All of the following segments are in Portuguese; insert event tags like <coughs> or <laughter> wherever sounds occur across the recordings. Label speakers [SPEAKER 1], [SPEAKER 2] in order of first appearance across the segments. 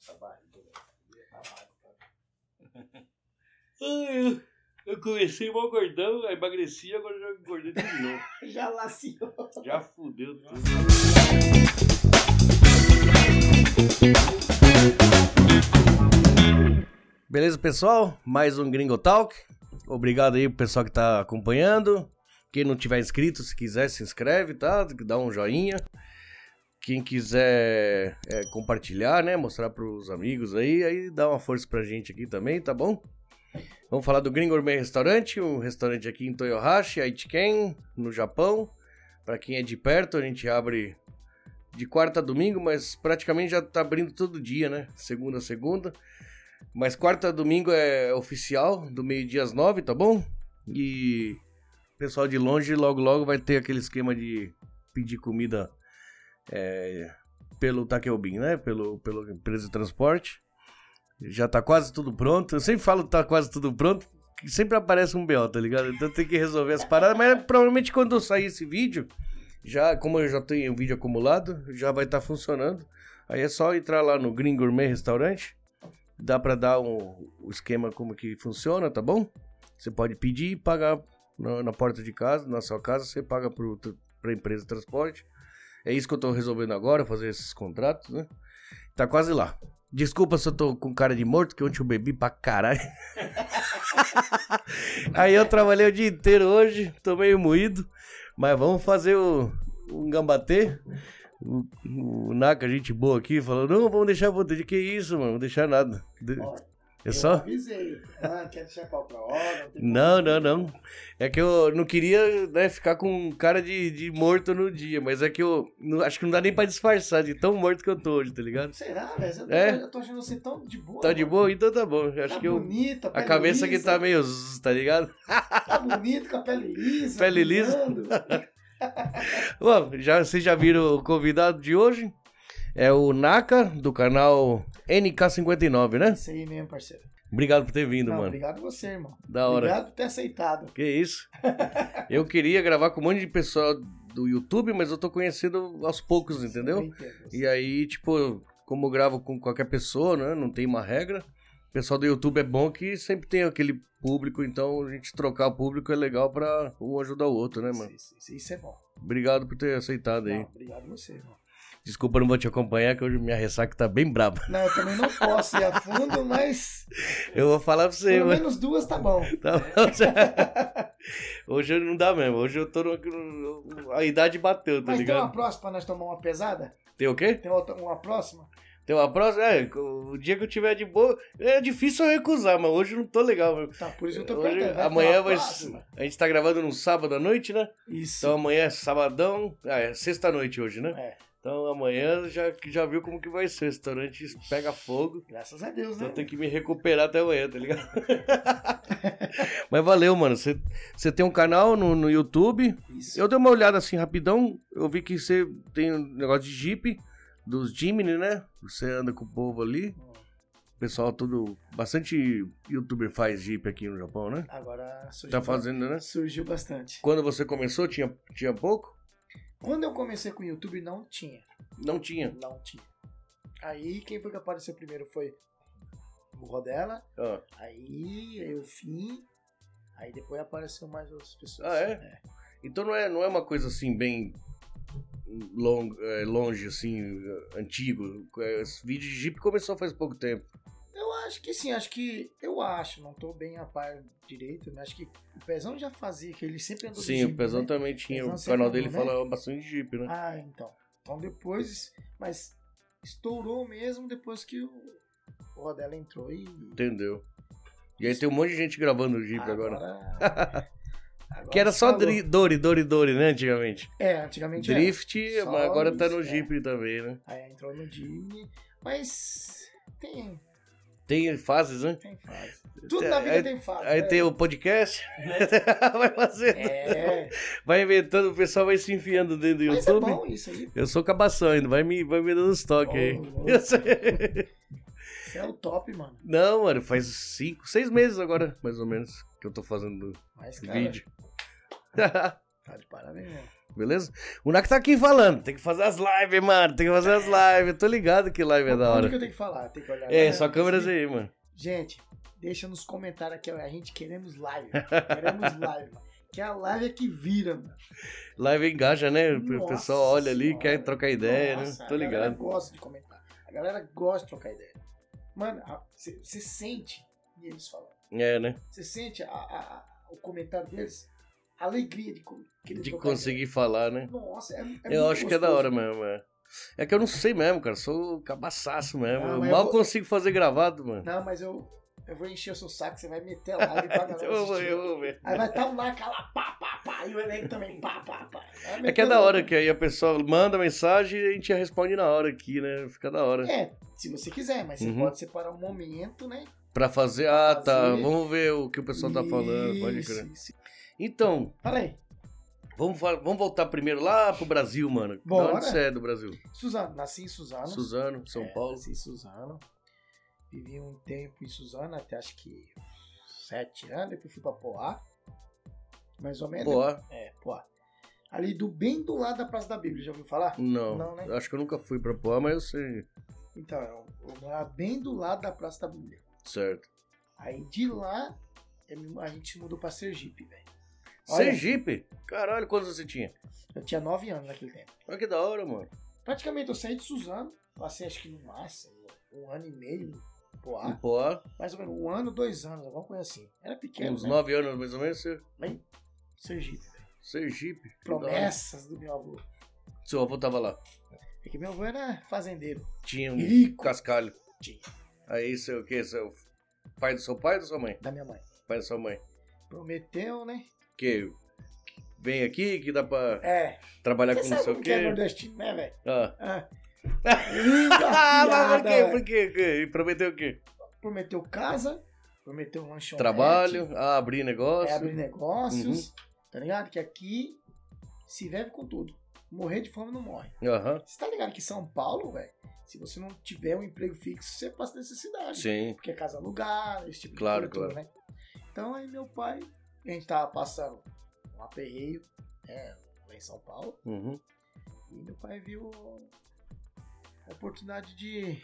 [SPEAKER 1] essa barriga, velho. Babado, cara.
[SPEAKER 2] Ai, eu- Eu comecei mal gordão, aí emagreci, agora já engordei de novo.
[SPEAKER 1] Já laciou.
[SPEAKER 2] Já fudeu tudo.
[SPEAKER 3] Beleza, pessoal? Mais um Gringo Talk. Obrigado aí pro pessoal que tá acompanhando. Quem não tiver inscrito, se quiser, se inscreve, tá? Dá um joinha. Quem quiser é, compartilhar, né? Mostrar pros amigos aí, aí dá uma força pra gente aqui também, tá bom? Vamos falar do Gringo Gourmet Restaurante, um restaurante aqui em Toyohashi, Aitken, no Japão. Pra quem é de perto, a gente abre de quarta a domingo, mas praticamente já tá abrindo todo dia, né? Segunda a segunda. Mas quarta a domingo é oficial, do meio-dia às nove, tá bom? E o pessoal de longe logo logo vai ter aquele esquema de pedir comida é, pelo Takeobin, né? Pelo, pela empresa de transporte. Já tá quase tudo pronto. Eu sempre falo que tá quase tudo pronto, que sempre aparece um BO, tá ligado? Então tem que resolver as paradas, mas é provavelmente quando eu sair esse vídeo, já como eu já tenho o vídeo acumulado, já vai estar funcionando. Aí é só entrar lá no Green Gourmet Restaurante dá pra dar um, o esquema como que funciona, tá bom? Você pode pedir e pagar na, na porta de casa, na sua casa, você paga pro, tr- pra empresa de transporte. É isso que eu tô resolvendo agora, fazer esses contratos, né? Tá quase lá. Desculpa se eu tô com cara de morto, que ontem eu bebi pra caralho. Aí eu trabalhei o dia inteiro hoje, tô meio moído. Mas vamos fazer o, um gambatê. O, o Naka, gente boa aqui, falou: não, vamos deixar pra outro dia. Que isso, mano? Não vou deixar nada. De-
[SPEAKER 1] Ó,
[SPEAKER 3] é só?
[SPEAKER 1] Avisei. Ah, quer deixar pra outra hora? tem
[SPEAKER 3] Não, não, não. É que eu não queria né, ficar com cara de, de morto no dia, mas é que eu não- acho que não dá nem pra disfarçar de tão morto que eu tô hoje, tá ligado?
[SPEAKER 1] Será, velho? Eu, tô-
[SPEAKER 3] É.
[SPEAKER 1] né? eu tô achando você tão de boa.
[SPEAKER 3] Tá de
[SPEAKER 1] mano.
[SPEAKER 3] boa? Então tá bom. Eu
[SPEAKER 1] Tá
[SPEAKER 3] Acho que eu,
[SPEAKER 1] bonita,
[SPEAKER 3] a
[SPEAKER 1] pele
[SPEAKER 3] cabeça aqui
[SPEAKER 1] lisa,
[SPEAKER 3] tá meio zzz, tá ligado?
[SPEAKER 1] Tá bonito, com a pele lisa.
[SPEAKER 3] Pele lisa.
[SPEAKER 1] brilhando.
[SPEAKER 3] Bom, já, vocês já viram o convidado de hoje? É o Naka, do canal NK59, né?
[SPEAKER 1] Isso aí mesmo, parceiro.
[SPEAKER 3] Obrigado por ter vindo,
[SPEAKER 1] Não,
[SPEAKER 3] mano.
[SPEAKER 1] obrigado você, irmão.
[SPEAKER 3] Da hora.
[SPEAKER 1] Tá Obrigado por ter aceitado.
[SPEAKER 3] Que isso? Eu queria gravar com um monte de pessoal do YouTube, mas eu tô conhecendo aos poucos, entendeu?
[SPEAKER 1] Eu entendo.
[SPEAKER 3] E aí, tipo, como eu gravo com qualquer pessoa, né? Não tem uma regra. O pessoal do YouTube é bom que sempre tem aquele público, então a gente trocar o público é legal pra um ajudar o outro, né, mano?
[SPEAKER 1] Isso, isso, isso é bom.
[SPEAKER 3] Obrigado por ter aceitado aí.
[SPEAKER 1] Não, obrigado você, irmão.
[SPEAKER 3] Desculpa, eu não vou te acompanhar, que hoje minha ressaca tá bem braba.
[SPEAKER 1] Não, eu também não posso ir a fundo, mas
[SPEAKER 3] Eu vou falar pra você,
[SPEAKER 1] pelo
[SPEAKER 3] mano.
[SPEAKER 1] menos duas tá bom.
[SPEAKER 3] Tá
[SPEAKER 1] é.
[SPEAKER 3] bom? <laughs> Hoje não dá mesmo. Hoje eu tô. No... A idade bateu, tá
[SPEAKER 1] Mas tem uma
[SPEAKER 3] ligado?
[SPEAKER 1] próxima pra nós tomar uma pesada?
[SPEAKER 3] Tem o quê?
[SPEAKER 1] Tem outra- uma próxima?
[SPEAKER 3] Tem uma próxima? É, o dia que eu tiver de boa. É difícil eu recusar, mas hoje eu não tô legal, meu.
[SPEAKER 1] Tá, por isso eu tô
[SPEAKER 3] Hoje-
[SPEAKER 1] perguntando. ter
[SPEAKER 3] amanhã
[SPEAKER 1] uma
[SPEAKER 3] vai ser-
[SPEAKER 1] próxima?
[SPEAKER 3] A gente tá gravando no sábado à noite, né?
[SPEAKER 1] Isso.
[SPEAKER 3] Então amanhã é sabadão. Ah, é sexta-noite hoje, né?
[SPEAKER 1] É.
[SPEAKER 3] Então amanhã já, já viu como que vai ser. O restaurante pega fogo.
[SPEAKER 1] Graças a Deus,
[SPEAKER 3] Então
[SPEAKER 1] né?
[SPEAKER 3] eu tenho que me recuperar até amanhã, tá ligado? <laughs> Mas valeu, mano. Você- Você tem um canal no, no YouTube.
[SPEAKER 1] Isso.
[SPEAKER 3] Eu dei uma olhada assim rapidão. Eu vi que você tem um negócio de Jeep, dos Jimny, né? Você anda com o povo ali. O pessoal todo. Bastante youtuber faz Jeep aqui no Japão, né?
[SPEAKER 1] Agora surgiu,
[SPEAKER 3] Tá fazendo, né?
[SPEAKER 1] surgiu bastante.
[SPEAKER 3] Quando você começou, tinha, tinha pouco?
[SPEAKER 1] Quando eu comecei com o YouTube, não tinha.
[SPEAKER 3] Não tinha.
[SPEAKER 1] Não tinha. Aí quem foi que apareceu primeiro foi o Rodela,
[SPEAKER 3] Ah,
[SPEAKER 1] aí eu fim, aí depois apareceu mais outras pessoas.
[SPEAKER 3] Ah, é? Então não é, não é uma coisa assim bem long, eh, longe, assim, eh, antigo. Eh, Esse vídeo de Jeep começou faz pouco tempo.
[SPEAKER 1] Eu acho que sim, acho que. Eu acho, não tô bem a par direito, mas acho que o Pezão já fazia, que ele sempre andou né?
[SPEAKER 3] Sim, o Pezão também tinha.
[SPEAKER 1] Pezão
[SPEAKER 3] O
[SPEAKER 1] sempre
[SPEAKER 3] canal dele
[SPEAKER 1] andou, né?
[SPEAKER 3] falava bastante de Jeep, né?
[SPEAKER 1] Ah, então. Então depois. Mas estourou mesmo depois que o, o Rodela entrou e.
[SPEAKER 3] Entendeu? E aí tem um monte de gente gravando o Jeep agora.
[SPEAKER 1] Ah,
[SPEAKER 3] <laughs>
[SPEAKER 1] Agora- agora
[SPEAKER 3] Que era só
[SPEAKER 1] escalou.
[SPEAKER 3] dri, Dori, Dori, Dori, né, antigamente?
[SPEAKER 1] É, antigamente era.
[SPEAKER 3] Drift,
[SPEAKER 1] Só
[SPEAKER 3] mas agora tá no
[SPEAKER 1] isso, é.
[SPEAKER 3] Jeep também, né?
[SPEAKER 1] Aí entrou no Jimmy, mas tem,
[SPEAKER 3] Tem fases, né?
[SPEAKER 1] tem fase. Tudo na vida
[SPEAKER 3] aí-
[SPEAKER 1] tem fase.
[SPEAKER 3] Aí
[SPEAKER 1] né?
[SPEAKER 3] tem o podcast, <laughs> vai fazendo,
[SPEAKER 1] É,
[SPEAKER 3] vai inventando, o pessoal vai se enfiando dentro do <laughs>
[SPEAKER 1] mas é
[SPEAKER 3] YouTube.
[SPEAKER 1] bom isso aí.
[SPEAKER 3] Eu sou cabação ainda, vai me, vai me dando os toques aí.
[SPEAKER 1] Ô, louco.
[SPEAKER 3] Eu sei.
[SPEAKER 1] Isso é o top, mano.
[SPEAKER 3] Não, mano, faz cinco, seis meses agora, mais ou menos, que eu tô fazendo
[SPEAKER 1] Mas, cara,
[SPEAKER 3] vídeo.
[SPEAKER 1] Tá de parabéns, né?
[SPEAKER 3] <laughs> Beleza? O Nak tá aqui falando. Tem que fazer as lives, mano. Tem que fazer as lives. Eu tô ligado que live é da
[SPEAKER 1] Onde que
[SPEAKER 3] hora.
[SPEAKER 1] eu tenho que falar? Tem É. que olhar.
[SPEAKER 3] É,
[SPEAKER 1] lá,
[SPEAKER 3] só
[SPEAKER 1] né?
[SPEAKER 3] câmeras aí, mano.
[SPEAKER 1] Gente, deixa nos comentários aqui, ó. A gente queremos live. <laughs> Queremos live, mano. Que a live é que vira, mano.
[SPEAKER 3] Live engaja, né? o
[SPEAKER 1] Nossa
[SPEAKER 3] pessoal olha ali,
[SPEAKER 1] Senhora.
[SPEAKER 3] quer trocar ideia,
[SPEAKER 1] Nossa,
[SPEAKER 3] né? Tô
[SPEAKER 1] A galera
[SPEAKER 3] ligado.
[SPEAKER 1] gosta de comentar. A galera gosta de trocar ideia. Mano, você sente, e eles falam,
[SPEAKER 3] É, né?
[SPEAKER 1] você sente a- a- a- o comentário deles, a alegria de, co- querer
[SPEAKER 3] De
[SPEAKER 1] trocar
[SPEAKER 3] conseguir falar, né?
[SPEAKER 1] ideia. Nossa, é, é
[SPEAKER 3] Eu
[SPEAKER 1] muito
[SPEAKER 3] acho que é da
[SPEAKER 1] gostoso. né?
[SPEAKER 3] hora mesmo, é. É que eu não sei mesmo, cara. Sou cabaçaço mesmo.
[SPEAKER 1] Não,
[SPEAKER 3] eu
[SPEAKER 1] mas
[SPEAKER 3] mal
[SPEAKER 1] eu-
[SPEAKER 3] consigo fazer gravado, mano.
[SPEAKER 1] Não, mas eu, eu vou encher o seu saco, você vai meter lá e
[SPEAKER 3] <laughs>
[SPEAKER 1] pra galera
[SPEAKER 3] Eu vou,
[SPEAKER 1] assistir.
[SPEAKER 3] eu vou ver.
[SPEAKER 1] Aí vai estar o Naka lá, pá, pá, pá, e o Enem também, pá, pá, pá.
[SPEAKER 3] É
[SPEAKER 1] Vai
[SPEAKER 3] que é
[SPEAKER 1] metendo-
[SPEAKER 3] da hora, que aí a pessoa manda mensagem e a gente responde na hora aqui, né? Fica da hora.
[SPEAKER 1] É, se você quiser, mas você
[SPEAKER 3] Uhum.
[SPEAKER 1] pode separar um momento, né?
[SPEAKER 3] Pra fazer, ah, tá,
[SPEAKER 1] fazer.
[SPEAKER 3] vamos ver o que o pessoal tá falando, pode
[SPEAKER 1] Isso,
[SPEAKER 3] crer.
[SPEAKER 1] isso.
[SPEAKER 3] Então,
[SPEAKER 1] Fala aí.
[SPEAKER 3] vamos, fa- vamos voltar primeiro lá pro Brasil, mano.
[SPEAKER 1] Bora.
[SPEAKER 3] De onde você é do Brasil?
[SPEAKER 1] Suzano, nasci em Suzano.
[SPEAKER 3] Suzano, São
[SPEAKER 1] É,
[SPEAKER 3] Paulo.
[SPEAKER 1] Nasci em Suzano. Vivi um tempo em Suzano, até acho que sete anos, depois fui pra Poá. Mais ou menos.
[SPEAKER 3] Pô, ah,
[SPEAKER 1] É, Poá. Ali do bem do lado da Praça da Bíblia, já ouviu falar?
[SPEAKER 3] não.
[SPEAKER 1] Não, né?
[SPEAKER 3] Acho que eu nunca fui pra Poá, mas eu sei.
[SPEAKER 1] Então, eu, eu morava bem do lado da Praça da Bíblia.
[SPEAKER 3] Certo.
[SPEAKER 1] Aí de lá, eu me- a gente mudou pra Sergipe, velho. Olha.
[SPEAKER 3] Sergipe? Caralho, quantos você tinha?
[SPEAKER 1] Eu tinha nove anos naquele tempo.
[SPEAKER 3] Olha que da hora, mano.
[SPEAKER 1] Praticamente eu saí de Suzano, passei acho que no máximo um ano e meio, Poá.
[SPEAKER 3] Em Poá,
[SPEAKER 1] mais ou menos um ano, dois anos, alguma coisa assim. Era pequeno,
[SPEAKER 3] uns
[SPEAKER 1] né?
[SPEAKER 3] nove anos mais ou menos. você-
[SPEAKER 1] Sergipe.
[SPEAKER 3] Sergipe. que da hora.
[SPEAKER 1] Promessas do meu avô.
[SPEAKER 3] Seu avô tava lá.
[SPEAKER 1] É que meu avô era fazendeiro.
[SPEAKER 3] Tinha um
[SPEAKER 1] Rico.
[SPEAKER 3] cascalho.
[SPEAKER 1] Tinha.
[SPEAKER 3] Aí, seu o quê? Seu pai do seu pai ou da sua mãe?
[SPEAKER 1] Da minha mãe.
[SPEAKER 3] Pai da sua mãe.
[SPEAKER 1] Prometeu, né?
[SPEAKER 3] que vem aqui, que dá pra
[SPEAKER 1] É.
[SPEAKER 3] trabalhar
[SPEAKER 1] Você
[SPEAKER 3] Tá com não
[SPEAKER 1] sabe
[SPEAKER 3] sei o
[SPEAKER 1] como que é
[SPEAKER 3] quê.
[SPEAKER 1] nordestino, né, velho?
[SPEAKER 3] Ah. <laughs>
[SPEAKER 1] Ah. Linda
[SPEAKER 3] Ah, mas
[SPEAKER 1] piada,
[SPEAKER 3] por quê? Por
[SPEAKER 1] velho.
[SPEAKER 3] quê? quê? E prometeu o quê?
[SPEAKER 1] Prometeu casa, prometeu um lanchonete.
[SPEAKER 3] Trabalho, ah, abrir
[SPEAKER 1] É
[SPEAKER 3] negócio. Uhum.
[SPEAKER 1] abrir negócios, tá ligado? Que aqui se vive com tudo. Morrer de fome não morre.
[SPEAKER 3] Aham.
[SPEAKER 1] Você tá ligado que São Paulo, velho, se você não tiver um emprego fixo, você passa necessidade.
[SPEAKER 3] Sim.
[SPEAKER 1] porque é casa alugada, esse tipo
[SPEAKER 3] Claro,
[SPEAKER 1] de coisa, toda, né? Então aí meu pai, a gente tava passando um aperreio né, lá em São Paulo,
[SPEAKER 3] Uhum.
[SPEAKER 1] e meu pai viu a oportunidade de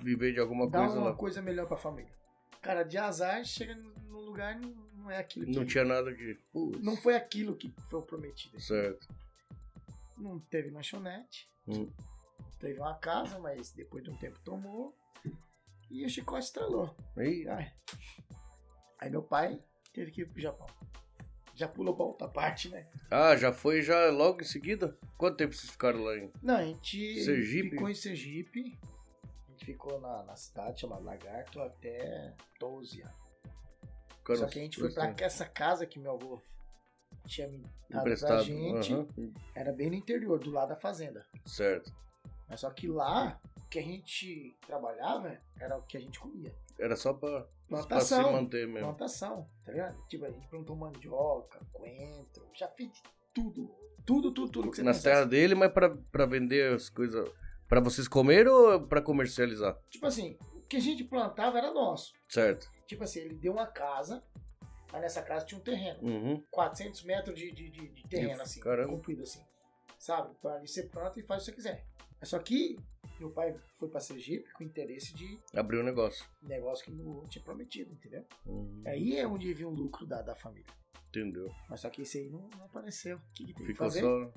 [SPEAKER 3] Viver de alguma
[SPEAKER 1] dar
[SPEAKER 3] coisa
[SPEAKER 1] uma
[SPEAKER 3] lá.
[SPEAKER 1] coisa melhor pra família. Cara, de azar, chega num lugar e não, não é aquilo que...
[SPEAKER 3] Não tinha nada que. Putz,
[SPEAKER 1] não foi aquilo que foi o prometido.
[SPEAKER 3] Certo.
[SPEAKER 1] Não teve lanchonete,
[SPEAKER 3] Hum.
[SPEAKER 1] teve uma casa, mas depois de um tempo tomou, e o chicote estralou.
[SPEAKER 3] Aí,
[SPEAKER 1] Ai. Aí meu pai teve que ir pro Japão. Já pulou pra outra parte, né?
[SPEAKER 3] ah, já foi já logo em seguida? Quanto tempo vocês ficaram lá em.
[SPEAKER 1] Não, a gente
[SPEAKER 3] Sergipe?
[SPEAKER 1] ficou em Sergipe. A gente ficou na, na cidade chamada Lagarto até 12 anos.
[SPEAKER 3] Ficaram
[SPEAKER 1] Só que a gente foi
[SPEAKER 3] dois
[SPEAKER 1] pra
[SPEAKER 3] tempos.
[SPEAKER 1] essa casa que meu avô tinha me dado pra
[SPEAKER 3] Emprestado.
[SPEAKER 1] gente.
[SPEAKER 3] Aham.
[SPEAKER 1] Era bem no interior, do lado da fazenda.
[SPEAKER 3] Certo.
[SPEAKER 1] Mas só que lá, o que a gente trabalhava era o que a gente comia.
[SPEAKER 3] Era só pra, pra se
[SPEAKER 1] Plantação.
[SPEAKER 3] manter mesmo.
[SPEAKER 1] plantação, tá ligado? Tipo, a gente plantou mandioca, coentro, já fiz de tudo. Tudo, tudo, tudo que você
[SPEAKER 3] Nas
[SPEAKER 1] pensasse.
[SPEAKER 3] terras dele, mas pra, pra vender as coisas. Pra vocês comerem ou pra comercializar?
[SPEAKER 1] Tipo assim, o que a gente plantava era nosso.
[SPEAKER 3] Certo.
[SPEAKER 1] Tipo assim, ele deu uma casa, mas nessa casa tinha um terreno.
[SPEAKER 3] Uhum.
[SPEAKER 1] 400 metros de, de, de- de terreno,
[SPEAKER 3] Ih,
[SPEAKER 1] assim,
[SPEAKER 3] caramba.
[SPEAKER 1] comprido assim. Sabe? Então ali você planta e faz o que você quiser. Mas só que meu pai foi pra Sergipe com interesse de
[SPEAKER 3] Abriu o negócio.
[SPEAKER 1] negócio que não tinha prometido, entendeu?
[SPEAKER 3] Uhum.
[SPEAKER 1] Aí é onde viu o lucro da, da família.
[SPEAKER 3] Entendeu?
[SPEAKER 1] Mas só que isso aí não, não apareceu. O que, que tem que
[SPEAKER 3] Ficou
[SPEAKER 1] fazer?
[SPEAKER 3] só.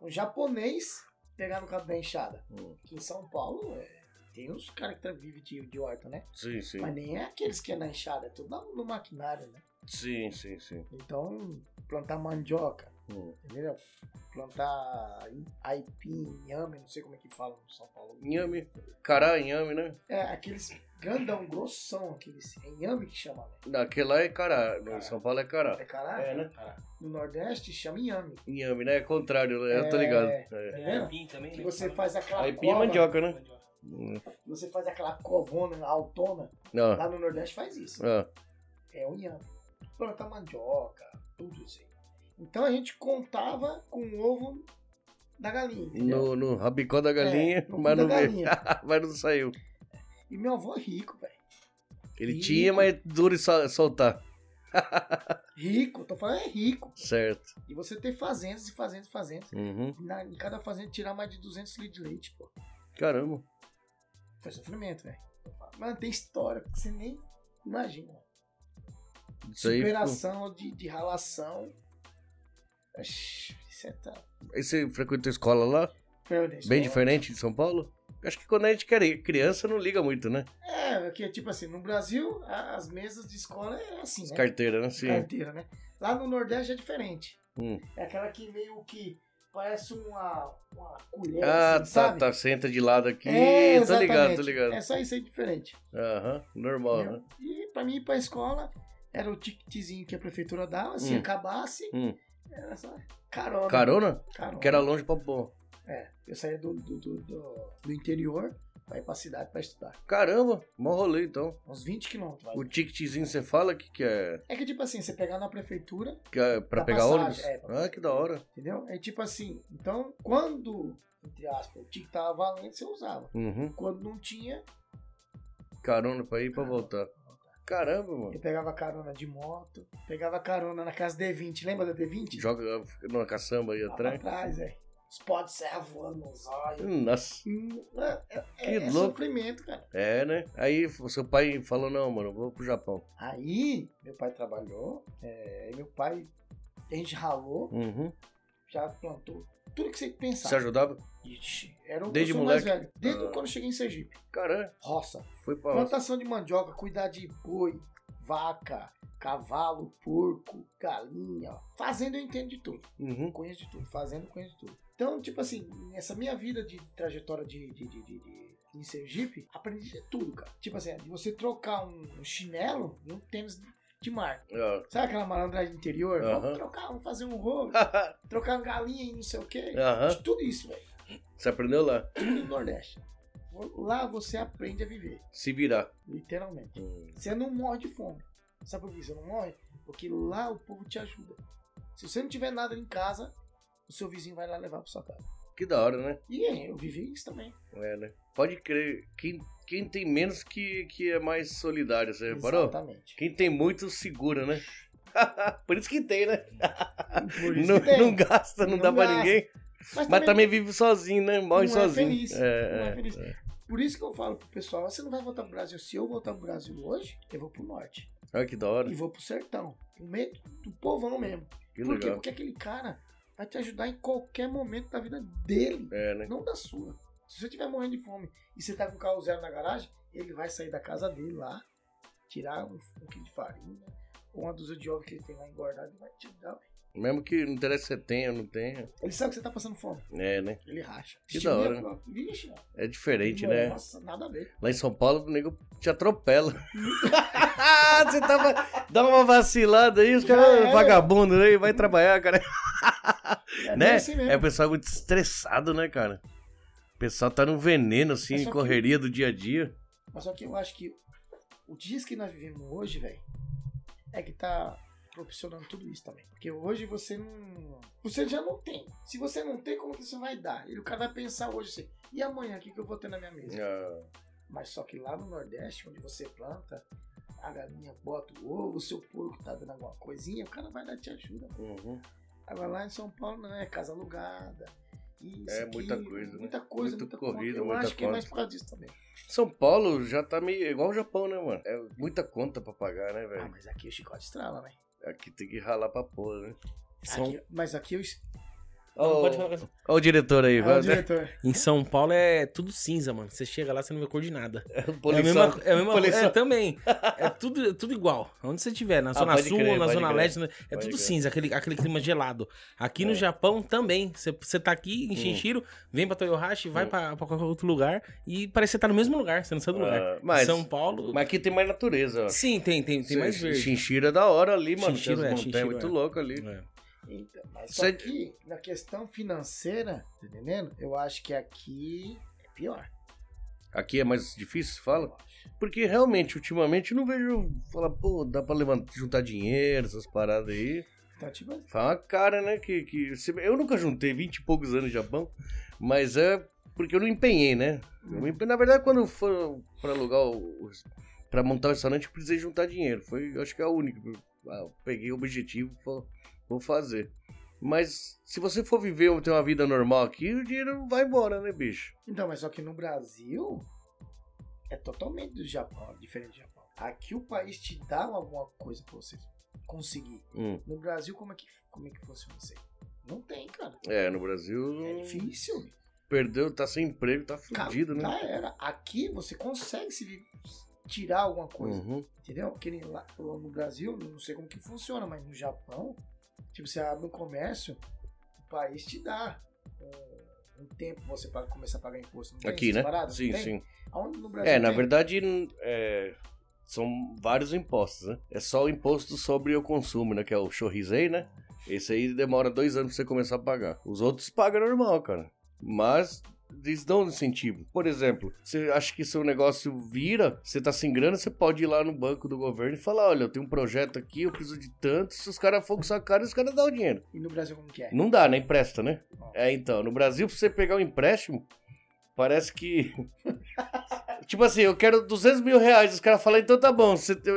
[SPEAKER 1] um japonês pegar no cabo da enxada.
[SPEAKER 3] Hum.
[SPEAKER 1] Aqui em São Paulo é, tem uns caras que tá, vivem de, de horta, né?
[SPEAKER 3] Sim, sim.
[SPEAKER 1] Mas nem é aqueles que é na enxada, é tudo na- no maquinário, né?
[SPEAKER 3] Sim, sim, sim.
[SPEAKER 1] Então, plantar mandioca,
[SPEAKER 3] Hum.
[SPEAKER 1] entendeu? Plantar i- aipim, inhame, não sei como é que falam no São Paulo.
[SPEAKER 3] Inhame. Cará, inhame, né?
[SPEAKER 1] É, aqueles grandão, grossão, aqueles. É inhame que chama, né?
[SPEAKER 3] Naquele lá é cará.
[SPEAKER 1] Cará.
[SPEAKER 3] No São Paulo é cará.
[SPEAKER 1] É cará?
[SPEAKER 3] É, né?
[SPEAKER 1] Cará. No Nordeste chama inhame.
[SPEAKER 3] Inhame, né? É contrário, né? Eu tô
[SPEAKER 1] É.
[SPEAKER 3] ligado. É.
[SPEAKER 1] Tá
[SPEAKER 4] É,
[SPEAKER 1] vendo?
[SPEAKER 4] aipim também,
[SPEAKER 1] Que
[SPEAKER 4] né?
[SPEAKER 1] você faz aquela
[SPEAKER 3] Aipim é
[SPEAKER 1] cova,
[SPEAKER 3] mandioca, né? Hum.
[SPEAKER 1] que Você faz aquela covona, altona.
[SPEAKER 3] Ah.
[SPEAKER 1] Lá no Nordeste faz isso.
[SPEAKER 3] Ah.
[SPEAKER 1] é o inhame. Plantar mandioca, tudo isso aí. Então a gente contava com o ovo da galinha.
[SPEAKER 3] No,
[SPEAKER 1] entendeu?
[SPEAKER 3] no rabicó da galinha,
[SPEAKER 1] É, no cu
[SPEAKER 3] mas
[SPEAKER 1] da
[SPEAKER 3] não veio.
[SPEAKER 1] galinha.
[SPEAKER 3] <laughs> mas não saiu.
[SPEAKER 1] E meu avô é rico, velho.
[SPEAKER 3] Ele
[SPEAKER 1] Ih.
[SPEAKER 3] tinha, mas duro e sol- soltar.
[SPEAKER 1] Rico, tô falando é rico.
[SPEAKER 3] Certo.
[SPEAKER 1] E você ter fazendas e fazendas e fazendas.
[SPEAKER 3] Uhum.
[SPEAKER 1] Na, em cada fazenda tirar mais de 200 litros de leite, pô.
[SPEAKER 3] Caramba.
[SPEAKER 1] Foi sofrimento, velho. Mano, tem história que você nem imagina.
[SPEAKER 3] Isso aí. ficou-
[SPEAKER 1] Superação de, de ralação. Oxi, Isso é tá.
[SPEAKER 3] Aí você frequentou escola lá?
[SPEAKER 1] Meu Deus,
[SPEAKER 3] Bem
[SPEAKER 1] ó.
[SPEAKER 3] diferente de São Paulo? Acho que quando a gente é criança não liga muito, né?
[SPEAKER 1] É, que é tipo assim, no Brasil, a- as mesas de escola é assim,
[SPEAKER 3] As
[SPEAKER 1] né?
[SPEAKER 3] carteiras, né? Sim.
[SPEAKER 1] Carteira, né? Lá no Nordeste é diferente.
[SPEAKER 3] Hum.
[SPEAKER 1] É aquela que meio que parece uma, uma colher,
[SPEAKER 3] Ah,
[SPEAKER 1] assim,
[SPEAKER 3] tá,
[SPEAKER 1] sabe?
[SPEAKER 3] tá. Senta de lado aqui.
[SPEAKER 1] É,
[SPEAKER 3] tô ligado,
[SPEAKER 1] exatamente.
[SPEAKER 3] tô ligado.
[SPEAKER 1] É só isso aí diferente.
[SPEAKER 3] Aham, normal,
[SPEAKER 1] entendeu?
[SPEAKER 3] né?
[SPEAKER 1] E pra mim ir pra escola era o ticketzinho que a prefeitura dava, se
[SPEAKER 3] Hum.
[SPEAKER 1] acabasse,
[SPEAKER 3] Hum.
[SPEAKER 1] era só carona.
[SPEAKER 3] Carona?
[SPEAKER 1] Carona.
[SPEAKER 3] Que era longe pra pôr.
[SPEAKER 1] É, eu saía do, do, do, do- do interior pra ir pra cidade pra estudar.
[SPEAKER 3] Caramba, mó rolê então.
[SPEAKER 1] Uns 20 quilômetros.
[SPEAKER 3] O ticketzinho você fala que, que é,
[SPEAKER 1] É que tipo assim, você pegar na prefeitura,
[SPEAKER 3] que é pra
[SPEAKER 1] Da
[SPEAKER 3] pegar
[SPEAKER 1] passagem,
[SPEAKER 3] ônibus?
[SPEAKER 1] é, pra
[SPEAKER 3] ah,
[SPEAKER 1] passagem.
[SPEAKER 3] que da hora.
[SPEAKER 1] entendeu? É tipo assim, então quando, entre aspas, o ticket tava valendo, você usava.
[SPEAKER 3] Uhum.
[SPEAKER 1] Quando não tinha,
[SPEAKER 3] Carona pra ir e pra voltar. Caramba, mano.
[SPEAKER 1] eu pegava carona de moto, pegava carona na casa D20, lembra da D20?
[SPEAKER 3] Joga numa caçamba aí
[SPEAKER 1] Lá pra
[SPEAKER 3] atrás.
[SPEAKER 1] trás, é. Os pó de serra voando nos olhos.
[SPEAKER 3] Nossa.
[SPEAKER 1] Hum, É, é,
[SPEAKER 3] Que
[SPEAKER 1] é
[SPEAKER 3] louco.
[SPEAKER 1] sofrimento, cara.
[SPEAKER 3] É, né? Aí o seu pai falou, não, mano, eu vou pro Japão.
[SPEAKER 1] Aí, meu pai trabalhou, é, meu pai, a gente ralou,
[SPEAKER 3] Uhum.
[SPEAKER 1] já plantou tudo que você pensar.
[SPEAKER 3] Você ajudava?
[SPEAKER 1] Ixi, era um
[SPEAKER 3] Desde
[SPEAKER 1] Desde
[SPEAKER 3] moleque?
[SPEAKER 1] mais velho. Desde
[SPEAKER 3] Ah.
[SPEAKER 1] quando eu cheguei em Sergipe.
[SPEAKER 3] Caramba,
[SPEAKER 1] Roça.
[SPEAKER 3] foi pra lá.
[SPEAKER 1] Plantação de mandioca, cuidar de boi, vaca, cavalo, porco, galinha. Fazenda eu entendo de tudo.
[SPEAKER 3] Uhum. <laughs>
[SPEAKER 1] Conheço de tudo. Fazenda eu conheço de tudo. Então, tipo assim, nessa minha vida de trajetória de, de, de, de- de- em Sergipe, aprendi de tudo, cara. Tipo assim, de você trocar um, um chinelo e um tênis de marca. Sabe aquela malandragem interior?
[SPEAKER 3] Aham.
[SPEAKER 1] Vamos trocar, vamos fazer um rolo,
[SPEAKER 3] Ah.
[SPEAKER 1] trocar uma galinha e não sei o quê.
[SPEAKER 3] Aham.
[SPEAKER 1] De tudo isso, velho.
[SPEAKER 3] Você aprendeu lá?
[SPEAKER 1] tudo no Nordeste. Lá você aprende a viver,
[SPEAKER 3] Se virar.
[SPEAKER 1] literalmente.
[SPEAKER 3] Hum.
[SPEAKER 1] Você não morre de fome. Sabe por que você não morre? Porque lá o povo te ajuda. Se você não tiver nada em casa, o seu vizinho vai lá levar pra sua casa.
[SPEAKER 3] Que da hora, né?
[SPEAKER 1] E é, eu vivi isso também.
[SPEAKER 3] É, né? Pode crer. Quem, quem tem menos que, que é mais solidário, você reparou?
[SPEAKER 1] Exatamente.
[SPEAKER 3] Quem tem muito segura, né? <laughs> Por isso que tem, né?
[SPEAKER 1] Por isso
[SPEAKER 3] Não, <laughs>
[SPEAKER 1] que tem.
[SPEAKER 3] não gasta, não,
[SPEAKER 1] Não
[SPEAKER 3] dá pra
[SPEAKER 1] gasta.
[SPEAKER 3] ninguém.
[SPEAKER 1] Mas,
[SPEAKER 3] Mas
[SPEAKER 1] também
[SPEAKER 3] também vive sozinho, né? Morre
[SPEAKER 1] Não é
[SPEAKER 3] sozinho.
[SPEAKER 1] feliz, não é
[SPEAKER 3] É, é.
[SPEAKER 1] feliz. Por isso que eu falo pro pessoal, "Ah, você não vai voltar pro Brasil. Se eu voltar pro Brasil hoje, eu vou pro norte.
[SPEAKER 3] Olha que da hora.
[SPEAKER 1] E vou pro sertão. No meio do povão mesmo.
[SPEAKER 3] Que
[SPEAKER 1] por quê?
[SPEAKER 3] legal.
[SPEAKER 1] Porque aquele cara vai te ajudar em qualquer momento da vida dele.
[SPEAKER 3] É, né?
[SPEAKER 1] não da sua. Se você estiver morrendo de fome e você tá com o carro zero na garagem, ele vai sair da casa dele lá, tirar um, um quilo de farinha, ou uma dúzia de ovos que ele tem lá engordado e vai te dar.
[SPEAKER 3] Mesmo que não interessa se você tenha ou não tenha.
[SPEAKER 1] Ele sabe que você tá passando fome,
[SPEAKER 3] É, né?
[SPEAKER 1] ele racha.
[SPEAKER 3] Que
[SPEAKER 1] Estilo
[SPEAKER 3] da hora.
[SPEAKER 1] minha própria. Vixe, mano.
[SPEAKER 3] É diferente, né?
[SPEAKER 1] Nossa, nada a ver.
[SPEAKER 3] Lá em São Paulo, o nego te
[SPEAKER 1] <laughs>
[SPEAKER 3] atropela. <laughs> Você tava, dá uma vacilada aí, os
[SPEAKER 1] Já
[SPEAKER 3] caras
[SPEAKER 1] era.
[SPEAKER 3] vagabundo, né? Vai trabalhar, cara.
[SPEAKER 1] É
[SPEAKER 3] Né?
[SPEAKER 1] bem assim mesmo.
[SPEAKER 3] É, o pessoal é muito estressado, né, cara? O pessoal tá num veneno, assim,
[SPEAKER 1] Mas
[SPEAKER 3] em
[SPEAKER 1] É só que-
[SPEAKER 3] correria do dia a dia.
[SPEAKER 1] Mas só que eu acho que o dias que nós vivemos hoje, velho, é que tá proporcionando tudo isso também. Porque hoje você não. Você já não tem. Se você não tem, como que você vai dar? E o cara vai pensar hoje assim, e amanhã, o que, que eu vou ter na minha mesa? Mas só que lá no Nordeste, onde você planta, a galinha bota o ovo, o seu porco tá dando alguma coisinha, o cara vai dar te ajuda.
[SPEAKER 3] Uhum.
[SPEAKER 1] Agora lá em São Paulo não é casa alugada. Isso,
[SPEAKER 3] É, muita
[SPEAKER 1] aquilo,
[SPEAKER 3] coisa, né?
[SPEAKER 1] Muita coisa,
[SPEAKER 3] Muito
[SPEAKER 1] muita
[SPEAKER 3] corrida,
[SPEAKER 1] Eu
[SPEAKER 3] muita
[SPEAKER 1] acho que é
[SPEAKER 3] conta.
[SPEAKER 1] mais por causa disso também.
[SPEAKER 3] São Paulo já tá meio igual o Japão, né, mano? É muita conta pra pagar, né,
[SPEAKER 1] Ah,
[SPEAKER 3] velho?
[SPEAKER 1] mas aqui o chicote estrala, né?
[SPEAKER 3] Aqui tem que ralar pra porra, né?
[SPEAKER 4] São-
[SPEAKER 1] Aqui- mas aqui eu. es-
[SPEAKER 3] Ó,
[SPEAKER 4] Pode falar É com essa-
[SPEAKER 3] ó o diretor aí,
[SPEAKER 1] Ah, o
[SPEAKER 3] vai. né?
[SPEAKER 1] diretor.
[SPEAKER 4] Em São Paulo é tudo cinza, mano. Você chega lá, você não vê cor de nada. É a
[SPEAKER 3] Poluição.
[SPEAKER 4] mesma, é a mesma
[SPEAKER 3] Poluição.
[SPEAKER 4] é,
[SPEAKER 3] <laughs>
[SPEAKER 4] também. É tudo, é tudo igual. Onde você estiver, na Zona
[SPEAKER 3] Ah, pode
[SPEAKER 4] Sul,
[SPEAKER 3] crer,
[SPEAKER 4] na
[SPEAKER 3] pode
[SPEAKER 4] Zona
[SPEAKER 3] crer.
[SPEAKER 4] Leste, é
[SPEAKER 3] Pode
[SPEAKER 4] tudo
[SPEAKER 3] crer.
[SPEAKER 4] cinza, aquele, aquele clima gelado. Aqui
[SPEAKER 3] É.
[SPEAKER 4] no Japão também. Você, você tá aqui
[SPEAKER 3] Hum.
[SPEAKER 4] em Shinshiro, vem pra Toyohashi, vai
[SPEAKER 3] Hum.
[SPEAKER 4] pra, pra qualquer outro lugar e parece que você tá no mesmo lugar, você não sai do lugar.
[SPEAKER 3] Ah, mas,
[SPEAKER 4] né? São Paulo.
[SPEAKER 3] mas aqui tem mais natureza, ó.
[SPEAKER 4] Sim, tem, tem, tem mais verde.
[SPEAKER 3] Chinchira é da hora ali, mano.
[SPEAKER 4] Chinchira
[SPEAKER 3] tem
[SPEAKER 4] é,
[SPEAKER 3] as montanhas
[SPEAKER 4] chinchira
[SPEAKER 3] muito
[SPEAKER 4] é.
[SPEAKER 3] loucas ali.
[SPEAKER 4] É.
[SPEAKER 1] Então, mas
[SPEAKER 3] Cê-
[SPEAKER 1] só que na questão financeira, tá entendendo? Eu acho que aqui é pior.
[SPEAKER 3] Aqui é mais difícil, fala?
[SPEAKER 1] eu acho.
[SPEAKER 3] Porque realmente, ultimamente, eu não vejo falar, pô, dá pra levantar, juntar dinheiro, essas paradas aí.
[SPEAKER 1] Então, tipo,
[SPEAKER 3] Foi uma cara, né? Que, que você- Eu nunca juntei 20 e poucos anos no Japão, mas é porque eu não empenhei, né? Eu me empenhei- Na verdade, quando eu for pra alugar o. o- pra montar o restaurante, eu precisei juntar dinheiro. Foi, eu acho que é a única. ah, eu peguei o objetivo, vou- vou fazer. Mas se você for viver ou ter uma vida normal aqui, o dinheiro vai embora, né, bicho?
[SPEAKER 1] Então, mas só que no Brasil é totalmente do Japão, diferente do Japão. Aqui o país te dá alguma coisa pra você conseguir.
[SPEAKER 3] Hum,
[SPEAKER 1] No Brasil, como é que, como é que funciona isso aí? Não tem, cara.
[SPEAKER 3] É, no Brasil.
[SPEAKER 1] É difícil.
[SPEAKER 3] Perdeu, tá sem emprego, tá fudido,
[SPEAKER 1] Cara,
[SPEAKER 3] né?
[SPEAKER 1] Já era. Aqui você consegue se li- tirar alguma coisa,
[SPEAKER 3] Uhum.
[SPEAKER 1] entendeu? Que nem lá lá no Brasil, não sei como que funciona, mas no Japão, tipo, você abre um comércio, o país te dá um, um tempo pra você para começar a pagar imposto. Não tem
[SPEAKER 3] Aqui,
[SPEAKER 1] é, essas
[SPEAKER 3] né?
[SPEAKER 1] paradas? Não
[SPEAKER 3] sim,
[SPEAKER 1] tem?
[SPEAKER 3] sim.
[SPEAKER 1] Aonde no Brasil
[SPEAKER 3] É, na
[SPEAKER 1] tem?
[SPEAKER 3] verdade, n- é, são vários impostos, né? É só o imposto sobre o consumo, né? Que é o Chorrisei, né? Esse aí demora dois anos pra você começar a pagar. Os outros pagam normal, cara. Mas eles dão um incentivo. Por exemplo, você acha que seu negócio vira, você tá sem grana, você pode ir lá no banco do governo e falar: olha, eu tenho um projeto aqui, eu preciso de tanto. Se os caras for com sua cara, os caras dão o dinheiro.
[SPEAKER 1] E no Brasil como que é?
[SPEAKER 3] Não dá, né? Empresta, né?
[SPEAKER 1] Não.
[SPEAKER 3] É, então. No Brasil, pra você pegar um empréstimo, parece que. <laughs> tipo assim, eu quero 200 mil reais. Os caras falam, então tá bom. Você tem,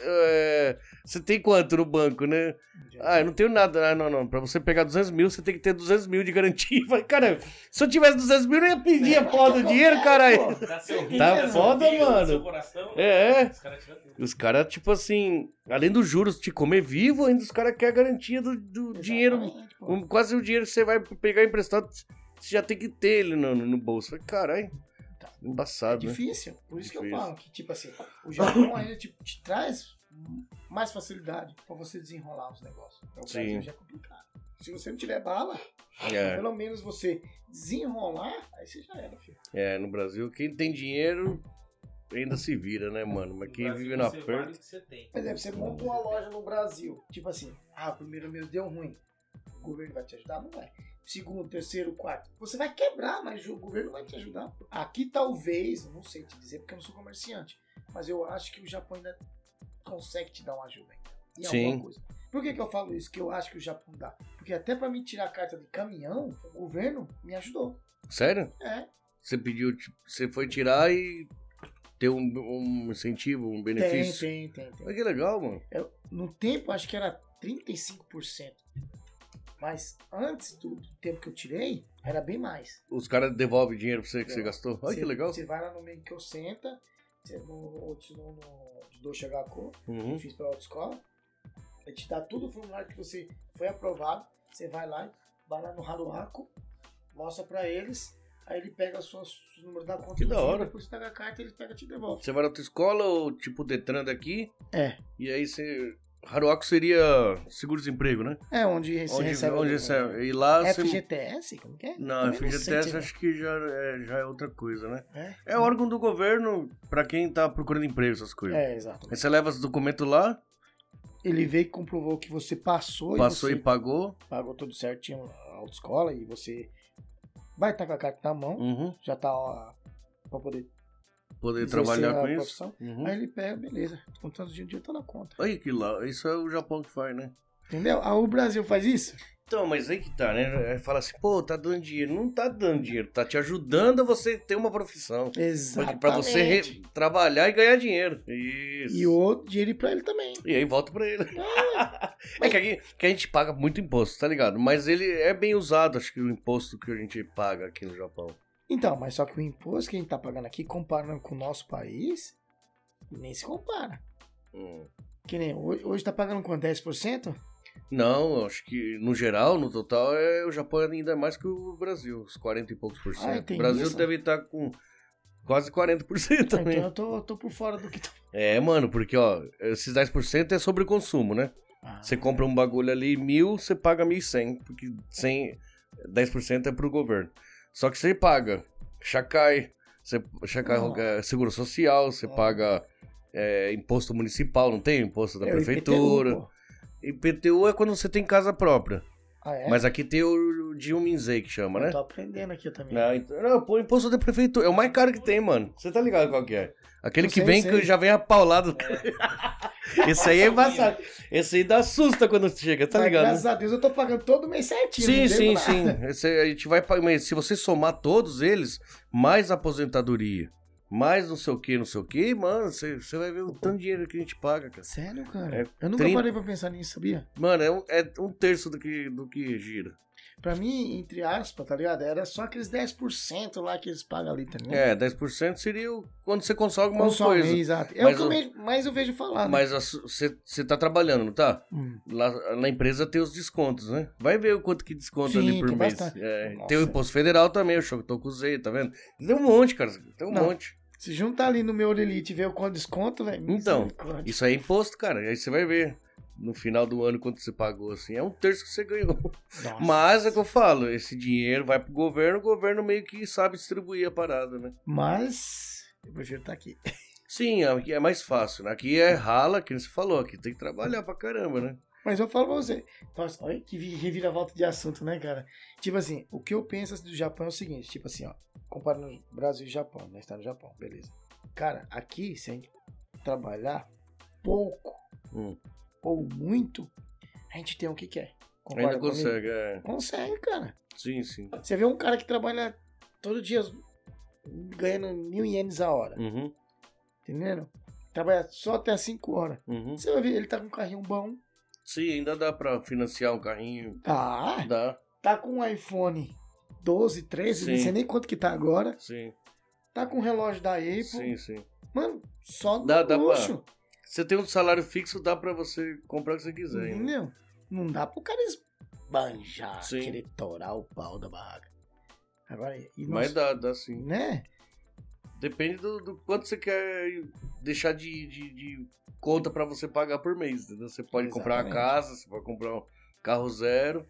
[SPEAKER 3] é, você tem quanto no banco, né? Ah, eu não tenho nada. Ah, não, não. Pra você pegar 200 mil, você tem que ter 200 mil de garantia. Eu falei, cara, se eu tivesse 200 mil, eu não ia pedir a porra do dinheiro, caralho.
[SPEAKER 4] Tá,
[SPEAKER 3] Tá foda, mano.
[SPEAKER 4] coração,
[SPEAKER 3] É, é.
[SPEAKER 4] Os caras tiram tudo.
[SPEAKER 3] Os caras, tipo assim, além dos juros te comer vivo, ainda os caras querem a garantia do, do dinheiro
[SPEAKER 1] Exatamente, tipo, pô.
[SPEAKER 3] Um- quase o dinheiro que você vai pegar emprestado, você já tem que ter ele no, no bolso. Falei, Caralho,
[SPEAKER 1] É
[SPEAKER 3] embaçado, né?
[SPEAKER 1] difícil. Por isso que eu
[SPEAKER 3] Difícil.
[SPEAKER 1] falo que, tipo assim, o Japão ainda te, te traz mais facilidade pra você desenrolar os negócios. O
[SPEAKER 3] Sim.
[SPEAKER 1] Brasil já é complicado. Se você não tiver bala,
[SPEAKER 3] É,
[SPEAKER 1] pelo menos você desenrolar, aí você já era, filho.
[SPEAKER 3] é, no Brasil, quem tem dinheiro ainda se vira, né, mano? Mas quem vive na perna.
[SPEAKER 1] Por exemplo, você monta uma loja no Brasil, tipo assim, ah, o primeiro mês deu ruim, o governo vai te ajudar? Não vai. Segundo, terceiro, quarto. Você vai quebrar, mas o governo vai te ajudar. Aqui talvez, não sei te dizer porque eu não sou comerciante, mas eu acho que o Japão ainda consegue te dar uma ajuda. ainda, Em
[SPEAKER 3] Sim.
[SPEAKER 1] alguma coisa. Por que, que eu falo isso? Que eu acho que o Japão dá. Porque até pra me tirar a carta de caminhão, o governo me ajudou.
[SPEAKER 3] Sério?
[SPEAKER 1] É.
[SPEAKER 3] Você pediu, tipo, você foi tirar e ter um, um incentivo, um benefício.
[SPEAKER 1] Tem, tem, tem, tem.
[SPEAKER 3] Olha que legal, mano.
[SPEAKER 1] Eu- no tempo, acho que era 35%. Mas antes do, do tempo que eu tirei, era bem mais.
[SPEAKER 3] Os caras devolvem dinheiro pra você que você
[SPEAKER 1] É.
[SPEAKER 3] gastou. Olha que
[SPEAKER 1] Você-
[SPEAKER 3] legal.
[SPEAKER 1] Você vai lá no meio que eu senta, você no outro no, no Doce HQ,
[SPEAKER 3] Uhum.
[SPEAKER 1] eu fiz pela autoescola. Ele te dá todo o formulário que você foi aprovado. Você vai lá, vai lá no Haruaco, mostra pra eles. Aí ele pega os seus números da conta
[SPEAKER 3] Que
[SPEAKER 1] do
[SPEAKER 3] da
[SPEAKER 1] dinheiro,
[SPEAKER 3] hora.
[SPEAKER 1] depois você pega a carta e ele pega e te devolve.
[SPEAKER 3] Você vai na tua escola ou tipo o Detran daqui?
[SPEAKER 1] É.
[SPEAKER 3] E aí você. Haruaku seria seguro-desemprego, né?
[SPEAKER 1] É onde você
[SPEAKER 3] Onde,
[SPEAKER 1] recebe. É
[SPEAKER 3] onde recebe. E lá você.
[SPEAKER 1] FGTS? Como que é?
[SPEAKER 3] Não,
[SPEAKER 1] Também sei
[SPEAKER 3] FGTS
[SPEAKER 1] direito.
[SPEAKER 3] acho que já é, já é outra coisa, né?
[SPEAKER 1] É?
[SPEAKER 3] É órgão do governo pra quem tá procurando emprego, essas coisas.
[SPEAKER 1] É, exato.
[SPEAKER 3] Aí você leva os documentos lá,
[SPEAKER 1] Ele veio e comprovou que você passou,
[SPEAKER 3] passou
[SPEAKER 1] e
[SPEAKER 3] e
[SPEAKER 1] você
[SPEAKER 3] pagou.
[SPEAKER 1] pagou tudo certinho a autoescola e você vai estar com a carta na mão,
[SPEAKER 3] Uhum.
[SPEAKER 1] já tá ó, pra poder
[SPEAKER 3] Poder
[SPEAKER 1] exercer
[SPEAKER 3] trabalhar
[SPEAKER 1] a
[SPEAKER 3] com isso.
[SPEAKER 1] é profissão.
[SPEAKER 3] Uhum.
[SPEAKER 1] Aí ele pega, beleza, com tanto dinheiro, dinheiro tá na conta.
[SPEAKER 3] Olha que lá, isso é o Japão que faz, né?
[SPEAKER 1] Entendeu? Ah, o Brasil faz isso?
[SPEAKER 3] Então, mas aí que tá, né? Aí Fala assim, pô, tá dando dinheiro. Não tá dando dinheiro, tá te ajudando a você ter uma profissão.
[SPEAKER 1] Exatamente.
[SPEAKER 3] Porque pra você re- trabalhar e ganhar dinheiro. Isso.
[SPEAKER 1] E outro dinheiro ir pra ele também.
[SPEAKER 3] E aí volta pra ele. <laughs> é que, aqui, que a gente paga muito imposto, tá ligado? Mas ele é bem usado, acho que o imposto que a gente paga aqui no Japão.
[SPEAKER 1] Então, mas só que o imposto que a gente tá pagando aqui, comparando com o nosso país, nem se compara.
[SPEAKER 3] Hum.
[SPEAKER 1] Que nem hoje, hoje tá pagando com 10%?
[SPEAKER 3] Não, acho que no geral, no total, é, o Japão ainda é mais que o Brasil, uns 40 e poucos por
[SPEAKER 1] Ah,
[SPEAKER 3] cento.
[SPEAKER 1] tem
[SPEAKER 3] o Brasil
[SPEAKER 1] isso?
[SPEAKER 3] deve estar com quase 40 por cento
[SPEAKER 1] Então
[SPEAKER 3] também.
[SPEAKER 1] eu tô, tô por fora do que tá.
[SPEAKER 3] É, mano, porque, ó, esses 10% é sobre o consumo, né? Você compra um bagulho ali, mil, você paga 1.100, porque 100, 10% é pro governo. Só que você paga Chacai, você, Chacai
[SPEAKER 1] Nossa.
[SPEAKER 3] é, Seguro Social, você
[SPEAKER 1] Nossa.
[SPEAKER 3] paga é, imposto municipal, não tem imposto da
[SPEAKER 1] É o IPTU,
[SPEAKER 3] prefeitura.
[SPEAKER 1] pô.
[SPEAKER 3] IPTU é quando você tem casa própria.
[SPEAKER 1] Ah, é? Então,
[SPEAKER 3] Mas aqui tem o Dilminzei que chama,
[SPEAKER 1] Eu
[SPEAKER 3] né?
[SPEAKER 1] tô aprendendo aqui também.
[SPEAKER 3] Não, então- não, pô, imposto da prefeitura. É o mais caro que tem, mano. Você tá ligado qual que é? Aquele
[SPEAKER 1] Eu
[SPEAKER 3] que
[SPEAKER 1] sei,
[SPEAKER 3] vem,
[SPEAKER 1] sei.
[SPEAKER 3] que já vem apaulado. <laughs> Esse
[SPEAKER 1] <laughs>
[SPEAKER 3] aí é embaçado. Esse aí dá susto quando chega, tá
[SPEAKER 1] Mas
[SPEAKER 3] ligado? né?
[SPEAKER 1] Graças a Deus eu tô pagando todo mês certinho.
[SPEAKER 3] Sim,
[SPEAKER 1] não
[SPEAKER 3] sim,
[SPEAKER 1] devo nada. <laughs>
[SPEAKER 3] sim. Esse- a gente vai. pa- mas Se você somar todos eles, mais aposentadoria, mais não sei o que, não sei o que, mano, você você vai ver o tanto de dinheiro que a gente paga, cara.
[SPEAKER 1] Sério, cara?
[SPEAKER 3] É
[SPEAKER 1] eu nunca
[SPEAKER 3] 30.
[SPEAKER 1] parei pra pensar nisso, sabia?
[SPEAKER 3] Mano, é um, é um terço do que, do que gira.
[SPEAKER 1] Pra mim, entre aspas, tá ligado? Era só aqueles 10% lá que eles pagam ali, tá ligado?
[SPEAKER 3] É, 10% seria o- quando você consome alguma
[SPEAKER 1] Consome,
[SPEAKER 3] coisa.
[SPEAKER 1] exato. É
[SPEAKER 3] Mas
[SPEAKER 1] o que eu
[SPEAKER 3] o-
[SPEAKER 1] me- mais eu vejo falar. né?
[SPEAKER 3] Mas a su- você você tá trabalhando, não tá?
[SPEAKER 1] Hum.
[SPEAKER 3] Lá na empresa tem os descontos, né? Vai ver o quanto que desconta
[SPEAKER 1] Sim,
[SPEAKER 3] ali por
[SPEAKER 1] tem
[SPEAKER 3] mês.
[SPEAKER 1] bastante.
[SPEAKER 3] É,
[SPEAKER 1] Nossa.
[SPEAKER 3] tem o imposto federal também, o choque tocuzei, tá vendo? Tem um monte, cara. Tem um
[SPEAKER 1] Não.
[SPEAKER 3] monte.
[SPEAKER 1] Se juntar ali no meu Orelite e ver o quanto desconto, velho.
[SPEAKER 3] Então,
[SPEAKER 1] misericórdia.
[SPEAKER 3] Isso aí é imposto, cara. E aí você vai ver no final do ano quanto você pagou, assim. É um terço que você ganhou.
[SPEAKER 1] Nossa.
[SPEAKER 3] Mas é o que eu falo, esse dinheiro vai pro governo, o governo meio que sabe distribuir a parada, né?
[SPEAKER 1] Mas eu prefiro estar aqui.
[SPEAKER 3] Sim, aqui é mais fácil, né? Aqui é rala, que nem você falou, aqui tem que trabalhar pra caramba, né?
[SPEAKER 1] Mas eu falo pra você. Nossa, olha que vi- reviravolta de assunto, né, cara? Tipo assim, o que eu penso assim, do Japão é o seguinte, tipo assim, ó. Comparando Brasil e Japão, né? Está no Japão, beleza. Cara, aqui, se a gente trabalhar pouco
[SPEAKER 3] Hum.
[SPEAKER 1] ou muito, a gente tem o que quer. Concorda
[SPEAKER 3] Ainda
[SPEAKER 1] comigo?
[SPEAKER 3] consegue, é.
[SPEAKER 1] Consegue, cara.
[SPEAKER 3] Sim, sim.
[SPEAKER 1] Você vê um cara que trabalha todo dia ganhando mil ienes a hora,
[SPEAKER 3] Uhum,
[SPEAKER 1] entendendo? Trabalha só até 5 horas.
[SPEAKER 3] uhum.
[SPEAKER 1] Você vai ver, ele tá com um carrinho bom.
[SPEAKER 3] Sim, ainda dá pra financiar um carrinho.
[SPEAKER 1] Tá,
[SPEAKER 3] Dá,
[SPEAKER 1] tá com um iPhone 12, 13, não
[SPEAKER 3] Sim.
[SPEAKER 1] sei nem quanto que tá agora.
[SPEAKER 3] sim.
[SPEAKER 1] Tá com um relógio da Apple.
[SPEAKER 3] Sim, sim.
[SPEAKER 1] Mano, só
[SPEAKER 3] Dá-
[SPEAKER 1] dá,
[SPEAKER 3] dá pra-
[SPEAKER 1] luxo.
[SPEAKER 3] Você tem um salário fixo, dá pra você comprar o que você quiser. Né?
[SPEAKER 1] entendeu? Não dá pro cara esbanjar,
[SPEAKER 3] Sim.
[SPEAKER 1] querer torar o pau da barraca. Agora, e
[SPEAKER 3] Mas
[SPEAKER 1] nós-
[SPEAKER 3] dá, dá sim.
[SPEAKER 1] Né?
[SPEAKER 3] Depende do, do quanto você quer deixar de, de- de conta pra você pagar por mês. entendeu? Você pode comprar uma
[SPEAKER 1] Exatamente.
[SPEAKER 3] casa, você pode comprar um carro zero.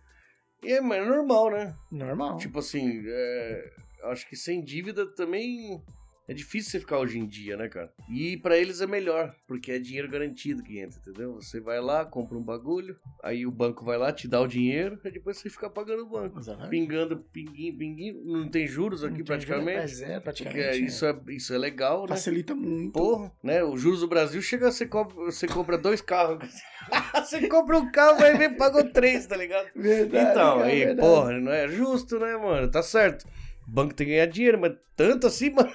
[SPEAKER 3] E é, mas é normal, né?
[SPEAKER 1] Normal.
[SPEAKER 3] Tipo assim, é, acho que sem dívida também é difícil você ficar hoje em dia, né, cara? E pra eles é melhor, porque é dinheiro garantido que entra, entendeu? Você vai lá, compra um bagulho, aí o banco vai lá, te dá o dinheiro, e depois você fica pagando o banco.
[SPEAKER 1] Exatamente.
[SPEAKER 3] Pingando, pinguinho, pinguinho. Não tem juros aqui
[SPEAKER 1] Ah. Não tem
[SPEAKER 3] praticamente.
[SPEAKER 1] juros, é, praticamente.
[SPEAKER 3] Porque
[SPEAKER 1] é.
[SPEAKER 3] isso, é, isso é legal, né?
[SPEAKER 1] Facilita muito.
[SPEAKER 3] Porra, né? Os juros do Brasil chega, você compra, você compra dois
[SPEAKER 1] <laughs>
[SPEAKER 3] carros. <laughs> você compra um carro, vai ver, pagou três, tá ligado?
[SPEAKER 1] Verdade,
[SPEAKER 3] Então,
[SPEAKER 1] cara,
[SPEAKER 3] aí,
[SPEAKER 1] verdade.
[SPEAKER 3] porra, não é justo, né, mano? Tá certo. O banco tem que ganhar dinheiro, mas tanto assim, <laughs> mano.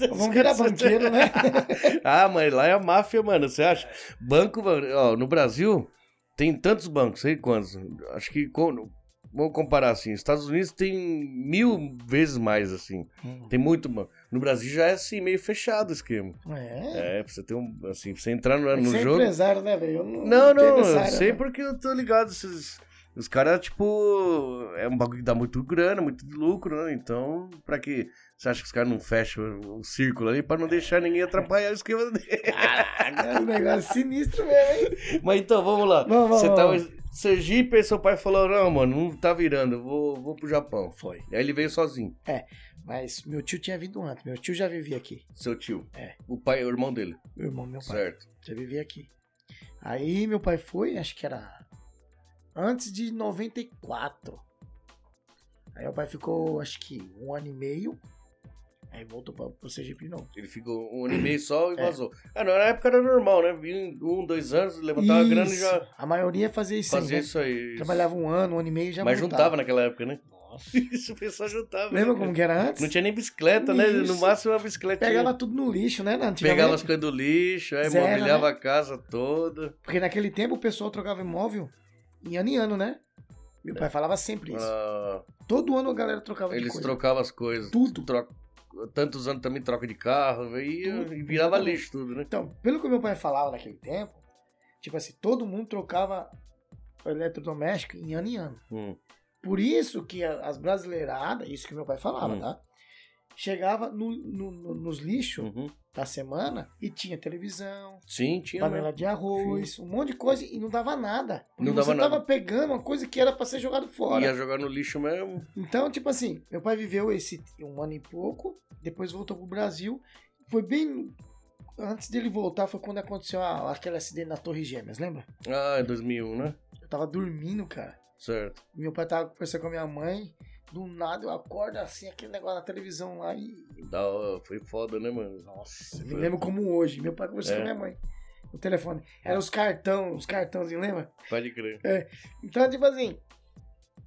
[SPEAKER 1] Vamos virar banqueiro, né?
[SPEAKER 3] <laughs>
[SPEAKER 1] <laughs>
[SPEAKER 3] Ah, mas lá é a máfia, mano. Você acha? Banco, mano, ó, no Brasil tem tantos bancos, sei quantos. Acho que. com- Vamos comparar assim: Estados Unidos tem mil vezes mais, assim. Tem muito banco. No Brasil já é assim, meio fechado o esquema.
[SPEAKER 1] É.
[SPEAKER 3] É, pra você ter um. Assim, pra você entrar no,
[SPEAKER 1] Tem que
[SPEAKER 3] no
[SPEAKER 1] ser
[SPEAKER 3] jogo.
[SPEAKER 1] empresário, né, velho? Eu
[SPEAKER 3] Não,
[SPEAKER 1] entendo
[SPEAKER 3] não,
[SPEAKER 1] essa
[SPEAKER 3] eu
[SPEAKER 1] área,
[SPEAKER 3] sei
[SPEAKER 1] né?
[SPEAKER 3] porque eu tô ligado. Esses, os caras, tipo, é um bagulho que dá muito grana, muito lucro, né? Então, pra que. Você acha que os caras não fecham o círculo ali pra não deixar ninguém atrapalhar o esquema dele?
[SPEAKER 1] <laughs> É um negócio sinistro mesmo, hein?
[SPEAKER 3] <laughs> Mas então, vamos lá.
[SPEAKER 1] Vamos, vamos,
[SPEAKER 3] Você tava
[SPEAKER 1] vamos.
[SPEAKER 3] em Sergipe e seu pai falou: Não, mano, não tá virando, eu vou, vou pro Japão.
[SPEAKER 1] Foi.
[SPEAKER 3] Aí ele veio sozinho,
[SPEAKER 1] Mas meu tio tinha vindo antes. Meu tio já vivia aqui.
[SPEAKER 3] seu tio.
[SPEAKER 1] É.
[SPEAKER 3] O pai, o irmão dele.
[SPEAKER 1] Meu irmão, meu pai.
[SPEAKER 3] Certo.
[SPEAKER 1] Já vivia aqui. Aí meu pai foi, acho que era antes de 94. Aí meu pai ficou, acho que um ano e meio. Aí voltou pra, pro Sergipe de novo.
[SPEAKER 3] Ele ficou um ano e meio só e
[SPEAKER 1] É.
[SPEAKER 3] vazou. Ah, não, na época era normal, né? Vinha em um, dois anos, levantava a grana e
[SPEAKER 1] Isso.
[SPEAKER 3] já
[SPEAKER 1] A maioria fazia isso
[SPEAKER 3] fazia
[SPEAKER 1] aí. né?
[SPEAKER 3] isso aí.
[SPEAKER 1] Trabalhava um ano, um ano e meio e já
[SPEAKER 3] Mas
[SPEAKER 1] voltava.
[SPEAKER 3] juntava naquela época, né?
[SPEAKER 1] Nossa.
[SPEAKER 3] <laughs> Isso, o pessoal juntava.
[SPEAKER 1] Lembra
[SPEAKER 3] né,
[SPEAKER 1] como
[SPEAKER 3] cara?
[SPEAKER 1] que era antes?
[SPEAKER 3] Não tinha nem bicicleta, né?
[SPEAKER 1] Isso.
[SPEAKER 3] No máximo uma bicicleta.
[SPEAKER 1] Pegava tudo no lixo, né? Nando?
[SPEAKER 3] Pegava as
[SPEAKER 1] Antigamente.
[SPEAKER 3] coisas do lixo, aí
[SPEAKER 1] Zero, né?
[SPEAKER 3] mobiliava a casa toda.
[SPEAKER 1] Porque naquele tempo o pessoal trocava imóvel em ano em ano, né? Meu pai falava sempre isso.
[SPEAKER 3] É. Ah,
[SPEAKER 1] Todo ano a galera trocava de
[SPEAKER 3] eles
[SPEAKER 1] coisa.
[SPEAKER 3] trocavam as coisas.
[SPEAKER 1] Tudo.
[SPEAKER 3] Troca- Tantos anos também troca de carro, e,
[SPEAKER 1] Tudo.
[SPEAKER 3] e virava lixo tudo, né?
[SPEAKER 1] Então, pelo que meu pai falava naquele tempo, tipo assim, todo mundo trocava o eletrodoméstico em ano em ano.
[SPEAKER 3] Hum.
[SPEAKER 1] Por isso que a- as brasileiradas, isso que meu pai falava,
[SPEAKER 3] Hum.
[SPEAKER 1] tá? Chegava no- no- no- nos lixos
[SPEAKER 3] Uhum.
[SPEAKER 1] da semana e tinha televisão,
[SPEAKER 3] Sim, tinha. né?
[SPEAKER 1] panela de arroz, um monte de coisa e não dava nada.
[SPEAKER 3] Não
[SPEAKER 1] você
[SPEAKER 3] dava nada.
[SPEAKER 1] tava pegando uma coisa que era pra ser jogado fora.
[SPEAKER 3] Ia jogar no lixo mesmo.
[SPEAKER 1] Então, tipo assim, meu pai viveu esse um ano e pouco, depois voltou pro Brasil. Foi bem. Antes dele voltar, foi quando aconteceu a- aquele acidente na Torre Gêmeas, lembra?
[SPEAKER 3] Ah, é 2001, né?
[SPEAKER 1] Eu tava dormindo, cara.
[SPEAKER 3] Certo.
[SPEAKER 1] Meu pai tava conversando com a minha mãe. Do nada eu acordo assim, aquele negócio na televisão lá e.
[SPEAKER 3] Da hora, foi foda, né, mano?
[SPEAKER 1] Nossa, me lembro como hoje. Meu pai conversou
[SPEAKER 3] É.
[SPEAKER 1] com a minha mãe. No telefone. Era os cartão, os cartãozinhos, lembra?
[SPEAKER 3] Pode crer.
[SPEAKER 1] Então, tipo assim,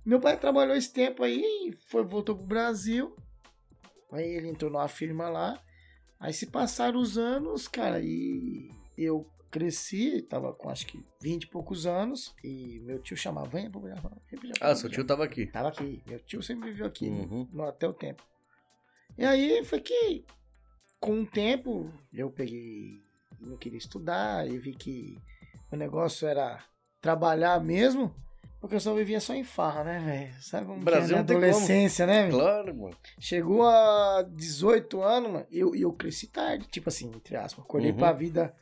[SPEAKER 1] meu pai trabalhou esse tempo aí, foi, voltou pro Brasil. Aí ele entrou numa firma lá. Aí se passaram os anos, cara, e eu cresci, tava com acho que 20 e poucos anos, e meu tio chamava, vem pro Japão, vem pro Japão.
[SPEAKER 3] Ah, seu tio tava aqui.
[SPEAKER 1] Tava aqui, meu tio sempre viveu aqui, né?
[SPEAKER 3] Uhum.
[SPEAKER 1] no- até o tempo. E aí foi que, com o tempo, eu peguei, não queria estudar, eu vi que o negócio era trabalhar mesmo, porque eu só vivia só em farra, né, velho? Sabe como
[SPEAKER 3] Brasil
[SPEAKER 1] que é na
[SPEAKER 3] não tem como.
[SPEAKER 1] adolescência, né, velho?
[SPEAKER 3] Claro, mano.
[SPEAKER 1] Chegou a 18 anos, mano, e eu, e eu cresci tarde, tipo assim, entre aspas. Acordei
[SPEAKER 3] Uhum.
[SPEAKER 1] pra vida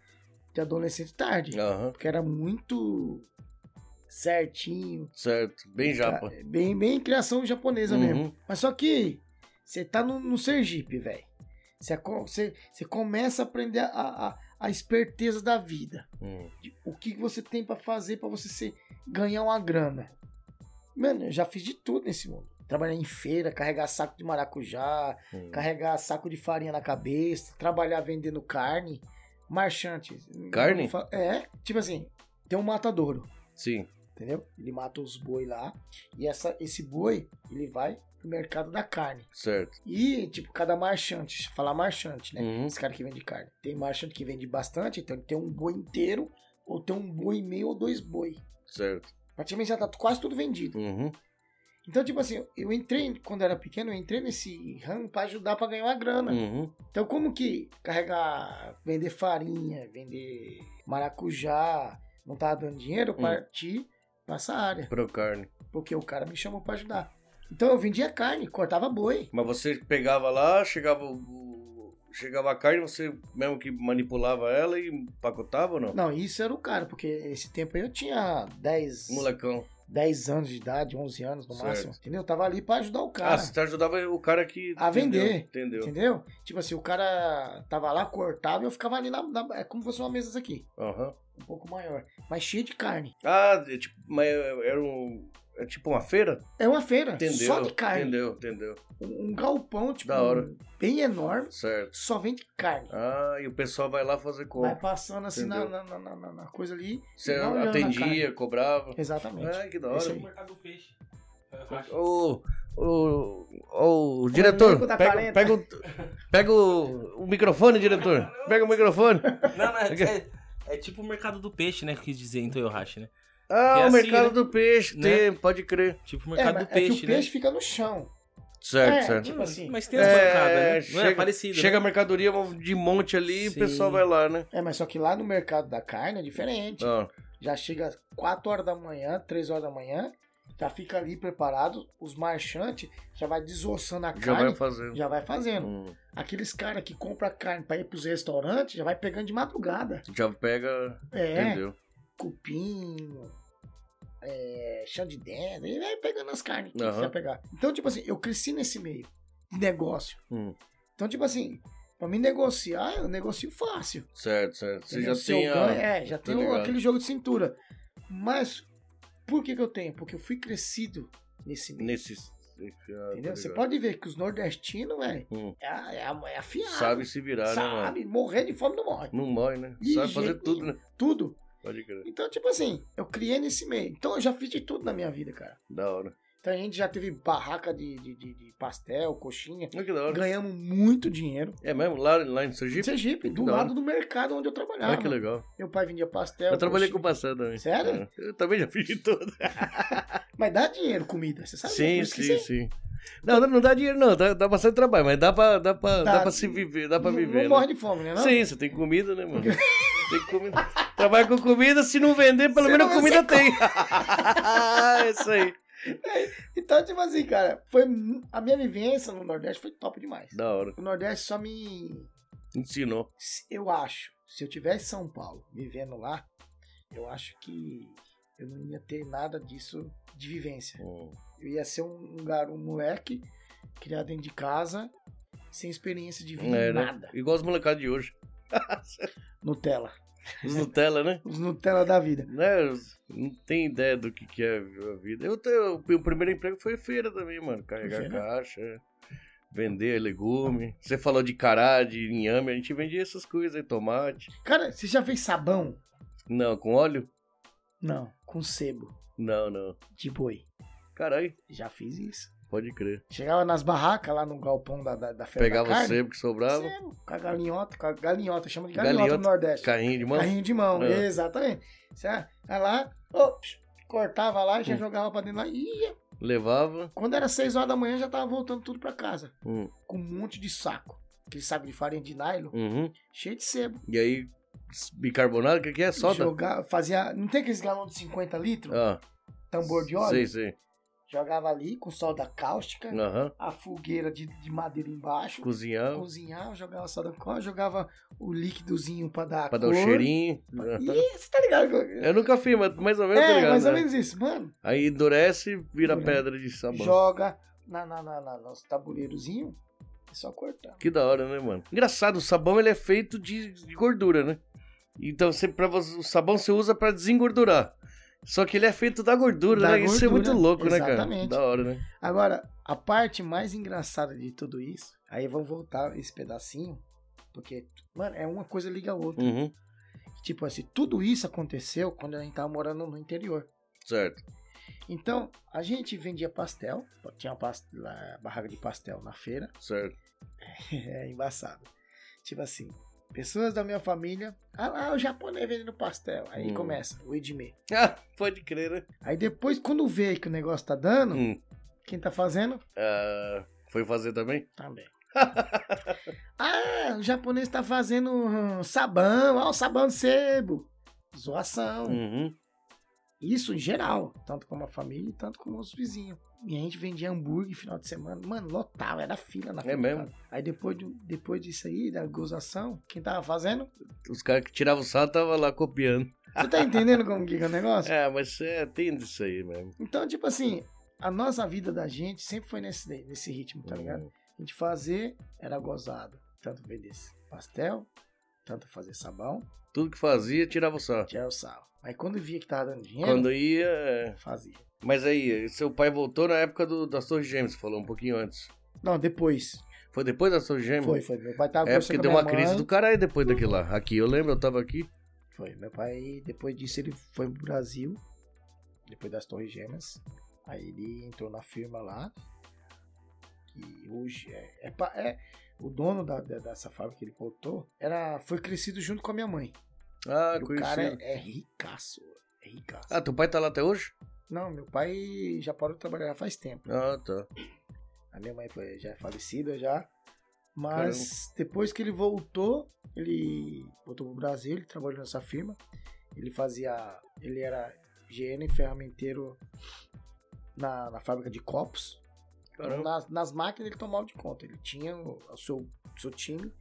[SPEAKER 1] de adolescente tarde.
[SPEAKER 3] Aham.
[SPEAKER 1] Porque era muito certinho.
[SPEAKER 3] Certo. Bem japa.
[SPEAKER 1] ca- Bem, bem criação japonesa é mesmo.
[SPEAKER 3] Uhum.
[SPEAKER 1] Mas só que você tá no, no Sergipe, velho. Você, co- você, você começa a aprender a, a, a esperteza da vida.
[SPEAKER 3] Uhum.
[SPEAKER 1] De- o que que você tem pra fazer pra você ser- ganhar uma grana. Mano, eu já fiz de tudo nesse mundo. Trabalhar em feira, carregar saco de maracujá,
[SPEAKER 3] Uhum.
[SPEAKER 1] carregar saco de farinha na cabeça, trabalhar vendendo carne, marchante.
[SPEAKER 3] Carne?
[SPEAKER 1] Não fa- É, tipo assim, tem um matadouro,
[SPEAKER 3] Sim.
[SPEAKER 1] entendeu? Ele mata os boi lá e essa, esse boi, ele vai pro mercado da carne.
[SPEAKER 3] Certo.
[SPEAKER 1] E, tipo, cada marchante, deixa eu falar marchante, né?
[SPEAKER 3] Uhum.
[SPEAKER 1] Esse cara que vende carne. Tem marchante que vende bastante, então ele tem um boi inteiro, ou tem um boi e meio, ou dois boi.
[SPEAKER 3] Certo.
[SPEAKER 1] Praticamente já tá quase tudo vendido.
[SPEAKER 3] Uhum.
[SPEAKER 1] Então, tipo assim, eu entrei, quando eu era pequeno, eu entrei nesse ramo pra ajudar pra ganhar uma grana.
[SPEAKER 3] Uhum.
[SPEAKER 1] Então, como que carregar, vender farinha, vender maracujá, não tava dando dinheiro, eu
[SPEAKER 3] Hum.
[SPEAKER 1] parti pra essa área,
[SPEAKER 3] Pro carne.
[SPEAKER 1] porque o cara me chamou pra ajudar. Então, eu vendia carne, cortava boi.
[SPEAKER 3] Mas você pegava lá, chegava o- Chegava a carne, você mesmo que manipulava ela e empacotava ou não?
[SPEAKER 1] Não, isso era o cara, porque esse tempo aí eu tinha 10,
[SPEAKER 3] Molecão.
[SPEAKER 1] 10 anos de idade, 11 anos no
[SPEAKER 3] Certo.
[SPEAKER 1] máximo, entendeu? Eu tava ali pra ajudar o cara.
[SPEAKER 3] Ah, você ajudava o cara que.
[SPEAKER 1] A vender.
[SPEAKER 3] Entendeu? entendeu?
[SPEAKER 1] Entendeu? Tipo assim, o cara tava lá, cortava e eu ficava ali na, na- É como se fosse uma mesa aqui.
[SPEAKER 3] Aham.
[SPEAKER 1] Um pouco maior. Mas cheia de carne.
[SPEAKER 3] Ah, é tipo, mas era um. É tipo uma feira?
[SPEAKER 1] É uma feira.
[SPEAKER 3] Entendeu?
[SPEAKER 1] Só de carne.
[SPEAKER 3] Entendeu, entendeu.
[SPEAKER 1] Um, um galpão, tipo,
[SPEAKER 3] Da hora.
[SPEAKER 1] um- bem enorme.
[SPEAKER 3] Certo.
[SPEAKER 1] Só vende carne.
[SPEAKER 3] Ah, e o pessoal vai lá fazer
[SPEAKER 1] Vai
[SPEAKER 3] compra.
[SPEAKER 1] passando assim na,
[SPEAKER 3] Entendeu.
[SPEAKER 1] na- na- na- na coisa ali.
[SPEAKER 3] Você
[SPEAKER 1] e vai olhando a carne.
[SPEAKER 3] atendia, cobrava.
[SPEAKER 1] Exatamente.
[SPEAKER 3] Ai, que da
[SPEAKER 1] Isso
[SPEAKER 3] hora.
[SPEAKER 1] é aí.
[SPEAKER 4] tipo mercado do peixe. é?
[SPEAKER 3] Ô, ô, ô, diretor,
[SPEAKER 1] amigo da
[SPEAKER 3] pega,
[SPEAKER 1] careta.
[SPEAKER 3] pega, o, pega o, o microfone, diretor.
[SPEAKER 4] <laughs>
[SPEAKER 3] Pega o microfone.
[SPEAKER 4] Não, <laughs> não, é, é tipo o mercado do peixe, né? que Quis dizer em Toyohashi, né?
[SPEAKER 3] Ah,
[SPEAKER 4] É
[SPEAKER 3] o
[SPEAKER 4] assim,
[SPEAKER 3] mercado
[SPEAKER 4] né?
[SPEAKER 3] do peixe,
[SPEAKER 4] Né?
[SPEAKER 3] tem, pode crer.
[SPEAKER 4] Tipo o
[SPEAKER 1] É,
[SPEAKER 4] mercado
[SPEAKER 1] mas
[SPEAKER 4] do
[SPEAKER 1] é que
[SPEAKER 4] peixe,
[SPEAKER 1] o peixe fica no chão.
[SPEAKER 3] Certo,
[SPEAKER 1] É,
[SPEAKER 3] certo.
[SPEAKER 4] né?
[SPEAKER 1] tipo assim.
[SPEAKER 4] Mas tem as
[SPEAKER 3] É,
[SPEAKER 4] bancadas, né? Não
[SPEAKER 3] chega,
[SPEAKER 4] é parecido.
[SPEAKER 3] chega a
[SPEAKER 4] né?
[SPEAKER 3] mercadoria de monte ali e o
[SPEAKER 4] Sim.
[SPEAKER 3] pessoal vai lá, né?
[SPEAKER 1] É, mas só que lá no mercado da carne é diferente.
[SPEAKER 3] Ó,
[SPEAKER 1] Já chega às 4 horas da manhã, 3 horas da manhã. Já fica ali preparado. Os marchantes já vai desossando a
[SPEAKER 3] já
[SPEAKER 1] carne.
[SPEAKER 3] vai fazendo.
[SPEAKER 1] Já vai fazendo.
[SPEAKER 3] Hum,
[SPEAKER 1] Aqueles caras que compram carne pra ir pros restaurantes já vai pegando de madrugada.
[SPEAKER 3] já pega,
[SPEAKER 1] É,
[SPEAKER 3] entendeu?
[SPEAKER 1] cupinho, é, chão de dentro, e vai pegando as carnes que
[SPEAKER 3] Aham.
[SPEAKER 1] você vai pegar. Então, tipo assim, eu cresci nesse meio de negócio.
[SPEAKER 3] Hum.
[SPEAKER 1] Então, tipo assim, pra me negociar, eu negocio fácil.
[SPEAKER 3] Certo, certo. Você
[SPEAKER 1] entendeu?
[SPEAKER 3] já
[SPEAKER 1] Se eu
[SPEAKER 3] tem a...
[SPEAKER 1] ganho- É, já
[SPEAKER 3] Tô
[SPEAKER 1] tem o-
[SPEAKER 3] ligado.
[SPEAKER 1] aquele jogo de cintura. Mas, por que que eu tenho? Porque eu fui crescido nesse meio.
[SPEAKER 3] Nesse... é, Tá
[SPEAKER 1] Entendeu? Você pode ver que os nordestinos, velho,
[SPEAKER 3] Hum.
[SPEAKER 1] é, a- é, a- é afiado.
[SPEAKER 3] Sabe se virar, né, mano?
[SPEAKER 1] Sabe, morrer de fome não morre.
[SPEAKER 3] Não morre, né?
[SPEAKER 1] De
[SPEAKER 3] Sabe fazer
[SPEAKER 1] jeito
[SPEAKER 3] tudo,
[SPEAKER 1] nenhum.
[SPEAKER 3] né?
[SPEAKER 1] Tudo.
[SPEAKER 3] Pode crer.
[SPEAKER 1] Então, tipo assim, eu criei nesse meio. Então, eu já fiz de tudo na minha vida, cara.
[SPEAKER 3] Da hora.
[SPEAKER 1] Então, a gente já teve barraca de, de, de- de pastel, coxinha.
[SPEAKER 3] Olha que da hora.
[SPEAKER 1] Ganhamos muito dinheiro.
[SPEAKER 3] É mesmo? Lá, lá em
[SPEAKER 1] Em
[SPEAKER 3] Sergipe?
[SPEAKER 1] Sergipe, ah, do
[SPEAKER 3] Da hora.
[SPEAKER 1] lado do mercado onde eu trabalhava.
[SPEAKER 3] Olha que legal.
[SPEAKER 1] Meu pai vendia pastel.
[SPEAKER 3] Eu trabalhei com
[SPEAKER 1] coxinha.
[SPEAKER 3] maçã também.
[SPEAKER 1] É, Sério?
[SPEAKER 3] É. Eu também já fiz de tudo.
[SPEAKER 1] Mas dá dinheiro, comida. Você sabe? Por
[SPEAKER 3] Sim,
[SPEAKER 1] isso que
[SPEAKER 3] sim,
[SPEAKER 1] você-
[SPEAKER 3] sim. Não, não dá dinheiro não, dá, dá bastante trabalho, mas dá pra, dá pra, dá
[SPEAKER 1] Dá.
[SPEAKER 3] pra se viver, dá pra
[SPEAKER 1] não,
[SPEAKER 3] viver.
[SPEAKER 1] não
[SPEAKER 3] né?
[SPEAKER 1] morre de fome, né? Não?
[SPEAKER 3] Sim, você tem comida, né,
[SPEAKER 1] <laughs>
[SPEAKER 3] mano? tem comida. Trabalha com comida, se não vender, pelo
[SPEAKER 1] Se
[SPEAKER 3] menos
[SPEAKER 1] não,
[SPEAKER 3] comida
[SPEAKER 1] você <laughs>
[SPEAKER 3] tem. <laughs> É Isso aí.
[SPEAKER 1] Então, tipo assim, cara, foi... mu- a minha vivência no Nordeste foi top demais.
[SPEAKER 3] Da hora.
[SPEAKER 1] O Nordeste só me
[SPEAKER 3] Ensinou.
[SPEAKER 1] se- eu acho, se eu tivesse em São Paulo vivendo lá, eu acho que eu não ia ter nada disso de vivência.
[SPEAKER 3] Hum,
[SPEAKER 1] Eu ia ser um, um garoto, um moleque, criado dentro de casa, sem experiência de vida,
[SPEAKER 3] É,
[SPEAKER 1] em
[SPEAKER 3] né?
[SPEAKER 1] nada.
[SPEAKER 3] Igual os molecados de
[SPEAKER 1] <laughs>
[SPEAKER 3] hoje.
[SPEAKER 1] Nutella.
[SPEAKER 3] Os Nutella, né?
[SPEAKER 1] Os Nutella da vida.
[SPEAKER 3] né, os- não tem ideia do que, que é a vida. Eu tenho, o meu primeiro emprego foi feira também, mano. Carregar
[SPEAKER 1] Feira?
[SPEAKER 3] caixa, é. vender legume. Você falou de cará, de inhame, a gente vendia essas coisas aí, tomate.
[SPEAKER 1] Cara, você já fez sabão?
[SPEAKER 3] Não, com óleo?
[SPEAKER 1] Não, com sebo
[SPEAKER 3] Não, não.
[SPEAKER 1] de boi.
[SPEAKER 3] Caralho,
[SPEAKER 1] Já fiz isso.
[SPEAKER 3] Pode crer.
[SPEAKER 1] Chegava nas barracas lá no galpão da, da, da feira
[SPEAKER 3] Pegava
[SPEAKER 1] da carne.
[SPEAKER 3] sempre que sobrava.
[SPEAKER 1] Sim, com a galinhota, com a galinhota, chama de galinhota,
[SPEAKER 3] Galinhota.
[SPEAKER 1] no Nordeste.
[SPEAKER 3] Carrinho de mão.
[SPEAKER 1] Carrinho de mão,
[SPEAKER 3] É.
[SPEAKER 1] exatamente. Você vai lá, ô, psh, cortava lá, já
[SPEAKER 3] Hum.
[SPEAKER 1] jogava pra dentro lá. Ia.
[SPEAKER 3] Levava.
[SPEAKER 1] Quando era 6 horas da manhã, já tava voltando tudo pra casa.
[SPEAKER 3] Hum,
[SPEAKER 1] Com um monte de saco. Aquele saco de farinha de nylon,
[SPEAKER 3] uhum.
[SPEAKER 1] cheio de sebo.
[SPEAKER 3] E aí, bicarbonato, o que, que é? Soda?
[SPEAKER 1] Jogava, fazia. Não tem aqueles galão de 50 litros?
[SPEAKER 3] Ah,
[SPEAKER 1] tambor de óleo?
[SPEAKER 3] Sei, sei.
[SPEAKER 1] Jogava ali com soda cáustica,
[SPEAKER 3] Aham.
[SPEAKER 1] a fogueira de, de madeira embaixo.
[SPEAKER 3] Cozinhava.
[SPEAKER 1] Cozinhava, jogava soda cáustica, jogava o líquidozinho pra dar.
[SPEAKER 3] Pra dar
[SPEAKER 1] cor.
[SPEAKER 3] o cheirinho. né?
[SPEAKER 1] E você tá ligado?
[SPEAKER 3] Eu nunca fiz, mas mais ou menos, tá
[SPEAKER 1] É,
[SPEAKER 3] ligado?
[SPEAKER 1] mais ou
[SPEAKER 3] né?
[SPEAKER 1] menos isso, mano.
[SPEAKER 3] Aí endurece, vira
[SPEAKER 1] Endurece.
[SPEAKER 3] pedra de sabão.
[SPEAKER 1] Joga na, na, na, na- nos tabuleirozinho e só cortar.
[SPEAKER 3] Que da hora, né, mano? Engraçado, o sabão ele é feito de, de gordura, né? Então você, pra, você- o sabão você usa pra desengordurar. Só que ele é feito da gordura,
[SPEAKER 1] Da
[SPEAKER 3] né? Isso é
[SPEAKER 1] gordura,
[SPEAKER 3] muito louco, né, cara?
[SPEAKER 1] exatamente.
[SPEAKER 3] Da hora, né?
[SPEAKER 1] Agora, a parte mais engraçada de tudo isso, aí vamos voltar esse pedacinho, porque, mano, é uma coisa liga a outra.
[SPEAKER 3] Uhum.
[SPEAKER 1] Tipo assim, tudo isso aconteceu quando a gente tava morando no interior.
[SPEAKER 3] Certo.
[SPEAKER 1] Então, a gente vendia pastel, tinha uma pas- lá, barraca de pastel na feira,
[SPEAKER 3] Certo. <laughs>
[SPEAKER 1] é embaçado. Tipo assim, pessoas da minha família, ah lá, o japonês vendendo pastel. Aí
[SPEAKER 3] Hum.
[SPEAKER 1] começa, o Edmê.
[SPEAKER 3] Ah, pode crer, né?
[SPEAKER 1] Aí depois, quando vê que o negócio tá dando,
[SPEAKER 3] Hum.
[SPEAKER 1] quem tá fazendo?
[SPEAKER 3] Ah, foi fazer também?
[SPEAKER 1] Também. <laughs> ah, o japonês tá fazendo hum, sabão, ó, o sabão de sebo. Zoação.
[SPEAKER 3] Uhum.
[SPEAKER 1] Isso em geral, tanto como a família, tanto como os vizinhos. E a gente vendia hambúrguer final de semana. Mano, lotava, era fila na fila. de
[SPEAKER 3] É mesmo?
[SPEAKER 1] casa. Aí depois, do- depois disso aí, da gozação, quem tava fazendo?
[SPEAKER 3] Os caras que tiravam o sarro tava lá copiando.
[SPEAKER 1] Você tá entendendo como que é o negócio?
[SPEAKER 3] É, mas é, tem disso aí mesmo.
[SPEAKER 1] Então, tipo assim, a nossa vida da gente sempre foi nesse, nesse ritmo, tá ligado?
[SPEAKER 3] Uhum.
[SPEAKER 1] A gente fazer era gozado. Tanto vender esse pastel, tanto fazer sabão,
[SPEAKER 3] Tudo que fazia, tirava o sarro.
[SPEAKER 1] tirar o sal. Aí quando via que tava dando dinheiro,
[SPEAKER 3] Quando ia. é.
[SPEAKER 1] fazia.
[SPEAKER 3] Mas aí, seu pai voltou na época do, das Torres Gêmeas, você falou um pouquinho antes.
[SPEAKER 1] Não, depois.
[SPEAKER 3] Foi depois das Torres Gêmeas?
[SPEAKER 1] Foi, foi. Meu pai tava
[SPEAKER 3] É porque
[SPEAKER 1] conversando
[SPEAKER 3] deu
[SPEAKER 1] com a
[SPEAKER 3] uma
[SPEAKER 1] minha
[SPEAKER 3] crise
[SPEAKER 1] mãe.
[SPEAKER 3] do caralho depois daquilo lá. Aqui, eu lembro, eu tava aqui.
[SPEAKER 1] Foi. Meu pai, depois disso, ele foi pro Brasil, depois das Torres Gêmeas. Aí ele entrou na firma lá, que hoje é. é, pa- é- o dono da, da- dessa fábrica que ele voltou era, foi crescido junto com a minha mãe.
[SPEAKER 3] Ah,
[SPEAKER 1] E o
[SPEAKER 3] conheci.
[SPEAKER 1] cara é, é ricaço. É ricaço.
[SPEAKER 3] Ah, teu pai tá lá até hoje?
[SPEAKER 1] Não, meu pai já parou de trabalhar faz tempo.
[SPEAKER 3] Ah, tá.
[SPEAKER 1] A minha mãe foi, já é falecida já. Mas depois que ele voltou, ele voltou pro Brasil, ele trabalhou nessa firma. Ele fazia. Ele era GN ferramenteiro na, na fábrica de copos. Então,
[SPEAKER 3] Caramba.
[SPEAKER 1] nas, nas máquinas ele tomava de conta. Ele tinha o, o seu, seu time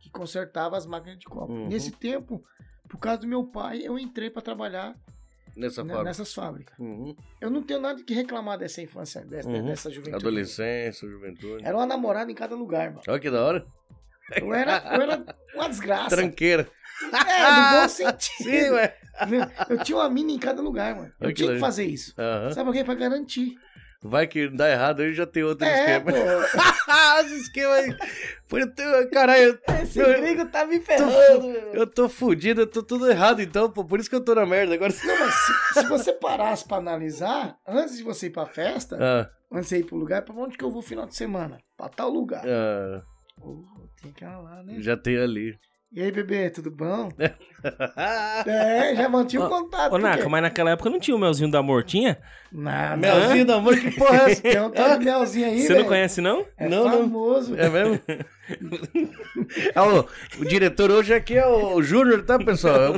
[SPEAKER 1] que consertava as máquinas de copo.
[SPEAKER 3] Uhum.
[SPEAKER 1] Nesse tempo, por causa do meu pai, eu entrei para trabalhar
[SPEAKER 3] Nessa
[SPEAKER 1] né,
[SPEAKER 3] fábrica.
[SPEAKER 1] nessas fábricas.
[SPEAKER 3] Uhum.
[SPEAKER 1] Eu não tenho nada que reclamar dessa infância, dessa,
[SPEAKER 3] Uhum.
[SPEAKER 1] dessa juventude.
[SPEAKER 3] Adolescência, juventude.
[SPEAKER 1] Era uma namorada em cada lugar, mano.
[SPEAKER 3] Olha que da hora.
[SPEAKER 1] Eu era, eu era uma desgraça. <laughs>
[SPEAKER 3] Tranqueira.
[SPEAKER 1] É, no
[SPEAKER 4] <laughs>
[SPEAKER 1] bom sentido.
[SPEAKER 3] Sim, ué.
[SPEAKER 1] Né? Eu tinha uma mina em cada lugar, mano. Eu
[SPEAKER 3] Olha que
[SPEAKER 1] tinha que
[SPEAKER 3] legal.
[SPEAKER 1] fazer isso.
[SPEAKER 3] Aham.
[SPEAKER 1] Sabe por quê? Pra garantir.
[SPEAKER 3] Vai que dá errado, aí já tem outro
[SPEAKER 1] É, pô.
[SPEAKER 3] esquema. <laughs>
[SPEAKER 4] <laughs>
[SPEAKER 3] Ah, Esse esquema aí. Foi o teu- Caralho,
[SPEAKER 1] Esse
[SPEAKER 3] Eu-
[SPEAKER 1] gringo tá me
[SPEAKER 3] eu
[SPEAKER 1] ferrando.
[SPEAKER 3] tô, eu tô fudido, eu tô tudo errado então, pô. Por isso que eu tô na merda agora. <laughs>
[SPEAKER 1] Não, mas se, se você parasse pra analisar, antes de você ir pra festa,
[SPEAKER 3] Ah,
[SPEAKER 1] antes de você ir pro lugar, pra onde que eu vou final de semana? Pra tal lugar.
[SPEAKER 3] ah,
[SPEAKER 1] Oh, tem aquela lá, né?
[SPEAKER 3] já tem ali. <laughs> Ah,
[SPEAKER 1] E aí, bebê, tudo bom? É, já mantinha o
[SPEAKER 4] Ô,
[SPEAKER 1] contato.
[SPEAKER 4] Ô,
[SPEAKER 1] por quê?
[SPEAKER 4] Naca, mas naquela época não tinha o melzinho da mortinha?
[SPEAKER 1] Nada.
[SPEAKER 3] Melzinho do amor, que porra é essa?
[SPEAKER 1] Tem um tal de melzinho aí,
[SPEAKER 4] Você não
[SPEAKER 1] velho.
[SPEAKER 4] conhece, não?
[SPEAKER 1] <laughs> É
[SPEAKER 3] Não, não.
[SPEAKER 1] famoso.
[SPEAKER 3] É <laughs> mesmo? Ah, o, o diretor hoje aqui é o Júnior, tá, pessoal?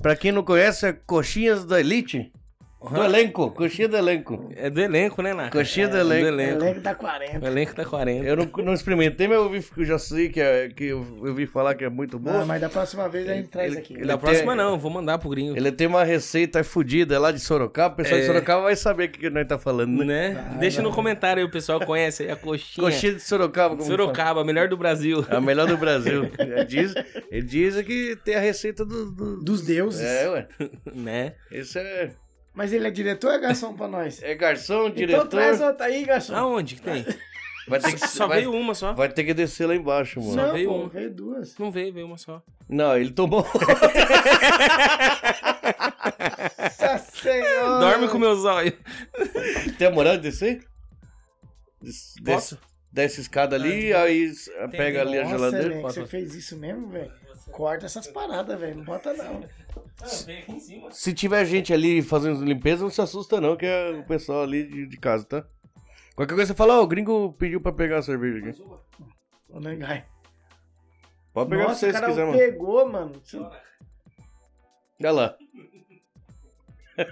[SPEAKER 3] Pra quem não conhece, é Coxinhas da Elite. Do elenco, coxinha do elenco.
[SPEAKER 4] É do elenco, né, Naca?
[SPEAKER 3] Coxinha do
[SPEAKER 4] É
[SPEAKER 3] elenco.
[SPEAKER 1] Elenco da 40.
[SPEAKER 4] O
[SPEAKER 3] É.
[SPEAKER 4] elenco tá da 40.
[SPEAKER 3] Eu não, não experimentei, mas eu, ouvi, eu já sei que, é, que eu ouvi falar que é muito bom.
[SPEAKER 1] Não, Ah, mas da próxima vez a gente traz aqui.
[SPEAKER 3] ele- é
[SPEAKER 4] da
[SPEAKER 3] tem-
[SPEAKER 4] próxima não, vou mandar pro gringo.
[SPEAKER 3] Ele tem uma receita fodida é lá de Sorocaba. O pessoal
[SPEAKER 4] É.
[SPEAKER 3] de Sorocaba vai saber o que, que nós tá falando, né?
[SPEAKER 4] Né?
[SPEAKER 1] Vai,
[SPEAKER 4] Deixa
[SPEAKER 1] vai.
[SPEAKER 4] no comentário aí, o pessoal conhece aí a coxinha.
[SPEAKER 3] Coxinha de Sorocaba. como
[SPEAKER 4] Sorocaba, melhor do Brasil.
[SPEAKER 3] fala. É a melhor do Brasil. Ele diz, ele diz que tem a receita do...
[SPEAKER 1] <laughs>
[SPEAKER 3] do-
[SPEAKER 1] Dos deuses.
[SPEAKER 3] É, ué.
[SPEAKER 4] <laughs> né?
[SPEAKER 3] Esse é,
[SPEAKER 1] Mas ele é diretor ou é garçom pra nós?
[SPEAKER 3] é garçom, diretor...
[SPEAKER 1] Então traz outra aí, garçom.
[SPEAKER 4] Aonde que tem?
[SPEAKER 3] Vai ter que,
[SPEAKER 4] <laughs> Só
[SPEAKER 3] vai,
[SPEAKER 4] veio um, né? uma só.
[SPEAKER 3] vai ter que descer lá embaixo, mano.
[SPEAKER 1] Não,
[SPEAKER 4] Só veio
[SPEAKER 1] pô,
[SPEAKER 3] um.
[SPEAKER 4] uma.
[SPEAKER 3] <laughs>
[SPEAKER 1] veio duas.
[SPEAKER 4] Não veio, veio uma só.
[SPEAKER 3] Não, ele tomou. <laughs>
[SPEAKER 1] Nossa senhora.
[SPEAKER 4] Dorme com meus olhos.
[SPEAKER 3] Tem a moral de descer? des- desce,
[SPEAKER 4] Posso? Ah,
[SPEAKER 3] desce escada ali, aí s- pega ali a
[SPEAKER 1] Nossa,
[SPEAKER 3] geladeira.
[SPEAKER 1] velho, que você fez isso mesmo, velho? Corta essas paradas, velho. Não bota não.
[SPEAKER 4] Ah, vem aqui em cima.
[SPEAKER 3] Se tiver gente ali fazendo limpeza, não se assusta não, que é o pessoal ali de, de casa, tá? Qualquer coisa você fala, ó, o gringo pediu pra pegar a cerveja aqui.
[SPEAKER 1] Ô, Nangai.
[SPEAKER 3] Pode pegar pra
[SPEAKER 1] Nossa,
[SPEAKER 3] você
[SPEAKER 1] o
[SPEAKER 3] se
[SPEAKER 1] cara
[SPEAKER 3] quiser, mano.
[SPEAKER 1] pegou, mano. Você-
[SPEAKER 3] Olha lá.
[SPEAKER 4] É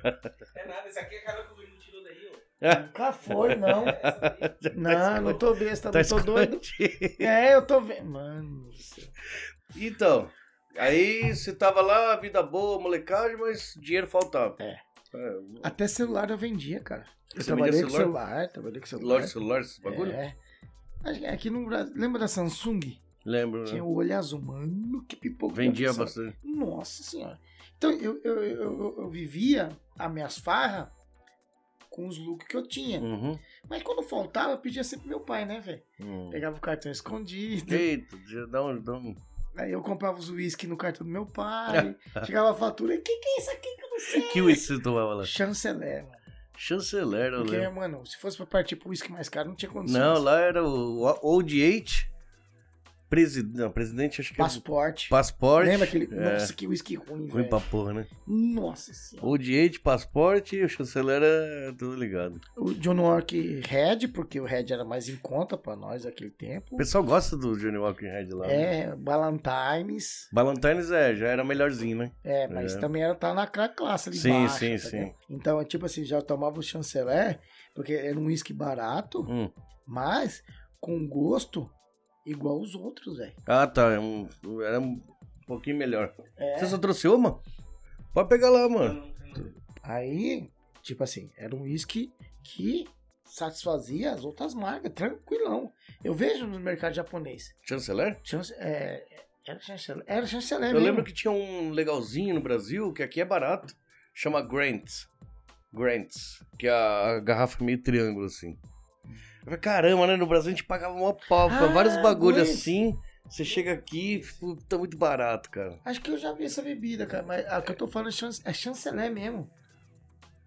[SPEAKER 4] nada, esse aqui é a cara que o Gringo tirou daí, ó.
[SPEAKER 1] Nunca
[SPEAKER 3] <laughs>
[SPEAKER 1] foi, não. Não, não tô besta,
[SPEAKER 3] Tá
[SPEAKER 1] não tô doido.
[SPEAKER 3] escondido.
[SPEAKER 1] É, eu tô vendo. Mano, do céu.
[SPEAKER 3] Então, aí você tava lá, vida boa, molecagem, mas dinheiro faltava.
[SPEAKER 1] É.
[SPEAKER 3] é
[SPEAKER 1] até celular eu vendia, cara. Eu
[SPEAKER 3] Você
[SPEAKER 1] trabalhei
[SPEAKER 3] vendia
[SPEAKER 1] com celular, trabalhei com celular.
[SPEAKER 3] loja de celular, esses bagulho?
[SPEAKER 1] É. Acho que Aqui no Brasil, lembra da Samsung?
[SPEAKER 3] Lembro, né?
[SPEAKER 1] Tinha um o olho azul, mano, que pipoca.
[SPEAKER 3] Vendia
[SPEAKER 1] Nossa,
[SPEAKER 3] bastante.
[SPEAKER 1] Nossa senhora. Então, eu, eu, eu, eu- eu vivia as minhas farras com os looks que eu tinha.
[SPEAKER 3] Uhum.
[SPEAKER 1] Mas quando faltava, eu pedia sempre pro meu pai, né, velho?
[SPEAKER 3] Hum.
[SPEAKER 1] Pegava o cartão escondido.
[SPEAKER 3] Eita, já dá um. Dá um...
[SPEAKER 1] Aí eu comprava os uísques no cartão do
[SPEAKER 3] <laughs>
[SPEAKER 1] meu pai. chegava a fatura. E que que é isso aqui que eu não sei?
[SPEAKER 3] Que whisky você tomava lá?
[SPEAKER 1] Chanceler. mano.
[SPEAKER 3] Chanceler, eu
[SPEAKER 1] Porque, é
[SPEAKER 3] lembro.
[SPEAKER 1] mano, se fosse pra partir pro uísque mais caro, não tinha condições.
[SPEAKER 3] Não, lá era o o- Old Eight. Presidente, não, presidente acho que era
[SPEAKER 1] Passporte.
[SPEAKER 3] passaporte.
[SPEAKER 1] Lembra aquele.
[SPEAKER 3] É.
[SPEAKER 1] Nossa, que uísque ruim,
[SPEAKER 3] Ruim
[SPEAKER 1] velho.
[SPEAKER 3] pra porra, né?
[SPEAKER 1] Nossa senhora.
[SPEAKER 3] Old Eight, passaporte e o chanceler era tudo ligado.
[SPEAKER 1] O John Walker Red, porque o Red era mais em conta pra nós naquele tempo.
[SPEAKER 3] O pessoal gosta do Johnny Walker Red lá. né?
[SPEAKER 1] É, Ballantines.
[SPEAKER 3] Ballantines é, já era melhorzinho, né?
[SPEAKER 1] É, mas
[SPEAKER 3] É.
[SPEAKER 1] também era tá na cra- classe ali
[SPEAKER 3] Sim,
[SPEAKER 1] embaixo,
[SPEAKER 3] sim,
[SPEAKER 1] tá
[SPEAKER 3] sim.
[SPEAKER 1] ligado? Então, é tipo assim, já tomava o chanceler, porque era um uísque barato,
[SPEAKER 3] Hum.
[SPEAKER 1] mas com gosto igual os outros, velho.
[SPEAKER 3] Ah, tá. é um- era um pouquinho melhor.
[SPEAKER 1] É.
[SPEAKER 3] Você só trouxe uma? Pode pegar lá, mano.
[SPEAKER 1] Aí, tipo assim, era um uísque que satisfazia as outras marcas, tranquilão. Eu vejo no mercado japonês.
[SPEAKER 3] Chanceler?
[SPEAKER 1] Chance, é, era chanceler. Era chanceler
[SPEAKER 3] Eu
[SPEAKER 1] É mesmo.
[SPEAKER 3] lembro que tinha um legalzinho no Brasil, que aqui é barato. Chama Grants. Grants. Que é a garrafa meio triângulo, assim. Eu falei, caramba, né? No Brasil a gente pagava uma pau pra
[SPEAKER 1] Ah,
[SPEAKER 3] vários bagulhos
[SPEAKER 1] Grants.
[SPEAKER 3] assim. Você chega aqui, tipo, tá muito barato, cara.
[SPEAKER 1] Acho que eu já vi essa bebida, cara. Mas a que eu tô falando é, chance, é chanceler mesmo.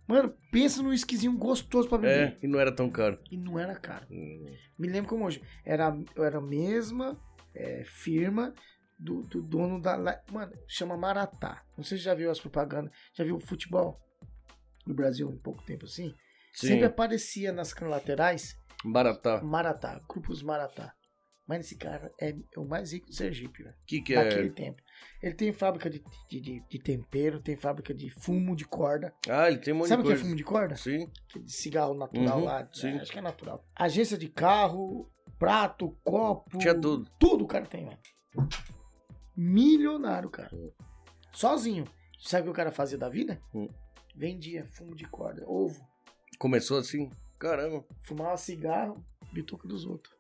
[SPEAKER 1] Mano, pensa num esquisinho gostoso pra beber.
[SPEAKER 3] É, Hum. e não era tão caro.
[SPEAKER 1] E não era caro. Me lembro como hoje. Era, era a mesma é, firma do, do dono da. La- Mano, chama Maratá. Não sei se já viu as propagandas. Já viu o futebol no Brasil em pouco tempo assim? Sempre aparecia nas laterais
[SPEAKER 3] Baratá.
[SPEAKER 1] Maratá, grupos Maratá. Mas esse cara é o mais rico do Sergipe, velho.
[SPEAKER 3] O que que
[SPEAKER 1] Daquele
[SPEAKER 3] é?
[SPEAKER 1] tempo. Ele tem fábrica de, de, de- de tempero, tem fábrica de fumo de corda.
[SPEAKER 3] Ah, ele tem um monte
[SPEAKER 1] Sabe o
[SPEAKER 3] de
[SPEAKER 1] que é Tipo
[SPEAKER 3] coisa.
[SPEAKER 1] fumo de corda?
[SPEAKER 3] Sim.
[SPEAKER 1] Que de cigarro natural
[SPEAKER 3] Uhum,
[SPEAKER 1] lá. né?
[SPEAKER 3] sim.
[SPEAKER 1] Acho que é natural. Agência de carro, prato, copo.
[SPEAKER 3] Tinha tudo.
[SPEAKER 1] Tudo o cara tem, velho. Milionário, cara.
[SPEAKER 3] Uhum.
[SPEAKER 1] Sozinho. Sabe o que o cara fazia da vida?
[SPEAKER 3] Hum.
[SPEAKER 1] Vendia fumo de corda, ovo.
[SPEAKER 3] Começou assim, caramba.
[SPEAKER 1] Fumava cigarro, bituca dos outros.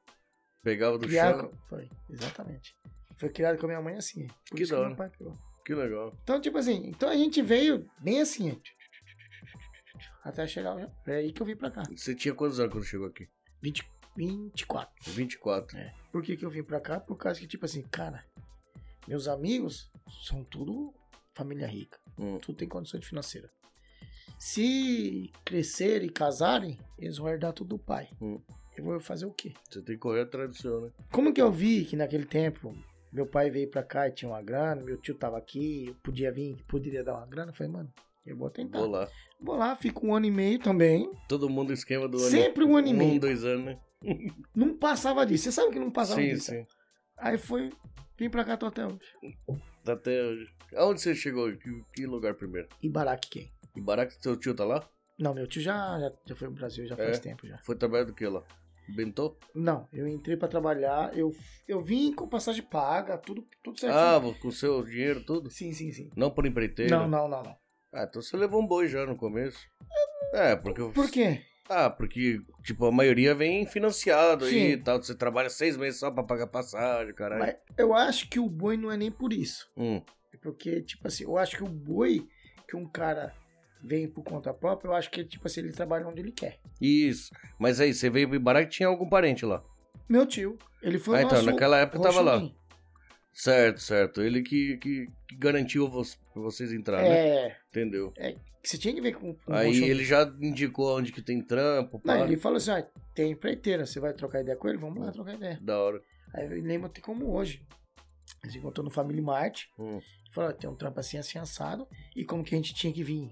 [SPEAKER 3] Pegava do
[SPEAKER 1] Criado
[SPEAKER 3] chão.
[SPEAKER 1] com... Foi, exatamente. Foi criado com a minha mãe assim. Por
[SPEAKER 3] Que né?
[SPEAKER 1] isso
[SPEAKER 3] da
[SPEAKER 1] meu
[SPEAKER 3] hora.
[SPEAKER 1] pai pegou.
[SPEAKER 3] Que legal.
[SPEAKER 1] Então, tipo assim, então a gente veio bem assim. Até chegar. ao- É aí que eu vim pra cá.
[SPEAKER 3] Você tinha quantos anos quando chegou aqui?
[SPEAKER 1] 20, 24.
[SPEAKER 3] 24.
[SPEAKER 1] Por que, que eu vim pra cá? Por causa que, tipo assim, cara, meus amigos são tudo família rica.
[SPEAKER 3] Hum.
[SPEAKER 1] Tudo tem condições financeiras. Se crescerem e casarem, eles vão herdar tudo do pai.
[SPEAKER 3] Hum.
[SPEAKER 1] Eu vou fazer o quê?
[SPEAKER 3] Você tem que correr atrás do seu, né?
[SPEAKER 1] Como que eu vi que naquele tempo meu pai veio pra cá e tinha uma grana, meu tio tava aqui, eu podia vir, poderia dar uma grana? Eu falei, mano, eu vou tentar.
[SPEAKER 3] Vou lá.
[SPEAKER 1] Vou lá, fico um ano e meio também.
[SPEAKER 3] Todo mundo esquema do ano.
[SPEAKER 1] Sempre um ano e
[SPEAKER 3] Um,
[SPEAKER 1] meio.
[SPEAKER 3] dois anos, né?
[SPEAKER 1] Não passava disso. Você sabe que não passava
[SPEAKER 3] sim,
[SPEAKER 1] disso.
[SPEAKER 3] sim.
[SPEAKER 1] Aí foi, vim pra cá, tô até hoje.
[SPEAKER 3] Tá até hoje. Aonde você chegou? Que, que lugar primeiro?
[SPEAKER 1] E Baraque quem?
[SPEAKER 3] Ibaraca, seu tio tá lá?
[SPEAKER 1] Não, meu tio já, já, já foi pro Brasil já
[SPEAKER 3] É?
[SPEAKER 1] faz tempo já.
[SPEAKER 3] Foi trabalhar do que lá? Bentô?
[SPEAKER 1] Não, eu entrei pra trabalhar, eu, eu vim com passagem paga, tudo, tudo certinho.
[SPEAKER 3] Ah, com seu dinheiro, tudo?
[SPEAKER 1] Sim, sim, sim.
[SPEAKER 3] Não por empreiteiro?
[SPEAKER 1] Não, não, não, não.
[SPEAKER 3] Ah, então você levou um boi já no começo. É, porque...
[SPEAKER 1] Por quê?
[SPEAKER 3] Ah, porque, tipo, a maioria vem financiado aí
[SPEAKER 1] Sim.
[SPEAKER 3] e tal. Você trabalha seis meses só pra pagar passagem, caralho.
[SPEAKER 1] Mas eu acho que o boi não é nem por isso.
[SPEAKER 3] Hum,
[SPEAKER 1] É porque, tipo assim, eu acho que o boi que um cara vem por conta própria, eu acho que, tipo assim, ele trabalha onde ele quer.
[SPEAKER 3] isso. Mas aí, você veio pro Ibará que tinha algum parente lá.
[SPEAKER 1] Meu tio, ele foi
[SPEAKER 3] ah,
[SPEAKER 1] o
[SPEAKER 3] então,
[SPEAKER 1] nosso
[SPEAKER 3] naquela época tava lá.
[SPEAKER 1] Rocholim.
[SPEAKER 3] Certo, certo. Ele que, que, que garantiu vo- pra vocês entrar, né?
[SPEAKER 1] É,
[SPEAKER 3] Entendeu?
[SPEAKER 1] que você tinha que ver com com o
[SPEAKER 3] Aí
[SPEAKER 1] Bolsonaro.
[SPEAKER 3] ele já indicou onde que tem trampo,
[SPEAKER 1] Não,
[SPEAKER 3] pá.
[SPEAKER 1] ele falou assim, ó, tem empreiteira, você vai trocar ideia com ele? Vamos lá trocar ideia.
[SPEAKER 3] Da hora.
[SPEAKER 1] Aí eu lembro até como hoje. A gente encontrou no Family Mart.
[SPEAKER 3] Hum.
[SPEAKER 1] Falou, ó, tem um trampo assim, assim, assado. E como que a gente tinha que vir?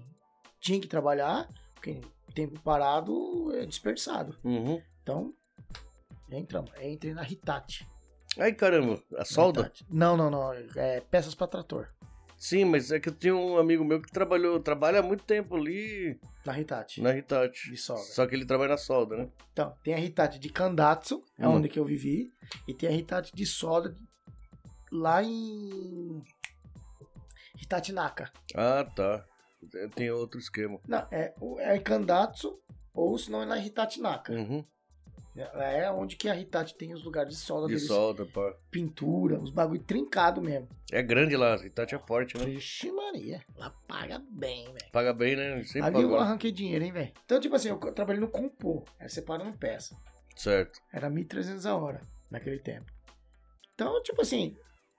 [SPEAKER 1] Tinha que trabalhar, porque tempo parado é dispersado.
[SPEAKER 3] Uhum.
[SPEAKER 1] Então, entramos. Aí Entrei na Hitachi.
[SPEAKER 3] Aí, caramba, a
[SPEAKER 1] Na
[SPEAKER 3] solda?
[SPEAKER 1] Hitachi. Não, não, não. É peças pra trator.
[SPEAKER 3] Sim, mas é que eu tinha um amigo meu que trabalhou, trabalha há muito tempo ali
[SPEAKER 1] Na Hitachi.
[SPEAKER 3] na Hitachi.
[SPEAKER 1] De solda.
[SPEAKER 3] Só que ele trabalha na solda, né?
[SPEAKER 1] Então, tem a Hitachi de Kandatsu, é
[SPEAKER 3] Hum.
[SPEAKER 1] onde que eu vivi. E tem a Hitachi de solda lá em... Hitachi Naka.
[SPEAKER 3] Ah, tá. É, Tem outro esquema.
[SPEAKER 1] Não, é, o- é em Kandatsu ou se não é na Hitachi Naka.
[SPEAKER 3] Uhum.
[SPEAKER 1] É é onde que a Hitachi tem os lugares de solda
[SPEAKER 3] De
[SPEAKER 1] deles.
[SPEAKER 3] solda, pá.
[SPEAKER 1] Pintura, uns bagulho trincado mesmo.
[SPEAKER 3] É grande lá, Hitachi é forte, né?
[SPEAKER 1] Vixe Maria, ela paga bem, velho.
[SPEAKER 3] Paga bem, né? Sempre
[SPEAKER 1] Ali
[SPEAKER 3] paga.
[SPEAKER 1] eu arranquei dinheiro, hein, velho. Então, tipo assim, eu trabalhei no Compô, era separando peça.
[SPEAKER 3] Certo.
[SPEAKER 1] Era 1.300 a hora naquele tempo. Então, tipo assim,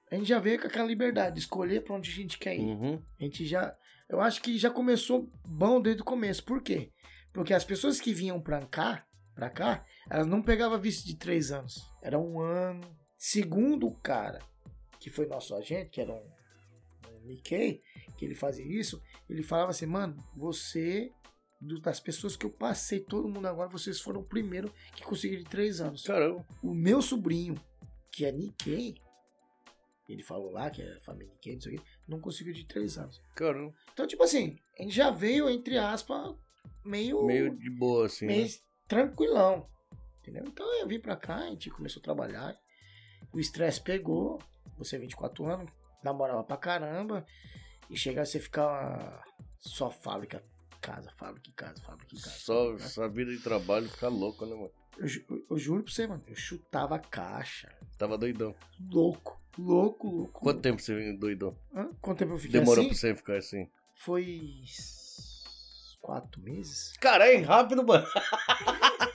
[SPEAKER 1] a gente já veio com aquela liberdade de escolher pra onde a gente quer ir.
[SPEAKER 3] Uhum.
[SPEAKER 1] A gente já. Eu acho que já começou bom desde o começo. Por quê? Porque as pessoas que vinham pra cá, pra cá, elas não pegavam visto de três anos. Era um ano. Segundo o cara, que foi nosso agente, que era um, um Mickey, que ele fazia isso, ele falava assim, mano, você. do- Das pessoas que eu passei, todo mundo agora, vocês foram o primeiro que conseguiram de três anos.
[SPEAKER 3] Caramba.
[SPEAKER 1] O meu sobrinho, que é Nikkei, ele falou lá que é a família Nikkei, não sei o quê, não conseguiu de três anos.
[SPEAKER 3] Caramba.
[SPEAKER 1] Então, tipo assim, a gente já veio, entre aspas, meio,
[SPEAKER 3] Meio de boa, assim.
[SPEAKER 1] meio
[SPEAKER 3] Né?
[SPEAKER 1] tranquilão. Entendeu? Então eu vim pra cá, a gente começou a trabalhar, o estresse pegou, você é 24 anos, namorava pra caramba, e chegar você ficar só fábrica, casa, fábrica, casa, fábrica, casa.
[SPEAKER 3] Só
[SPEAKER 1] fábrica, casa.
[SPEAKER 3] essa vida de trabalho fica louco, né, mano?
[SPEAKER 1] Eu, ju- eu- eu juro pra você, mano, eu chutava a caixa.
[SPEAKER 3] Tava doidão.
[SPEAKER 1] Louco, louco, louco.
[SPEAKER 3] Quanto tempo você veio doidão?
[SPEAKER 1] Hã? Quanto tempo eu fiquei
[SPEAKER 3] Demorou
[SPEAKER 1] assim?
[SPEAKER 3] pra você ficar assim?
[SPEAKER 1] Foi s- quatro meses.
[SPEAKER 3] Caralho, rápido, mano.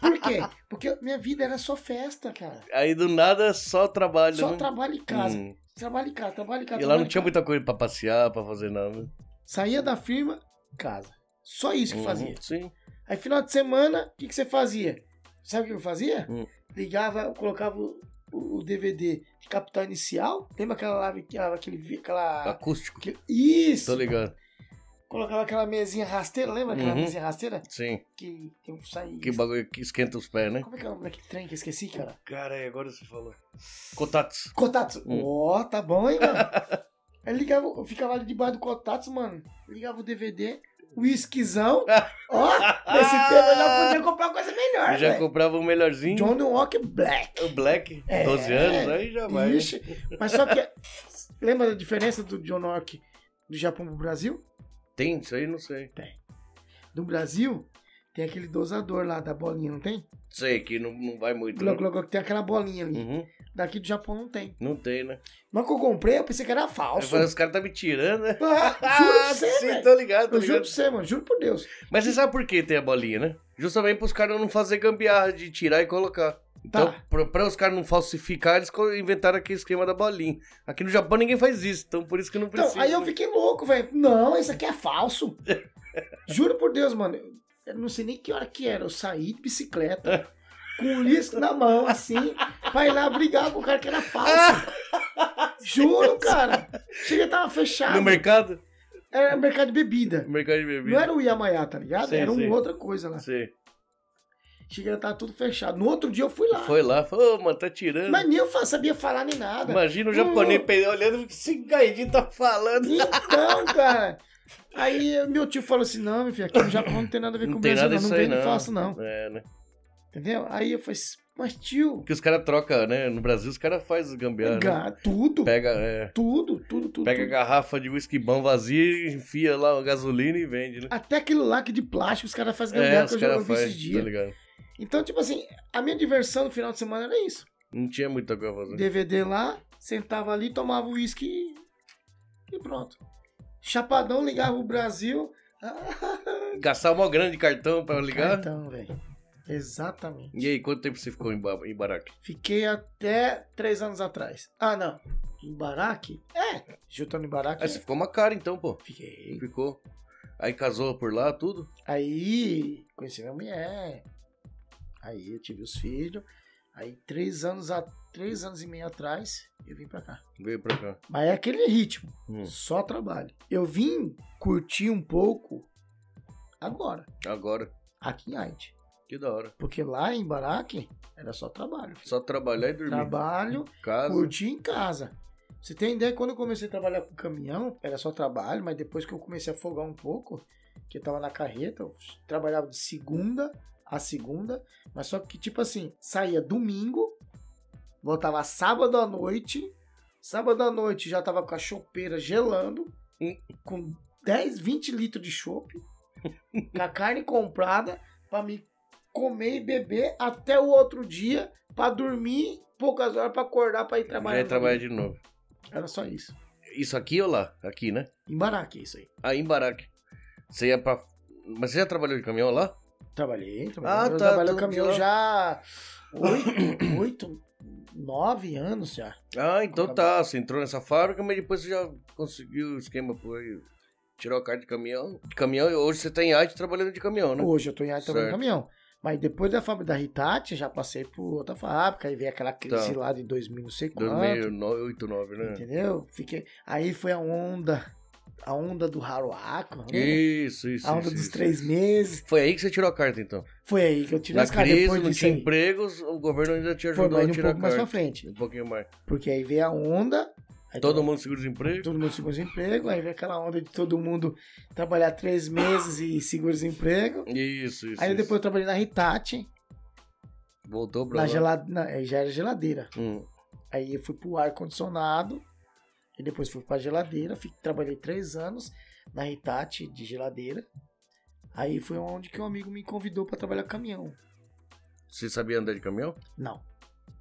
[SPEAKER 1] Por quê? Porque minha vida era só festa, cara.
[SPEAKER 3] Aí do nada só trabalho,
[SPEAKER 1] Só
[SPEAKER 3] né?
[SPEAKER 1] trabalho em casa.
[SPEAKER 3] Hum.
[SPEAKER 1] Trabalho em casa, trabalho em casa.
[SPEAKER 3] E lá
[SPEAKER 1] trabalho
[SPEAKER 3] não
[SPEAKER 1] em
[SPEAKER 3] tinha
[SPEAKER 1] casa.
[SPEAKER 3] muita coisa pra passear, pra fazer nada. né?
[SPEAKER 1] Saía da firma, casa. Só isso que
[SPEAKER 3] Uhum.
[SPEAKER 1] fazia.
[SPEAKER 3] Sim.
[SPEAKER 1] Aí final de semana, o que, que você fazia? Sabe o que eu fazia?
[SPEAKER 3] Hum.
[SPEAKER 1] Ligava, eu colocava o, o- o DVD de Capital Inicial. Lembra aquela live, que- aquele, vi- aquela...
[SPEAKER 3] Acústico.
[SPEAKER 1] aquele- Isso!
[SPEAKER 3] Ah. Tô ligado.
[SPEAKER 1] Colocava aquela mesinha rasteira, lembra aquela
[SPEAKER 3] Uhum.
[SPEAKER 1] mesinha rasteira?
[SPEAKER 3] Sim.
[SPEAKER 1] Que eu saí...
[SPEAKER 3] Que bagulho que esquenta os pés, né?
[SPEAKER 1] Como é que é o nome daquele trem que eu esqueci, cara? é,
[SPEAKER 3] Cara, agora você falou.
[SPEAKER 1] <laughs>
[SPEAKER 3] Contatos.
[SPEAKER 1] Kotatsu.
[SPEAKER 3] Hum.
[SPEAKER 1] Ó, tá bom,
[SPEAKER 3] <laughs>
[SPEAKER 1] hein, mano? Aí ligava, eu ficava ali debaixo do Kotatsu, mano. Ligava o DVD,
[SPEAKER 3] <laughs>
[SPEAKER 1] o whiskyzão. Ó, nesse tempo eu já podia comprar coisa melhor,
[SPEAKER 3] Eu Ah! já
[SPEAKER 1] velho.
[SPEAKER 3] comprava o melhorzinho.
[SPEAKER 1] Johnny Walker Black.
[SPEAKER 3] O Black,
[SPEAKER 1] É.
[SPEAKER 3] 12 anos, aí já vai. né?
[SPEAKER 1] Ixi, mas só que... é? Lembra da diferença do John Walker do Japão pro Brasil?
[SPEAKER 3] Tem isso aí, não sei.
[SPEAKER 1] No Brasil, tem aquele dosador lá da bolinha, não tem?
[SPEAKER 3] Sei que não, não vai muito. né?
[SPEAKER 1] Gloc, gloc, gloc, Tem aquela bolinha ali.
[SPEAKER 3] Uhum.
[SPEAKER 1] Daqui do Japão não tem.
[SPEAKER 3] Não tem, né?
[SPEAKER 1] Mas que eu comprei, eu pensei que era
[SPEAKER 3] Aí
[SPEAKER 1] falso.
[SPEAKER 3] eu falei, os caras tá me tirando, né?
[SPEAKER 1] <laughs> Ah,
[SPEAKER 3] <laughs>
[SPEAKER 1] juro pra você,
[SPEAKER 3] sim,
[SPEAKER 1] velho.
[SPEAKER 3] tô ligado, tô
[SPEAKER 1] Eu juro
[SPEAKER 3] ligado.
[SPEAKER 1] pra você, mano. Juro por Deus.
[SPEAKER 3] Mas você sabe por que tem a bolinha, né? Justamente pros caras não fazer gambiarra de tirar e colocar. Então,
[SPEAKER 1] Tá.
[SPEAKER 3] pra, pra os caras não falsificar, eles co- inventaram aquele esquema da bolinha. Aqui no Japão ninguém faz isso, então por isso que não
[SPEAKER 1] Então,
[SPEAKER 3] precisa.
[SPEAKER 1] aí eu
[SPEAKER 3] né?
[SPEAKER 1] fiquei louco, velho. Não, isso aqui
[SPEAKER 3] <laughs>
[SPEAKER 1] é falso. Juro por Deus, mano. Eu não sei nem que hora que era. Eu saí de bicicleta, com o lisco na mão, assim, pra ir lá brigar com o cara que era
[SPEAKER 3] Ah!
[SPEAKER 1] falso. Juro, cara. Cheguei, tava fechado.
[SPEAKER 3] No mercado?
[SPEAKER 1] Era mercado de bebida.
[SPEAKER 3] No mercado de bebida.
[SPEAKER 1] Não era o Yamaya, tá ligado?
[SPEAKER 3] Sim,
[SPEAKER 1] era uma
[SPEAKER 3] sim.
[SPEAKER 1] outra coisa lá.
[SPEAKER 3] Sei.
[SPEAKER 1] Cheguei, tava tudo fechado. No outro dia eu fui lá.
[SPEAKER 3] Foi lá, falou, ô, mano, tá tirando.
[SPEAKER 1] Mas nem eu fa- sabia falar nem nada.
[SPEAKER 3] Imagina o
[SPEAKER 1] Hum.
[SPEAKER 3] japonês pe- olhando o que esse gaidinho tá falando.
[SPEAKER 1] Então, cara. Aí meu tio falou assim: não, meu filho, aqui no Japão não tem nada a ver
[SPEAKER 3] Não
[SPEAKER 1] com o
[SPEAKER 3] tem
[SPEAKER 1] Brasil,
[SPEAKER 3] nada
[SPEAKER 1] não, não
[SPEAKER 3] isso aí,
[SPEAKER 1] vende
[SPEAKER 3] não.
[SPEAKER 1] falso, não.
[SPEAKER 3] É, né?
[SPEAKER 1] Entendeu? Aí eu falei, assim, mas tio,
[SPEAKER 3] Porque os caras trocam, né? No Brasil os caras fazem gambiarra. né?
[SPEAKER 1] ga- tudo,
[SPEAKER 3] Pega, é,
[SPEAKER 1] tudo, tudo, tudo.
[SPEAKER 3] pega a
[SPEAKER 1] tudo.
[SPEAKER 3] garrafa de whisky bom vazia, enfia lá a gasolina e vende, né?
[SPEAKER 1] Até aquele laque de plástico os caras fazem
[SPEAKER 3] É,
[SPEAKER 1] gambiarra que
[SPEAKER 3] os
[SPEAKER 1] eu já
[SPEAKER 3] caras
[SPEAKER 1] vi esses
[SPEAKER 3] fazem, tá
[SPEAKER 1] dias.
[SPEAKER 3] ligado?
[SPEAKER 1] Então, tipo assim, a minha diversão no final de semana era isso.
[SPEAKER 3] Não tinha muita coisa a fazer.
[SPEAKER 1] DVD lá, sentava ali, tomava uísque e- e pronto. Chapadão ligava o Brasil.
[SPEAKER 3] Tá Gastar mó grande cartão pra ligar.
[SPEAKER 1] Então, velho. Exatamente.
[SPEAKER 3] E aí, quanto tempo você ficou em, ba em Baraque?
[SPEAKER 1] Fiquei até três anos atrás. Ah, não. Ibaraki? É, juntando Ibaraki.
[SPEAKER 3] Aí você ficou uma cara então, pô.
[SPEAKER 1] Fiquei.
[SPEAKER 3] Ficou. Aí casou por lá, tudo.
[SPEAKER 1] Aí conheci minha mulher. Aí eu tive os filhos. Aí três anos, a, três anos e meio atrás, eu vim pra cá.
[SPEAKER 3] Veio pra cá.
[SPEAKER 1] Mas é aquele ritmo,
[SPEAKER 3] Hum.
[SPEAKER 1] só trabalho. Eu vim curtir um pouco agora,
[SPEAKER 3] Agora.
[SPEAKER 1] aqui em Haiti.
[SPEAKER 3] Que da hora.
[SPEAKER 1] Porque lá em Baraque era só trabalho.
[SPEAKER 3] Só trabalhar e dormir.
[SPEAKER 1] Trabalho,
[SPEAKER 3] Casa.
[SPEAKER 1] curtir em casa. Você tem ideia, quando eu comecei a trabalhar com caminhão, era só trabalho, mas depois que eu comecei a folgar um pouco, que eu tava na carreta, eu trabalhava de segunda a segunda, mas só que, tipo assim, saía domingo, voltava sábado à noite, sábado à noite já tava com a chopeira gelando, um,
[SPEAKER 3] Hum.
[SPEAKER 1] com 10, 20 litros
[SPEAKER 3] <laughs>
[SPEAKER 1] de chope, com a carne comprada, pra me comer e beber até o outro dia, pra dormir poucas horas pra acordar pra ir
[SPEAKER 3] Já
[SPEAKER 1] trabalhar.
[SPEAKER 3] ia trabalhar de novo.
[SPEAKER 1] Era só isso.
[SPEAKER 3] Isso aqui ou lá? Aqui, né?
[SPEAKER 1] Em Baraque, isso aí.
[SPEAKER 3] Aí em Baraque. Você ia pra. Mas você já trabalhou de caminhão lá?
[SPEAKER 1] Trabalhei,
[SPEAKER 3] Ah,
[SPEAKER 1] trabalhei. eu
[SPEAKER 3] tá,
[SPEAKER 1] trabalhei no
[SPEAKER 3] tudo
[SPEAKER 1] caminhão
[SPEAKER 3] bem.
[SPEAKER 1] já oito, oito, nove anos já.
[SPEAKER 3] Ah, então tá. Você entrou nessa fábrica, mas depois você já conseguiu o esquema por aí. Tirou a carta de caminhão. De caminhão e hoje você tá em arte trabalhando de caminhão, né?
[SPEAKER 1] Hoje eu tô em Haiti trabalhando
[SPEAKER 3] Certo.
[SPEAKER 1] no caminhão. Mas depois da fábrica da Hitachi, já passei por outra fábrica, aí veio aquela crise
[SPEAKER 3] Tá.
[SPEAKER 1] lá de 2000 não sei quanto,
[SPEAKER 3] 2089, né?
[SPEAKER 1] entendeu? Fiquei, aí foi a onda, a onda do Haruaco, né?
[SPEAKER 3] Isso, isso.
[SPEAKER 1] a onda
[SPEAKER 3] isso,
[SPEAKER 1] dos
[SPEAKER 3] isso.
[SPEAKER 1] três meses.
[SPEAKER 3] Foi aí que você tirou a carta, então.
[SPEAKER 1] Foi aí que eu tive
[SPEAKER 3] Na
[SPEAKER 1] as caras
[SPEAKER 3] crise,
[SPEAKER 1] depois
[SPEAKER 3] não
[SPEAKER 1] disso
[SPEAKER 3] tinha
[SPEAKER 1] aí.
[SPEAKER 3] empregos, o governo ainda te
[SPEAKER 1] Foi
[SPEAKER 3] ajudou
[SPEAKER 1] mais
[SPEAKER 3] a
[SPEAKER 1] um
[SPEAKER 3] tirar
[SPEAKER 1] pouco
[SPEAKER 3] a
[SPEAKER 1] mais pra
[SPEAKER 3] carta.
[SPEAKER 1] frente.
[SPEAKER 3] Um pouquinho mais.
[SPEAKER 1] Porque aí veio a onda. aí
[SPEAKER 3] Todo mundo segura desemprego?
[SPEAKER 1] Todo mundo seguro-desemprego, aí veio aquela onda de todo mundo trabalhar três meses e seguro-desemprego.
[SPEAKER 3] Isso, isso.
[SPEAKER 1] Aí
[SPEAKER 3] isso.
[SPEAKER 1] depois eu trabalhei na Hitachi,
[SPEAKER 3] Voltou pra
[SPEAKER 1] na
[SPEAKER 3] lá.
[SPEAKER 1] gelade... na- aí já era geladeira.
[SPEAKER 3] Hum.
[SPEAKER 1] Aí eu fui pro ar-condicionado, e depois fui pra geladeira, fi- trabalhei três anos na Hitachi de geladeira. Aí foi onde que um amigo me convidou pra trabalhar caminhão.
[SPEAKER 3] Você sabia andar de caminhão?
[SPEAKER 1] Não,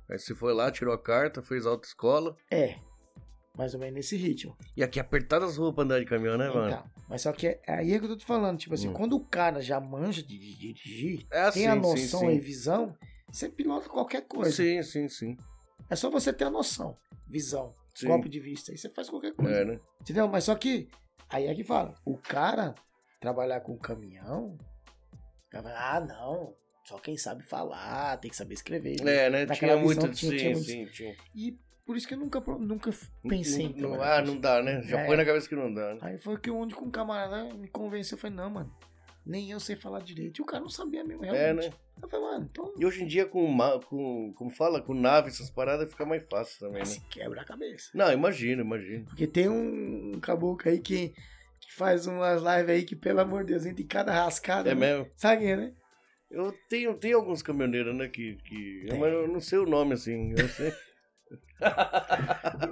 [SPEAKER 3] Aí você foi lá, tirou a carta, fez autoescola.
[SPEAKER 1] é, mais ou menos nesse ritmo.
[SPEAKER 3] E aqui apertadas as ruas pra andar de caminhão, né, mano?
[SPEAKER 1] Então, mas só que é- aí é que eu tô te falando, tipo assim,
[SPEAKER 3] Hum.
[SPEAKER 1] quando o cara já manja de de- de dirigir,
[SPEAKER 3] É assim,
[SPEAKER 1] tem a
[SPEAKER 3] sim,
[SPEAKER 1] noção
[SPEAKER 3] sim.
[SPEAKER 1] e visão, você pilota qualquer coisa.
[SPEAKER 3] Sim, sim, sim.
[SPEAKER 1] É só você ter a noção, visão,
[SPEAKER 3] sim.
[SPEAKER 1] golpe de vista, aí você faz qualquer coisa.
[SPEAKER 3] É, né?
[SPEAKER 1] Entendeu? Mas só que, aí é que fala, o cara trabalhar com caminhão, o cara fala, ah, não, só quem sabe falar, tem que saber escrever.
[SPEAKER 3] É, né?
[SPEAKER 1] Daquela
[SPEAKER 3] Tinha
[SPEAKER 1] visão
[SPEAKER 3] muito.
[SPEAKER 1] que tinha-
[SPEAKER 3] sim,
[SPEAKER 1] tinha muito-
[SPEAKER 3] sim, tinha. um-
[SPEAKER 1] Por isso que eu nunca, pro- nunca pensei
[SPEAKER 3] Não-
[SPEAKER 1] em
[SPEAKER 3] não-
[SPEAKER 1] trabalhar
[SPEAKER 3] Ah,
[SPEAKER 1] com
[SPEAKER 3] não dá, né? Já
[SPEAKER 1] É.
[SPEAKER 3] põe na cabeça que não dá, né?
[SPEAKER 1] Aí foi que onde com um camarada me convenceu, eu falei, não, mano, nem eu sei falar direito. E o cara não sabia mesmo, Ah, realmente.
[SPEAKER 3] É, né?
[SPEAKER 1] Eu falei, mano, então
[SPEAKER 3] E hoje em dia, com, ma- com como fala, com nave, essas paradas, fica mais fácil também, né?
[SPEAKER 1] se quebra a cabeça.
[SPEAKER 3] Não, imagino, imagino.
[SPEAKER 1] Porque tem um, um caboclo aí que, que faz umas lives aí que, pelo amor de Deus, entre cada rascada.
[SPEAKER 3] É
[SPEAKER 1] né?
[SPEAKER 3] mesmo.
[SPEAKER 1] Sabe quem, é, né?
[SPEAKER 3] Eu tenho, tem alguns caminhoneiros, né, que... que
[SPEAKER 1] Tem.
[SPEAKER 3] Mas eu não sei o nome, assim, eu sei. <laughs>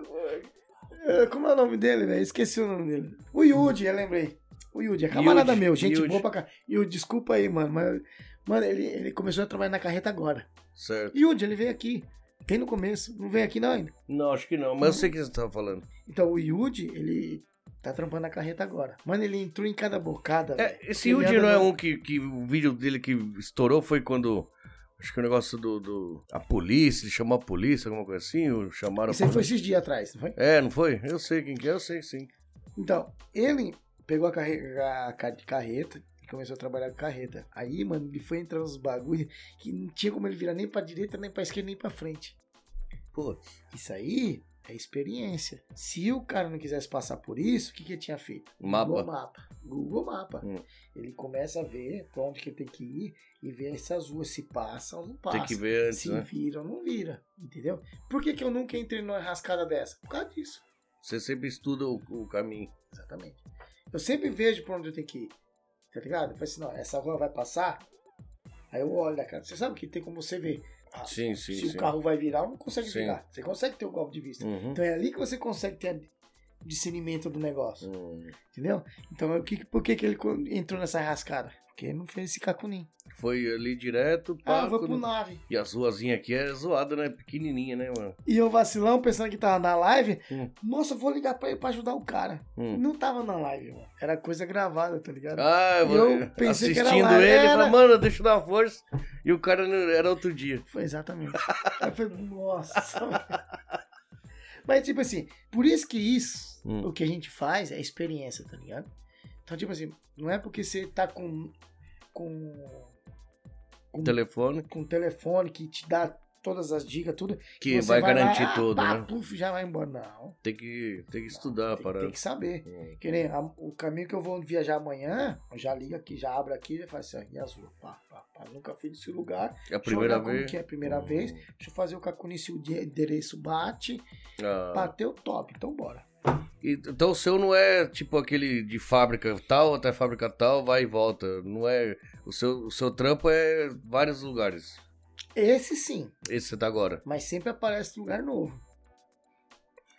[SPEAKER 1] É, Como é o nome dele, velho? Esqueci o nome dele. O Yudi, eu lembrei. O Yudi, é camarada
[SPEAKER 3] Yudi,
[SPEAKER 1] meu, gente
[SPEAKER 3] Yudi.
[SPEAKER 1] boa pra cá. Yudi, desculpa aí, mano, mas. Mano, ele, ele começou a trabalhar na carreta agora.
[SPEAKER 3] certo.
[SPEAKER 1] Yudi, ele veio aqui. Tem no começo. Não veio aqui, não, ainda.
[SPEAKER 3] Não, acho que não, mas eu sei o que você tava falando.
[SPEAKER 1] Então o Yudi, ele tá trampando a carreta agora. Mano, ele entrou em cada bocada. velho.
[SPEAKER 3] É, esse
[SPEAKER 1] Ele
[SPEAKER 3] Yudi
[SPEAKER 1] anda
[SPEAKER 3] não é
[SPEAKER 1] no-
[SPEAKER 3] um que, que o vídeo dele que estourou foi quando... Acho que o negócio do... do- a polícia, ele chamou a polícia, alguma coisa assim, ou chamaram... a
[SPEAKER 1] Isso aí foi
[SPEAKER 3] polícia.
[SPEAKER 1] esses dias atrás, não foi?
[SPEAKER 3] É, não foi? Eu sei quem que é, eu sei sim.
[SPEAKER 1] Então, ele pegou a, carre... a ca- de carreta e começou a trabalhar com carreta. Aí, mano, ele foi entrar nos bagulhos que não tinha como ele virar nem pra direita, nem pra esquerda, nem pra frente.
[SPEAKER 3] Putz.
[SPEAKER 1] Isso aí é experiência. Se o cara não quisesse passar por isso, o que, que ele tinha feito?
[SPEAKER 3] Um
[SPEAKER 1] Google
[SPEAKER 3] Mapa.
[SPEAKER 1] Mapa. Google Mapa.
[SPEAKER 3] Hum.
[SPEAKER 1] Ele começa a ver pra onde que ele tem que ir e ver essas ruas se passam ou não passam.
[SPEAKER 3] Tem que ver antes,
[SPEAKER 1] se
[SPEAKER 3] né?
[SPEAKER 1] vira ou não vira, entendeu? Por que, que eu nunca entrei numa rascada dessa? Por causa disso.
[SPEAKER 3] Você sempre estuda o, o caminho.
[SPEAKER 1] Exatamente. Eu sempre vejo pra onde eu tenho que ir. Tá ligado? Eu falo assim, não, essa rua vai passar. Aí eu olho, cara. Você sabe que tem como você ver Ah,
[SPEAKER 3] Sim, sim,
[SPEAKER 1] se
[SPEAKER 3] sim.
[SPEAKER 1] o carro vai virar ou não consegue
[SPEAKER 3] Sim.
[SPEAKER 1] virar. Você consegue ter o golpe de vista.
[SPEAKER 3] Uhum.
[SPEAKER 1] Então é ali que você consegue ter o discernimento do negócio.
[SPEAKER 3] Hum.
[SPEAKER 1] Entendeu? Então o que, por que, que ele co- entrou nessa rascada? Porque ele não fez esse cacunim.
[SPEAKER 3] Foi ali direto,
[SPEAKER 1] Ah,
[SPEAKER 3] pá,
[SPEAKER 1] eu vou pro
[SPEAKER 3] quando-
[SPEAKER 1] nave.
[SPEAKER 3] E as ruazinhas aqui é zoada, né? Pequenininha, né, mano?
[SPEAKER 1] E eu vacilão, pensando que tava na live.
[SPEAKER 3] Hum.
[SPEAKER 1] Nossa, eu vou ligar pra ele pra ajudar o cara.
[SPEAKER 3] Hum.
[SPEAKER 1] Não tava na live, mano. Era coisa gravada, tá ligado?
[SPEAKER 3] Ah, eu,
[SPEAKER 1] Eu
[SPEAKER 3] vou-
[SPEAKER 1] pensei que
[SPEAKER 3] assistindo
[SPEAKER 1] era lá,
[SPEAKER 3] ele,
[SPEAKER 1] era.
[SPEAKER 3] falei, mano, deixa eu dar uma força. E o cara não- era outro dia.
[SPEAKER 1] <laughs> Foi exatamente. Aí foi, nossa. Mas, tipo assim, por isso que isso,
[SPEAKER 3] Hum.
[SPEAKER 1] o que a gente faz é experiência, tá ligado? Então, tipo assim, não é porque você tá com. com. com,
[SPEAKER 3] Telefone
[SPEAKER 1] com telefone que te dá todas as dicas, tudo.
[SPEAKER 3] que
[SPEAKER 1] você
[SPEAKER 3] vai, garantir
[SPEAKER 1] lá, ah,
[SPEAKER 3] tudo,
[SPEAKER 1] pá,
[SPEAKER 3] né?
[SPEAKER 1] puf, já vai embora. Não.
[SPEAKER 3] Tem que, tem que
[SPEAKER 1] não,
[SPEAKER 3] estudar
[SPEAKER 1] tem,
[SPEAKER 3] para.
[SPEAKER 1] tem que saber.
[SPEAKER 3] É.
[SPEAKER 1] Que nem a- o caminho que eu vou viajar amanhã, eu já ligo aqui, já abro aqui, já faço assim, ó, e as ruas, pá, pá, pá. Nunca fiz esse
[SPEAKER 3] É a
[SPEAKER 1] lugar. Deixa eu
[SPEAKER 3] primeira
[SPEAKER 1] olhar como
[SPEAKER 3] vez. Hum.
[SPEAKER 1] que é a primeira vez. Deixa eu fazer o cacuni se o de- endereço bate.
[SPEAKER 3] Ah.
[SPEAKER 1] Bateu top, então bora.
[SPEAKER 3] E- Então o seu não é tipo aquele de fábrica tal até fábrica tal, vai e volta. Não é. O seu, o seu trampo é vários lugares.
[SPEAKER 1] Esse sim,
[SPEAKER 3] Esse você tá agora.
[SPEAKER 1] mas sempre aparece um lugar novo.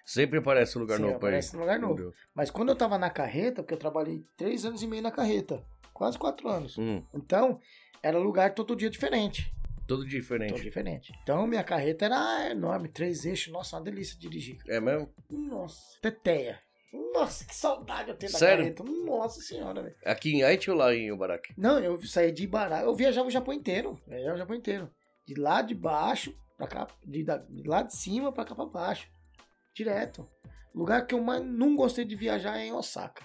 [SPEAKER 3] Sempre aparece um lugar
[SPEAKER 1] Sim,
[SPEAKER 3] novo pra
[SPEAKER 1] aparece
[SPEAKER 3] ele.
[SPEAKER 1] um lugar novo.
[SPEAKER 3] Entendeu?
[SPEAKER 1] Mas quando eu tava na carreta, porque eu trabalhei três anos e meio na carreta, quase quatro anos.
[SPEAKER 3] Hum,
[SPEAKER 1] Então, era lugar todo dia diferente.
[SPEAKER 3] tudo
[SPEAKER 1] Todo
[SPEAKER 3] diferente.
[SPEAKER 1] diferente. Então, minha carreta era enorme, três eixos. Nossa, uma delícia dirigir.
[SPEAKER 3] É mesmo?
[SPEAKER 1] Nossa, teteia. Nossa, que saudade eu tenho da
[SPEAKER 3] Sério?
[SPEAKER 1] carreta. Nossa senhora, velho.
[SPEAKER 3] Aqui em Haiti ou lá em Ubaraque?
[SPEAKER 1] Não, eu saí de Ibará. Eu viajava o Japão inteiro. Viajava o Japão inteiro. De lá de baixo pra cá. De, da- de lá de cima pra cá pra baixo. Direto. O lugar que eu mais não gostei de viajar é em Osaka.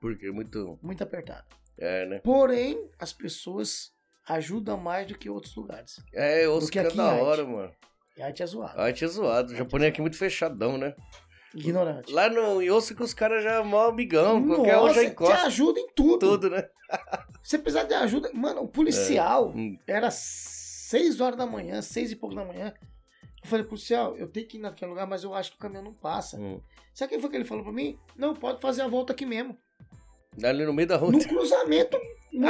[SPEAKER 3] Porque é muito.
[SPEAKER 1] Muito apertado.
[SPEAKER 3] É, né?
[SPEAKER 1] Porém, as pessoas ajudam mais do que outros lugares.
[SPEAKER 3] É, eu ouço
[SPEAKER 1] que
[SPEAKER 3] que é
[SPEAKER 1] aqui em
[SPEAKER 3] da
[SPEAKER 1] Haiti.
[SPEAKER 3] hora, mano.
[SPEAKER 1] E aí te é zoado.
[SPEAKER 3] Haiti é zoado. O
[SPEAKER 1] Haiti é
[SPEAKER 3] japonês aqui é
[SPEAKER 1] zoado.
[SPEAKER 3] muito fechadão, né?
[SPEAKER 1] Ignorante.
[SPEAKER 3] Lá no em Osaka os caras já é mó amigão. Qualquer um já
[SPEAKER 1] te
[SPEAKER 3] encosta
[SPEAKER 1] ajuda em tudo.
[SPEAKER 3] tudo, né?
[SPEAKER 1] Você precisar de ajuda. Mano, o policial
[SPEAKER 3] Hum.
[SPEAKER 1] era seis horas da manhã, seis e pouco da manhã. Eu falei, policial, eu tenho que ir naquele lugar, mas eu acho que o caminhão não passa.
[SPEAKER 3] Hum.
[SPEAKER 1] Sabe quem foi que ele falou pra mim? Não, pode fazer a volta aqui mesmo.
[SPEAKER 3] Ali no meio da rua,
[SPEAKER 1] No cruzamento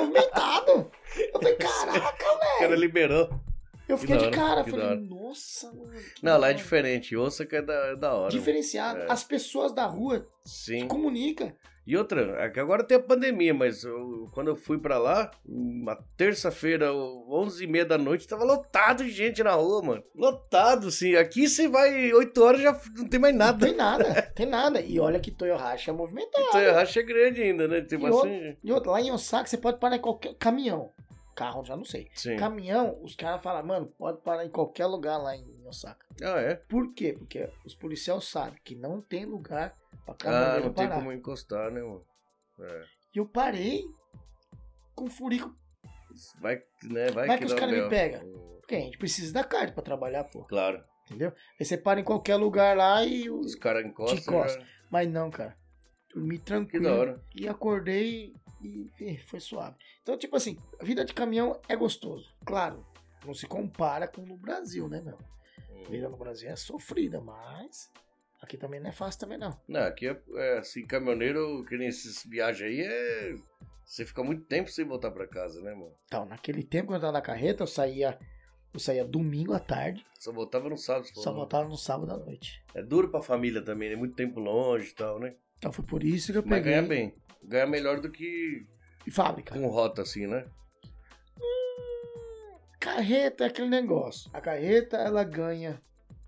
[SPEAKER 1] movimentado. Eu falei, caraca,
[SPEAKER 3] o cara
[SPEAKER 1] velho.
[SPEAKER 3] liberou.
[SPEAKER 1] Eu fiquei
[SPEAKER 3] da
[SPEAKER 1] de
[SPEAKER 3] hora,
[SPEAKER 1] cara.
[SPEAKER 3] que da
[SPEAKER 1] Falei,
[SPEAKER 3] hora.
[SPEAKER 1] nossa, mano. que
[SPEAKER 3] Não,
[SPEAKER 1] da
[SPEAKER 3] lá é
[SPEAKER 1] hora.
[SPEAKER 3] diferente. Osaka é da, é da hora.
[SPEAKER 1] Diferenciado.
[SPEAKER 3] É. Hum.
[SPEAKER 1] As pessoas da rua se
[SPEAKER 3] Sim.
[SPEAKER 1] comunicam.
[SPEAKER 3] E outra, é que agora tem a pandemia, mas eu- quando eu fui pra lá, uma terça-feira, o- 11h30 da noite, tava lotado de gente na rua, mano. Lotado, sim. Aqui você vai 8 horas já não tem mais
[SPEAKER 1] Não
[SPEAKER 3] nada.
[SPEAKER 1] tem nada, tem nada. E olha que Toyohashi é movimentado.
[SPEAKER 3] Então, eu acho que é grande ainda, né? Tem
[SPEAKER 1] E
[SPEAKER 3] bastante gente.
[SPEAKER 1] E outra, lá em Osaka você pode parar em qualquer caminhão. Carro, já não sei.
[SPEAKER 3] Sim.
[SPEAKER 1] Caminhão, os caras falam, mano, pode parar em qualquer lugar lá em Osaka.
[SPEAKER 3] Ah, é?
[SPEAKER 1] Por quê? Porque os policiais sabem que não tem lugar pra
[SPEAKER 3] Ah,
[SPEAKER 1] caminhoneiro
[SPEAKER 3] não tem
[SPEAKER 1] parar.
[SPEAKER 3] como encostar, né, mano? É.
[SPEAKER 1] E eu parei com furico.
[SPEAKER 3] Vai, né? Vai,
[SPEAKER 1] Vai que os
[SPEAKER 3] dá
[SPEAKER 1] caras me
[SPEAKER 3] B.O.
[SPEAKER 1] pegam. Porque a gente precisa da carta pra trabalhar, pô.
[SPEAKER 3] Claro.
[SPEAKER 1] Entendeu? Aí você para em qualquer lugar lá e... o-
[SPEAKER 3] Os caras encostam.
[SPEAKER 1] Te encosta.
[SPEAKER 3] já-
[SPEAKER 1] Mas não, cara. Dormi
[SPEAKER 3] Que
[SPEAKER 1] tranquilo.
[SPEAKER 3] da hora.
[SPEAKER 1] E acordei e eh, foi suave. Então, tipo assim, a vida de caminhão é gostoso. Claro, não se compara com no Brasil, né, meu? A vida no Brasil é sofrida, mas aqui também não é fácil também, não.
[SPEAKER 3] Não, aqui é, é assim, caminhoneiro, que nem essas viagens aí, é. Você fica muito tempo sem voltar pra casa, né, mano?
[SPEAKER 1] Então, naquele tempo que eu tava na carreta, eu saía, eu saía domingo à tarde,
[SPEAKER 3] Só voltava no sábado. se for,
[SPEAKER 1] só
[SPEAKER 3] né?
[SPEAKER 1] voltava no sábado à noite.
[SPEAKER 3] É duro pra família também, né? Muito tempo longe e tal, né?
[SPEAKER 1] Então foi por isso que eu
[SPEAKER 3] Mas
[SPEAKER 1] peguei
[SPEAKER 3] ganha bem. Ganha melhor do que
[SPEAKER 1] fábrica.
[SPEAKER 3] com rota, assim, né?
[SPEAKER 1] Carreta é aquele negócio. A carreta ela ganha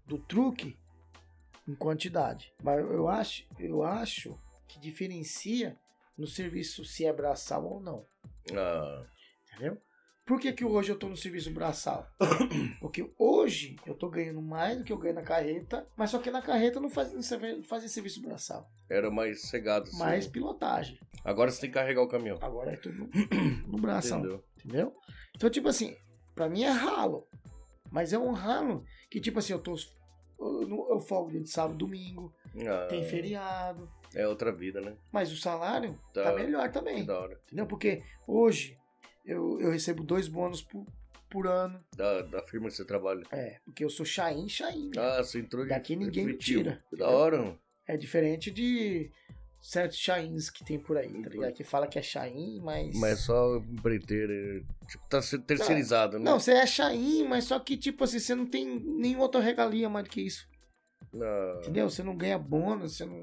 [SPEAKER 1] do truque em quantidade. Mas eu acho, eu acho que diferencia no serviço se é braçal ou não.
[SPEAKER 3] Ah,
[SPEAKER 1] Entendeu? Por que, que hoje eu tô no serviço
[SPEAKER 3] <coughs>
[SPEAKER 1] braçal? Porque hoje eu tô ganhando mais do que eu ganho na carreta, mas só que na carreta não fazem fazem serviço braçal,
[SPEAKER 3] era mais cegado. Assim.
[SPEAKER 1] mais pilotagem.
[SPEAKER 3] Agora você tem que carregar o caminhão.
[SPEAKER 1] Agora é tudo no braçal.
[SPEAKER 3] Entendeu?
[SPEAKER 1] Entendeu? Então, tipo assim, pra mim é ralo. Mas é um ralo que, tipo assim, eu tô. Eu, não- eu folgo dia de sábado, domingo,
[SPEAKER 3] Ah,
[SPEAKER 1] tem feriado.
[SPEAKER 3] É outra vida, né?
[SPEAKER 1] Mas o salário
[SPEAKER 3] Tá.
[SPEAKER 1] tá, melhor
[SPEAKER 3] Que
[SPEAKER 1] também.
[SPEAKER 3] da hora.
[SPEAKER 1] Entendeu? Porque hoje eu, eu recebo dois bônus por, por ano.
[SPEAKER 3] Da, da firma que você trabalha.
[SPEAKER 1] É, porque eu sou Chain, Chain.
[SPEAKER 3] Ah, você entrou de.
[SPEAKER 1] Daqui ninguém me
[SPEAKER 3] efetivo.
[SPEAKER 1] tira.
[SPEAKER 3] Que da hora, mano.
[SPEAKER 1] É diferente de certos Chains que tem por aí, tá
[SPEAKER 3] Entendi.
[SPEAKER 1] ligado? Que fala que é Chain, mas.
[SPEAKER 3] Mas só empreiteiro. é, Tipo, tá sendo terceirizado, né?
[SPEAKER 1] Não, você é Chain, mas só que, tipo assim, você não tem nenhuma outra regalia mais do que isso.
[SPEAKER 3] Ah,
[SPEAKER 1] Entendeu? Você não ganha bônus, você não.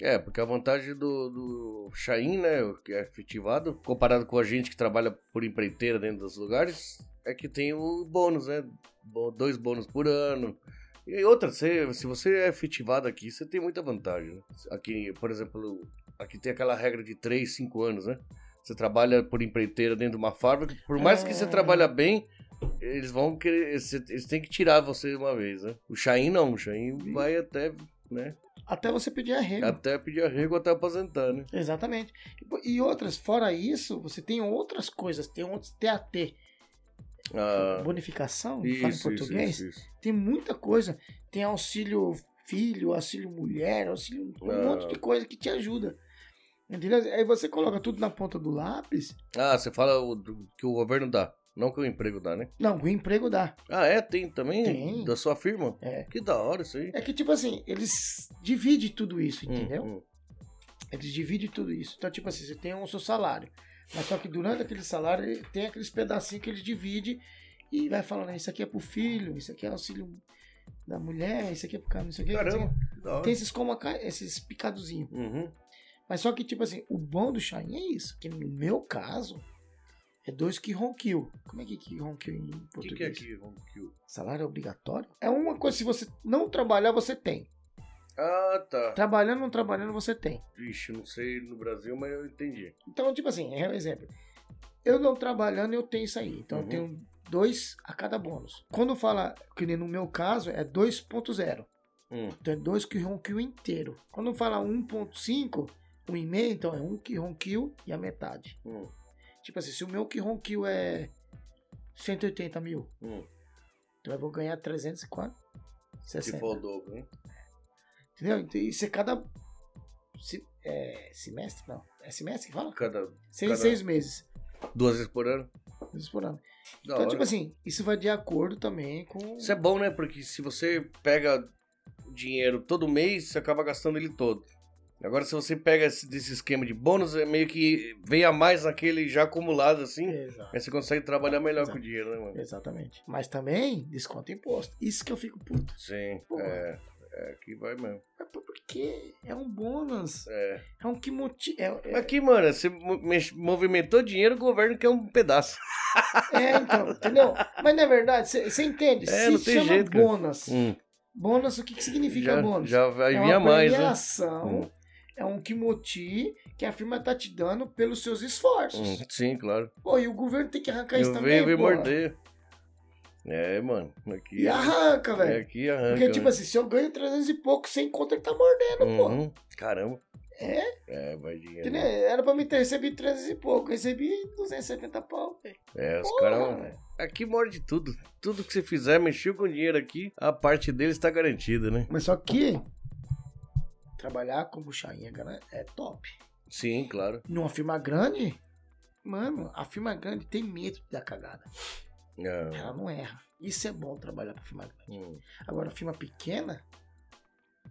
[SPEAKER 3] é, porque a vantagem do, do Chain, né, o que é efetivado, comparado com a gente que trabalha por empreiteira dentro dos lugares, é que tem o bônus, né? Bo- Dois bônus por ano. E outra, você- se você é efetivado aqui, você tem muita vantagem. Né? Aqui, por exemplo, aqui tem aquela regra de 3, 5 anos, né? Você trabalha por empreiteira dentro de uma fábrica, por mais que você
[SPEAKER 1] Ah.
[SPEAKER 3] trabalha bem, eles vão querer. Eles, eles têm que tirar você uma vez, né? O Chain não, o Chain vai até né?
[SPEAKER 1] Até você pedir arrego.
[SPEAKER 3] Até pedir arrego até aposentar, né?
[SPEAKER 1] Exatamente. E- E outras, fora isso, você tem outras coisas, tem outros TAT,
[SPEAKER 3] Ah,
[SPEAKER 1] bonificação, que fala em
[SPEAKER 3] isso, isso,
[SPEAKER 1] português.
[SPEAKER 3] isso, isso.
[SPEAKER 1] Tem muita coisa. Tem auxílio filho, auxílio mulher, auxílio um
[SPEAKER 3] Ah.
[SPEAKER 1] monte de coisa que te ajuda. Entendeu? Aí você coloca tudo na ponta do lápis.
[SPEAKER 3] Ah, você fala o, do- que o governo dá, não que o emprego dá, né?
[SPEAKER 1] Não, o emprego dá.
[SPEAKER 3] Ah, é? Tem também?
[SPEAKER 1] Tem.
[SPEAKER 3] Da sua firma?
[SPEAKER 1] É.
[SPEAKER 3] Que da hora isso aí.
[SPEAKER 1] É que, tipo assim, eles dividem tudo isso,
[SPEAKER 3] Hum,
[SPEAKER 1] entendeu?
[SPEAKER 3] hum.
[SPEAKER 1] Eles dividem tudo isso. Então, tipo assim, você tem o seu salário. Mas só que durante aquele salário, ele tem aqueles pedacinhos que ele divide e vai falando, isso aqui é pro filho, isso aqui é auxílio da mulher, isso aqui é pro cara, isso aqui é
[SPEAKER 3] Caramba, que da hora.
[SPEAKER 1] Tem esses, comaca- esses picadozinhos.
[SPEAKER 3] Uhum.
[SPEAKER 1] Mas só que, tipo assim, o bom do Shine é isso. Que no meu caso, é dois que ronquiu. Como é que que ronquiu em
[SPEAKER 3] O
[SPEAKER 1] português?
[SPEAKER 3] que, que é aqui? Vamos que o-
[SPEAKER 1] Salário é obrigatório? É uma coisa, se você não trabalhar, você tem.
[SPEAKER 3] Ah, tá.
[SPEAKER 1] Trabalhando ou não trabalhando, você tem.
[SPEAKER 3] Vixe, não sei no Brasil, mas eu entendi.
[SPEAKER 1] Então, tipo assim, é um exemplo. Eu não trabalhando, eu tenho isso aí. Então,
[SPEAKER 3] Uhum.
[SPEAKER 1] eu tenho dois a cada bônus. Quando fala, que nem no meu caso, é 2.0.
[SPEAKER 3] Hum.
[SPEAKER 1] Então, é dois que ronquiu inteiro. Quando fala 1.5, um e meio, então é um que ronquiu e a metade.
[SPEAKER 3] Hum,
[SPEAKER 1] Tipo assim, se o meu Kihon Kill é 180 mil,
[SPEAKER 3] hum.
[SPEAKER 1] então eu vou ganhar 304,
[SPEAKER 3] Se
[SPEAKER 1] 60.
[SPEAKER 3] for o dobro, né?
[SPEAKER 1] Entendeu? Então, Isso é cada. se- é, semestre? Não. É semestre que fala?
[SPEAKER 3] Cada
[SPEAKER 1] Seis,
[SPEAKER 3] cada-
[SPEAKER 1] seis meses.
[SPEAKER 3] duas vezes por ano.
[SPEAKER 1] meses por ano.
[SPEAKER 3] Da
[SPEAKER 1] Então,
[SPEAKER 3] hora.
[SPEAKER 1] tipo assim, isso vai de acordo também com.
[SPEAKER 3] Isso é bom, né? Porque se você pega o dinheiro todo mês, você acaba gastando ele todo. Agora, se você pega esse, desse esquema de bônus, é meio que vem a mais naquele já acumulado, assim.
[SPEAKER 1] Exato.
[SPEAKER 3] Aí você consegue trabalhar melhor
[SPEAKER 1] Exato.
[SPEAKER 3] com o dinheiro, né, mano?
[SPEAKER 1] Exatamente. Mas também desconta imposto. Isso que eu fico puto.
[SPEAKER 3] Sim,
[SPEAKER 1] Pô.
[SPEAKER 3] é. É, que vai mesmo.
[SPEAKER 1] Mas por quê? É um bônus.
[SPEAKER 3] É.
[SPEAKER 1] É um que motiva. É, é-
[SPEAKER 3] Aqui, mano, você mo- mex- movimentou dinheiro, o governo quer um pedaço.
[SPEAKER 1] é, então, <laughs> entendeu? Mas na verdade, você entende?
[SPEAKER 3] É,
[SPEAKER 1] Se
[SPEAKER 3] não tem
[SPEAKER 1] chama
[SPEAKER 3] jeito, cara. Hum.
[SPEAKER 1] bônus. Bônus, o que, que significa
[SPEAKER 3] já,
[SPEAKER 1] bônus?
[SPEAKER 3] já vai
[SPEAKER 1] é
[SPEAKER 3] vir a
[SPEAKER 1] uma
[SPEAKER 3] mais, né?
[SPEAKER 1] premiação,
[SPEAKER 3] Hum.
[SPEAKER 1] é um kimoti que a firma tá te dando pelos seus esforços.
[SPEAKER 3] Hum, Sim, claro.
[SPEAKER 1] Pô, e o governo tem que arrancar isso
[SPEAKER 3] Eu
[SPEAKER 1] também,
[SPEAKER 3] venho
[SPEAKER 1] pô.
[SPEAKER 3] vem morder. É, mano. Aqui,
[SPEAKER 1] E arranca,
[SPEAKER 3] é,
[SPEAKER 1] velho.
[SPEAKER 3] aqui arranca. né?
[SPEAKER 1] Porque, tipo
[SPEAKER 3] velho.
[SPEAKER 1] assim, se eu ganho 300 e pouco, sem conta, ele tá mordendo, pô.
[SPEAKER 3] Uhum. Caramba.
[SPEAKER 1] É?
[SPEAKER 3] É, vai dinheiro.
[SPEAKER 1] Que nem- Era pra mim ter recebido 300 e pouco, eu recebi 270 pau, velho.
[SPEAKER 3] É, os
[SPEAKER 1] Porra,
[SPEAKER 3] caras.
[SPEAKER 1] velho.
[SPEAKER 3] Aqui morde tudo. Tudo que você fizer, mexeu com dinheiro aqui, a parte deles tá garantida, né?
[SPEAKER 1] Mas só que, trabalhar como chainha cara, é top.
[SPEAKER 3] Sim, claro.
[SPEAKER 1] Numa firma grande, mano, a firma grande tem medo da cagada.
[SPEAKER 3] É.
[SPEAKER 1] Ela não erra. Isso é bom trabalhar pra firma grande.
[SPEAKER 3] Hum.
[SPEAKER 1] Agora, firma pequena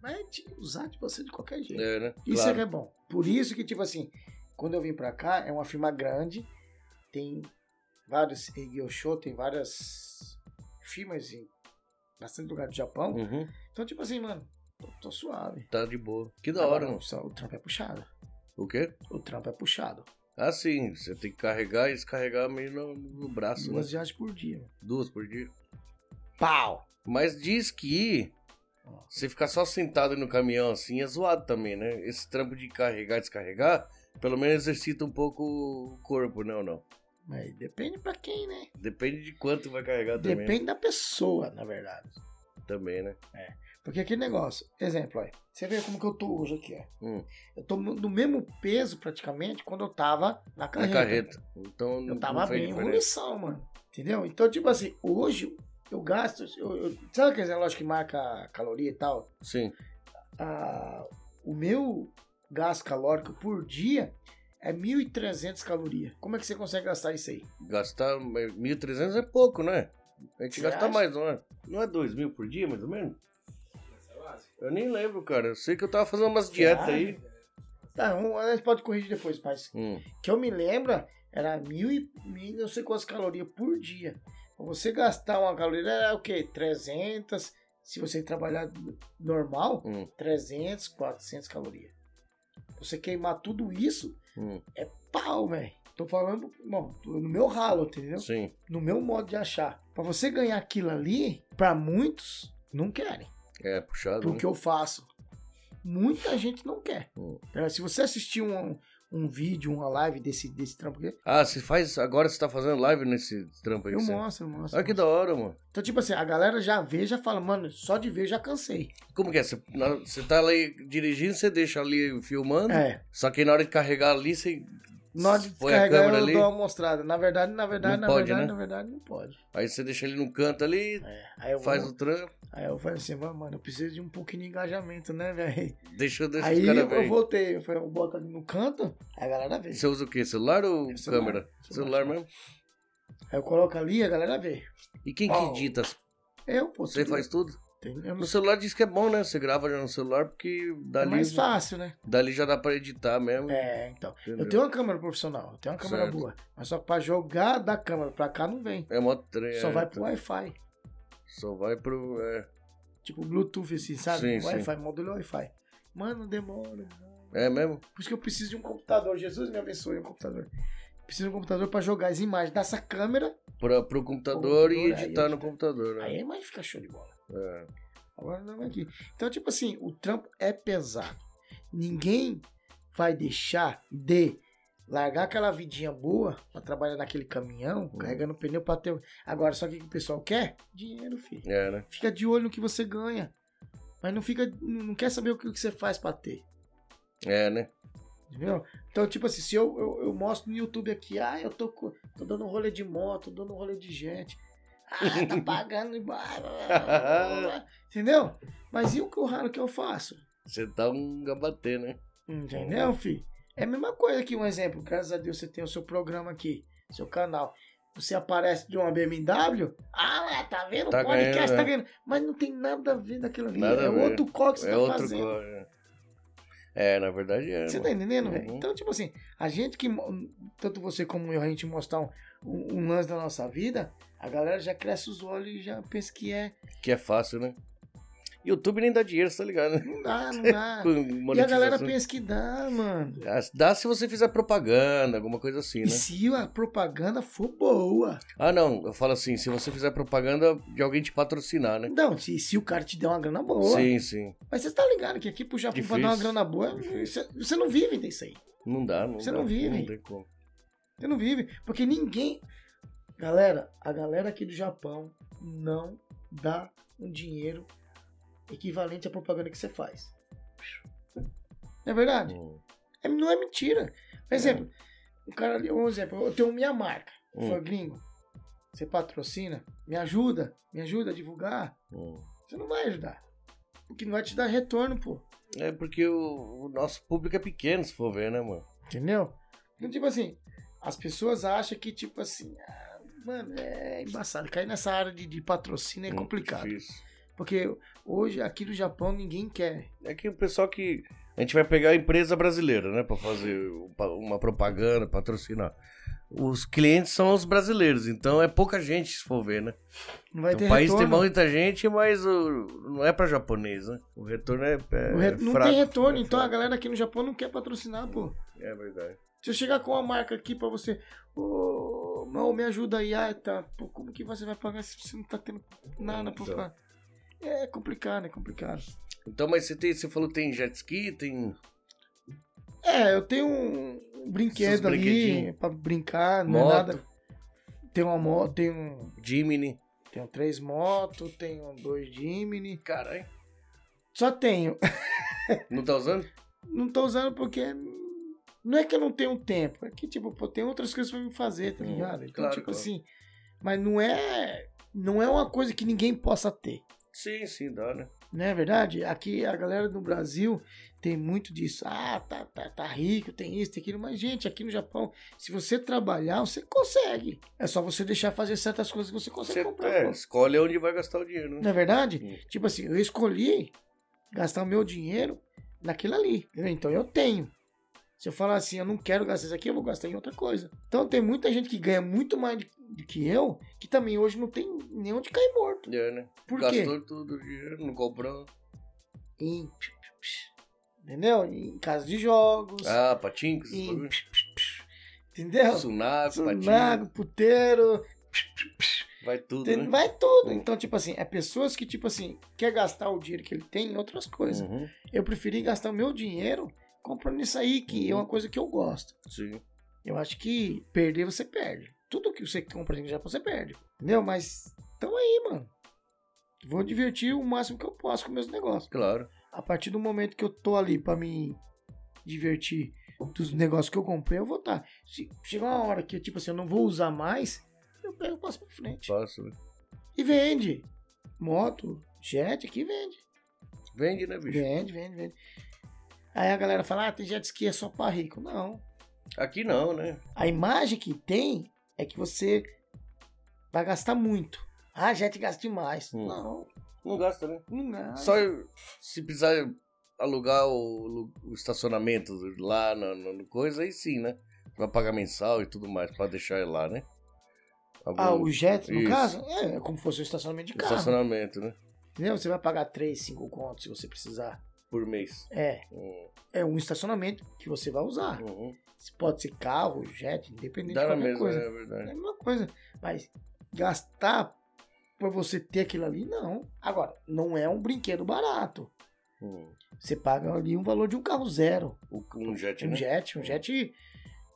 [SPEAKER 1] vai te usar de você de qualquer jeito.
[SPEAKER 3] É, né?
[SPEAKER 1] Isso é
[SPEAKER 3] Claro.
[SPEAKER 1] que é bom. Por isso que, tipo assim, quando eu vim pra cá, é uma firma grande, tem vários em Gyosho, tem várias firmas em bastante lugar do Japão.
[SPEAKER 3] Uhum.
[SPEAKER 1] Então, tipo assim, mano, tô, tô suave.
[SPEAKER 3] Tá de boa. Que da hora,
[SPEAKER 1] Agora,
[SPEAKER 3] mano.
[SPEAKER 1] só O trampo é puxado.
[SPEAKER 3] O quê?
[SPEAKER 1] O trampo é puxado.
[SPEAKER 3] Ah, sim. Você tem que carregar e descarregar meio no, no braço, né?
[SPEAKER 1] Duas viagens por dia. mano.
[SPEAKER 3] Duas por dia.
[SPEAKER 1] Pau!
[SPEAKER 3] Mas diz que
[SPEAKER 1] Ó.
[SPEAKER 3] você ficar só sentado no caminhão assim é zoado também, né? Esse trampo de carregar e descarregar, pelo menos exercita um pouco o corpo, não, não.
[SPEAKER 1] Mas depende pra quem, né?
[SPEAKER 3] Depende de quanto vai carregar também.
[SPEAKER 1] Depende da pessoa, na verdade.
[SPEAKER 3] Também, né?
[SPEAKER 1] Porque aquele negócio, exemplo, olha, você vê como que eu tô hoje aqui, ó.
[SPEAKER 3] Hum.
[SPEAKER 1] Eu tô no mesmo peso praticamente quando eu tava na
[SPEAKER 3] Na
[SPEAKER 1] carreta.
[SPEAKER 3] carreta. É Então
[SPEAKER 1] Eu
[SPEAKER 3] não
[SPEAKER 1] tava
[SPEAKER 3] fez
[SPEAKER 1] bem em
[SPEAKER 3] diferença.
[SPEAKER 1] munição, mano. Entendeu? Então, tipo assim, hoje eu gasto. Eu, eu, sabe aqueles relógios que marca caloria e tal?
[SPEAKER 3] Sim.
[SPEAKER 1] Ah, o meu gasto calórico por dia é 1.300 calorias. Como é que você consegue gastar isso aí?
[SPEAKER 3] Gastar 1.300 é pouco, não é? A gente
[SPEAKER 1] Você
[SPEAKER 3] gasta
[SPEAKER 1] acha?
[SPEAKER 3] mais, não é? Não é 2 mil por dia, mais ou menos? Eu nem lembro, cara. Eu sei que eu tava fazendo umas dietas
[SPEAKER 1] acha?
[SPEAKER 3] aí.
[SPEAKER 1] Tá, vamos- a gente pode corrigir depois, mas
[SPEAKER 3] Hum.
[SPEAKER 1] que eu me lembro, era mil e mil, não sei quantas calorias por dia. Pra você gastar uma caloria era o quê? 300. Se você trabalhar n- normal,
[SPEAKER 3] Hum.
[SPEAKER 1] 300, 400 calorias. Você queimar tudo isso,
[SPEAKER 3] Hum.
[SPEAKER 1] é pau, velho. Tô falando, bom, tô no meu ralo, entendeu?
[SPEAKER 3] Sim.
[SPEAKER 1] No meu modo de achar. Pra você ganhar aquilo ali, pra muitos, não querem.
[SPEAKER 3] É, puxado.
[SPEAKER 1] Pro
[SPEAKER 3] né?
[SPEAKER 1] que eu faço. Muita gente não quer.
[SPEAKER 3] Hum.
[SPEAKER 1] Então, Se você assistir um, um vídeo, uma live desse, desse trampo aqui,
[SPEAKER 3] Ah, você faz. Agora você tá fazendo live nesse trampo aí.
[SPEAKER 1] eu
[SPEAKER 3] que você-
[SPEAKER 1] mostro, eu mostro.
[SPEAKER 3] Olha que da hora, mano.
[SPEAKER 1] Então, tipo assim, a galera já vê, já fala, mano, só de ver eu já cansei.
[SPEAKER 3] Como que é? Você, na- você tá ali dirigindo, você deixa ali filmando.
[SPEAKER 1] É.
[SPEAKER 3] Só que na hora de carregar ali, você.
[SPEAKER 1] Na hora de
[SPEAKER 3] Põe a
[SPEAKER 1] descarregar, eu
[SPEAKER 3] câmera ali.
[SPEAKER 1] dou uma mostrada. Na verdade, na verdade,
[SPEAKER 3] Não
[SPEAKER 1] na
[SPEAKER 3] pode,
[SPEAKER 1] verdade,
[SPEAKER 3] né?
[SPEAKER 1] na verdade, não pode.
[SPEAKER 3] Aí você deixa ele num canto ali,
[SPEAKER 1] Aí É, eu,
[SPEAKER 3] faz
[SPEAKER 1] vou,
[SPEAKER 3] o trampo,
[SPEAKER 1] aí eu falei assim, mano, mano, eu preciso de um pouquinho de engajamento, né, velho?
[SPEAKER 3] deixa, deixa
[SPEAKER 1] Aí
[SPEAKER 3] os caras
[SPEAKER 1] eu
[SPEAKER 3] ver.
[SPEAKER 1] voltei, eu falei, eu boto ali no canto, aí a galera vê.
[SPEAKER 3] Você usa o quê? Celular ou
[SPEAKER 1] É celular,
[SPEAKER 3] câmera?
[SPEAKER 1] celular.
[SPEAKER 3] Celular, mesmo.
[SPEAKER 1] Aí eu coloco ali, a galera vê.
[SPEAKER 3] E quem
[SPEAKER 1] Bom.
[SPEAKER 3] que edita?
[SPEAKER 1] Eu, pô,
[SPEAKER 3] Você
[SPEAKER 1] tudo-
[SPEAKER 3] faz tudo?
[SPEAKER 1] tem- eu não
[SPEAKER 3] No
[SPEAKER 1] sei,
[SPEAKER 3] celular diz que é bom, né? Você grava já no celular, porque
[SPEAKER 1] é
[SPEAKER 3] dali,
[SPEAKER 1] mais fácil, né?
[SPEAKER 3] dali já dá pra editar mesmo.
[SPEAKER 1] É, então.
[SPEAKER 3] entendeu?
[SPEAKER 1] Eu tenho uma câmera profissional, eu tenho uma câmera
[SPEAKER 3] Certo.
[SPEAKER 1] boa. Mas só que pra jogar da câmera pra cá não vem.
[SPEAKER 3] É mó treta.
[SPEAKER 1] Só vai pro Wi-Fi.
[SPEAKER 3] Só vai pro. É,
[SPEAKER 1] Tipo Bluetooth, assim, sabe?
[SPEAKER 3] Sim, sim.
[SPEAKER 1] Wi-Fi, módulo Wi-Fi. Mano, demora.
[SPEAKER 3] é mesmo?
[SPEAKER 1] Por isso que eu preciso de um computador. Jesus me abençoe um computador. Preciso de um computador pra jogar as imagens dessa câmera.
[SPEAKER 3] Pra, pro computador e
[SPEAKER 1] Computador, aí
[SPEAKER 3] editar no
[SPEAKER 1] edita.
[SPEAKER 3] computador, né?
[SPEAKER 1] Aí a imagem fica show de bola. Agora não é aqui. Então, tipo assim, o trampo é pesado. Ninguém vai deixar de largar aquela vidinha boa pra trabalhar naquele caminhão,
[SPEAKER 3] Hum.
[SPEAKER 1] carregando pneu pra ter. Agora, só que o que o pessoal quer? Dinheiro, filho.
[SPEAKER 3] É, né?
[SPEAKER 1] Fica de olho no que você ganha. Mas não fica. Não não quer saber o que o que você faz pra ter.
[SPEAKER 3] É, né?
[SPEAKER 1] Entendeu? Então, tipo assim, se eu, eu, eu mostro no YouTube aqui, ah, eu tô, co- tô dando um rolê de moto, tô dando um rolê de gente. Ah,
[SPEAKER 3] <laughs>
[SPEAKER 1] tá pagando. e blá, blá, blá, blá. Entendeu? Mas e o que o raro que eu faço?
[SPEAKER 3] Você tá um gabatê, né?
[SPEAKER 1] Entendeu, fi? É a mesma coisa que um exemplo. Graças a Deus você tem o seu programa aqui, seu canal. Você aparece de uma BMW, ah lá, tá vendo? O
[SPEAKER 3] Tá
[SPEAKER 1] podcast
[SPEAKER 3] ganhando,
[SPEAKER 1] tá
[SPEAKER 3] é.
[SPEAKER 1] vendo. Mas não tem nada a ver daquela vida.
[SPEAKER 3] Nada
[SPEAKER 1] É
[SPEAKER 3] a ver.
[SPEAKER 1] outro corre que você
[SPEAKER 3] é
[SPEAKER 1] tá
[SPEAKER 3] outro
[SPEAKER 1] fazendo.
[SPEAKER 3] co- é. É, na verdade é.
[SPEAKER 1] Você
[SPEAKER 3] mano.
[SPEAKER 1] tá entendendo, velho?
[SPEAKER 3] Uhum.
[SPEAKER 1] Então, tipo assim, a gente que. mo- Tanto você como eu, a gente mostrar um, um, um lance da nossa vida, a galera já cresce os olhos e já pensa que é.
[SPEAKER 3] Que é fácil, né? YouTube nem dá dinheiro, você tá ligado? Né?
[SPEAKER 1] Não
[SPEAKER 3] <laughs>
[SPEAKER 1] dá, não dá.
[SPEAKER 3] Com
[SPEAKER 1] Ah, e a galera
[SPEAKER 3] monetização.
[SPEAKER 1] pensa que dá, mano.
[SPEAKER 3] Ah, Dá se você fizer propaganda, alguma coisa assim,
[SPEAKER 1] E
[SPEAKER 3] né?
[SPEAKER 1] se a propaganda for boa?
[SPEAKER 3] Ah, não, eu falo assim, se você fizer propaganda de alguém te patrocinar, né?
[SPEAKER 1] Não, Então, se, se o cara te der uma grana boa.
[SPEAKER 3] Sim, sim.
[SPEAKER 1] Mas você tá ligado que aqui pro Japão pra dar uma
[SPEAKER 3] Difícil.
[SPEAKER 1] grana boa, você,
[SPEAKER 3] Difícil.
[SPEAKER 1] você não vive disso aí.
[SPEAKER 3] Não dá, não
[SPEAKER 1] Você
[SPEAKER 3] dá,
[SPEAKER 1] não vive.
[SPEAKER 3] Não tem como.
[SPEAKER 1] Você não vive, porque ninguém. Galera, a galera aqui do Japão não dá um dinheiro equivalente à propaganda que você faz. Não é verdade?
[SPEAKER 3] Hum.
[SPEAKER 1] É- não é mentira. Por exemplo, o cara ali, um exemplo, eu tenho minha marca, eu
[SPEAKER 3] Hum.
[SPEAKER 1] sou gringo. Você patrocina, me ajuda, me ajuda a divulgar.
[SPEAKER 3] Hum.
[SPEAKER 1] Você não vai ajudar. Porque não vai te dar retorno, pô.
[SPEAKER 3] É porque o, o nosso público é pequeno, se for ver, né, mano?
[SPEAKER 1] Entendeu? Então, tipo assim, as pessoas acham que, tipo assim, ah, mano, é embaçado. Cair nessa área de, de patrocínio é
[SPEAKER 3] Hum,
[SPEAKER 1] complicado.
[SPEAKER 3] difícil.
[SPEAKER 1] Porque hoje, aqui do Japão, ninguém quer.
[SPEAKER 3] É que o pessoal que. A gente vai pegar a empresa brasileira, né? Pra fazer o- pa- uma propaganda, patrocinar. Os clientes são os brasileiros, então é pouca gente, se for ver, né?
[SPEAKER 1] Não vai
[SPEAKER 3] Então, o
[SPEAKER 1] ter
[SPEAKER 3] país
[SPEAKER 1] retorno.
[SPEAKER 3] tem muita gente, mas o- não é pra japonês, né? O retorno é. é
[SPEAKER 1] O re- Não
[SPEAKER 3] fraco,
[SPEAKER 1] tem retorno,
[SPEAKER 3] é
[SPEAKER 1] então a
[SPEAKER 3] fraco.
[SPEAKER 1] galera aqui no Japão não quer patrocinar, pô.
[SPEAKER 3] É verdade.
[SPEAKER 1] Se eu chegar com uma marca aqui pra você, ô, mão, me ajuda aí, ah, tá. Pô, como que você vai pagar se você não tá tendo nada pra
[SPEAKER 3] Então.
[SPEAKER 1] pagar? É complicado, é complicado.
[SPEAKER 3] Então, mas você, tem, você falou que tem jet ski, tem.
[SPEAKER 1] É, eu tenho um, um brinquedo
[SPEAKER 3] Esses
[SPEAKER 1] ali
[SPEAKER 3] brinquedinhos.
[SPEAKER 1] pra brincar, não
[SPEAKER 3] Moto.
[SPEAKER 1] é nada. Tem uma moto, tenho,
[SPEAKER 3] Jimny.
[SPEAKER 1] tenho três motos, tenho dois Jimny.
[SPEAKER 3] Caralho.
[SPEAKER 1] Só tenho.
[SPEAKER 3] Não tá usando?
[SPEAKER 1] Não tô usando porque. Não é que eu não tenho tempo, é que, tipo, pô, tem outras coisas pra me fazer, tá
[SPEAKER 3] Hum,
[SPEAKER 1] ligado? Então,
[SPEAKER 3] claro,
[SPEAKER 1] tipo
[SPEAKER 3] claro.
[SPEAKER 1] assim. Mas não é. Não é uma coisa que ninguém possa ter.
[SPEAKER 3] Sim, sim, dá, né?
[SPEAKER 1] Não é verdade? Aqui a galera do Brasil tem muito disso. Ah, tá, tá, tá rico, tem isso, tem aquilo. Mas, gente, aqui no Japão, se você trabalhar, você consegue. É só você deixar fazer certas coisas que você consegue
[SPEAKER 3] Você
[SPEAKER 1] comprar.
[SPEAKER 3] é,
[SPEAKER 1] pô.
[SPEAKER 3] escolhe onde vai gastar o dinheiro, né?
[SPEAKER 1] Não é verdade?
[SPEAKER 3] Sim.
[SPEAKER 1] Tipo assim, eu escolhi gastar o meu dinheiro naquilo ali. entendeu? Então eu tenho. Se eu falar assim, eu não quero gastar isso aqui, eu vou gastar em outra coisa. Então tem muita gente que ganha muito mais do que eu, que também hoje não tem nem onde cair morto.
[SPEAKER 3] É, né?
[SPEAKER 1] Por quê?
[SPEAKER 3] Gastou tudo o dinheiro, não comprou.
[SPEAKER 1] em psh, psh, psh, entendeu? Em casa de jogos,
[SPEAKER 3] Ah, patinhos,
[SPEAKER 1] em
[SPEAKER 3] bagulho.
[SPEAKER 1] psh, psh, psh, entendeu?
[SPEAKER 3] Sunaco, patinho.
[SPEAKER 1] Sunago, puteiro,
[SPEAKER 3] Vai tudo,
[SPEAKER 1] tem-
[SPEAKER 3] né?
[SPEAKER 1] vai tudo.
[SPEAKER 3] Hum.
[SPEAKER 1] Então, tipo assim, é pessoas que, tipo assim, quer gastar o dinheiro que ele tem em outras coisas.
[SPEAKER 3] Uhum.
[SPEAKER 1] Eu preferi gastar o meu dinheiro comprando isso aí, que é uma coisa que eu gosto.
[SPEAKER 3] Sim.
[SPEAKER 1] Eu acho que perder você perde. Tudo que você compra no Japão você perde. Entendeu? Mas tão aí, mano. Vou divertir o máximo que eu posso com meus negócios.
[SPEAKER 3] Claro.
[SPEAKER 1] A partir do momento que eu tô ali pra me divertir dos negócios que eu comprei, eu vou estar. Se chegar uma hora que, tipo assim, eu não vou usar mais, eu pego e passo pra frente.
[SPEAKER 3] Fácil, né?
[SPEAKER 1] E vende. Moto, jet aqui vende.
[SPEAKER 3] Vende, né, bicho?
[SPEAKER 1] Vende, vende, vende. Aí a galera fala, ah, tem jet ski é só pra rico. Não. É.
[SPEAKER 3] Aqui não, né?
[SPEAKER 1] A imagem que tem é que você vai gastar muito. Ah, jet gasta demais.
[SPEAKER 3] Hum.
[SPEAKER 1] Não,
[SPEAKER 3] Não gasta, né?
[SPEAKER 1] não gasta.
[SPEAKER 3] Só eu- se precisar alugar o, lu- o estacionamento lá no, no- no coisa, aí sim, né? Vai pagar mensal e tudo mais, pra deixar ele lá, né? Algum
[SPEAKER 1] Ah, o jet, no
[SPEAKER 3] Isso.
[SPEAKER 1] caso, é, é como se fosse um estacionamento de carro.
[SPEAKER 3] estacionamento, né?
[SPEAKER 1] Entendeu? Você vai pagar 3, 5 contos se você precisar.
[SPEAKER 3] Por mês.
[SPEAKER 1] É,
[SPEAKER 3] Hum,
[SPEAKER 1] é um estacionamento que você vai usar.
[SPEAKER 3] uhum.
[SPEAKER 1] Pode ser carro, jet, independente
[SPEAKER 3] Dá
[SPEAKER 1] de
[SPEAKER 3] na
[SPEAKER 1] qualquer
[SPEAKER 3] mesma,
[SPEAKER 1] coisa.
[SPEAKER 3] é
[SPEAKER 1] É
[SPEAKER 3] verdade.
[SPEAKER 1] a mesma coisa. Mas gastar pra você ter aquilo ali, não. Agora, não é um brinquedo barato. É.
[SPEAKER 3] Hum.
[SPEAKER 1] Você paga ali um valor de um carro zero.
[SPEAKER 3] O- Um jet,
[SPEAKER 1] Um
[SPEAKER 3] né?
[SPEAKER 1] jet, um jet.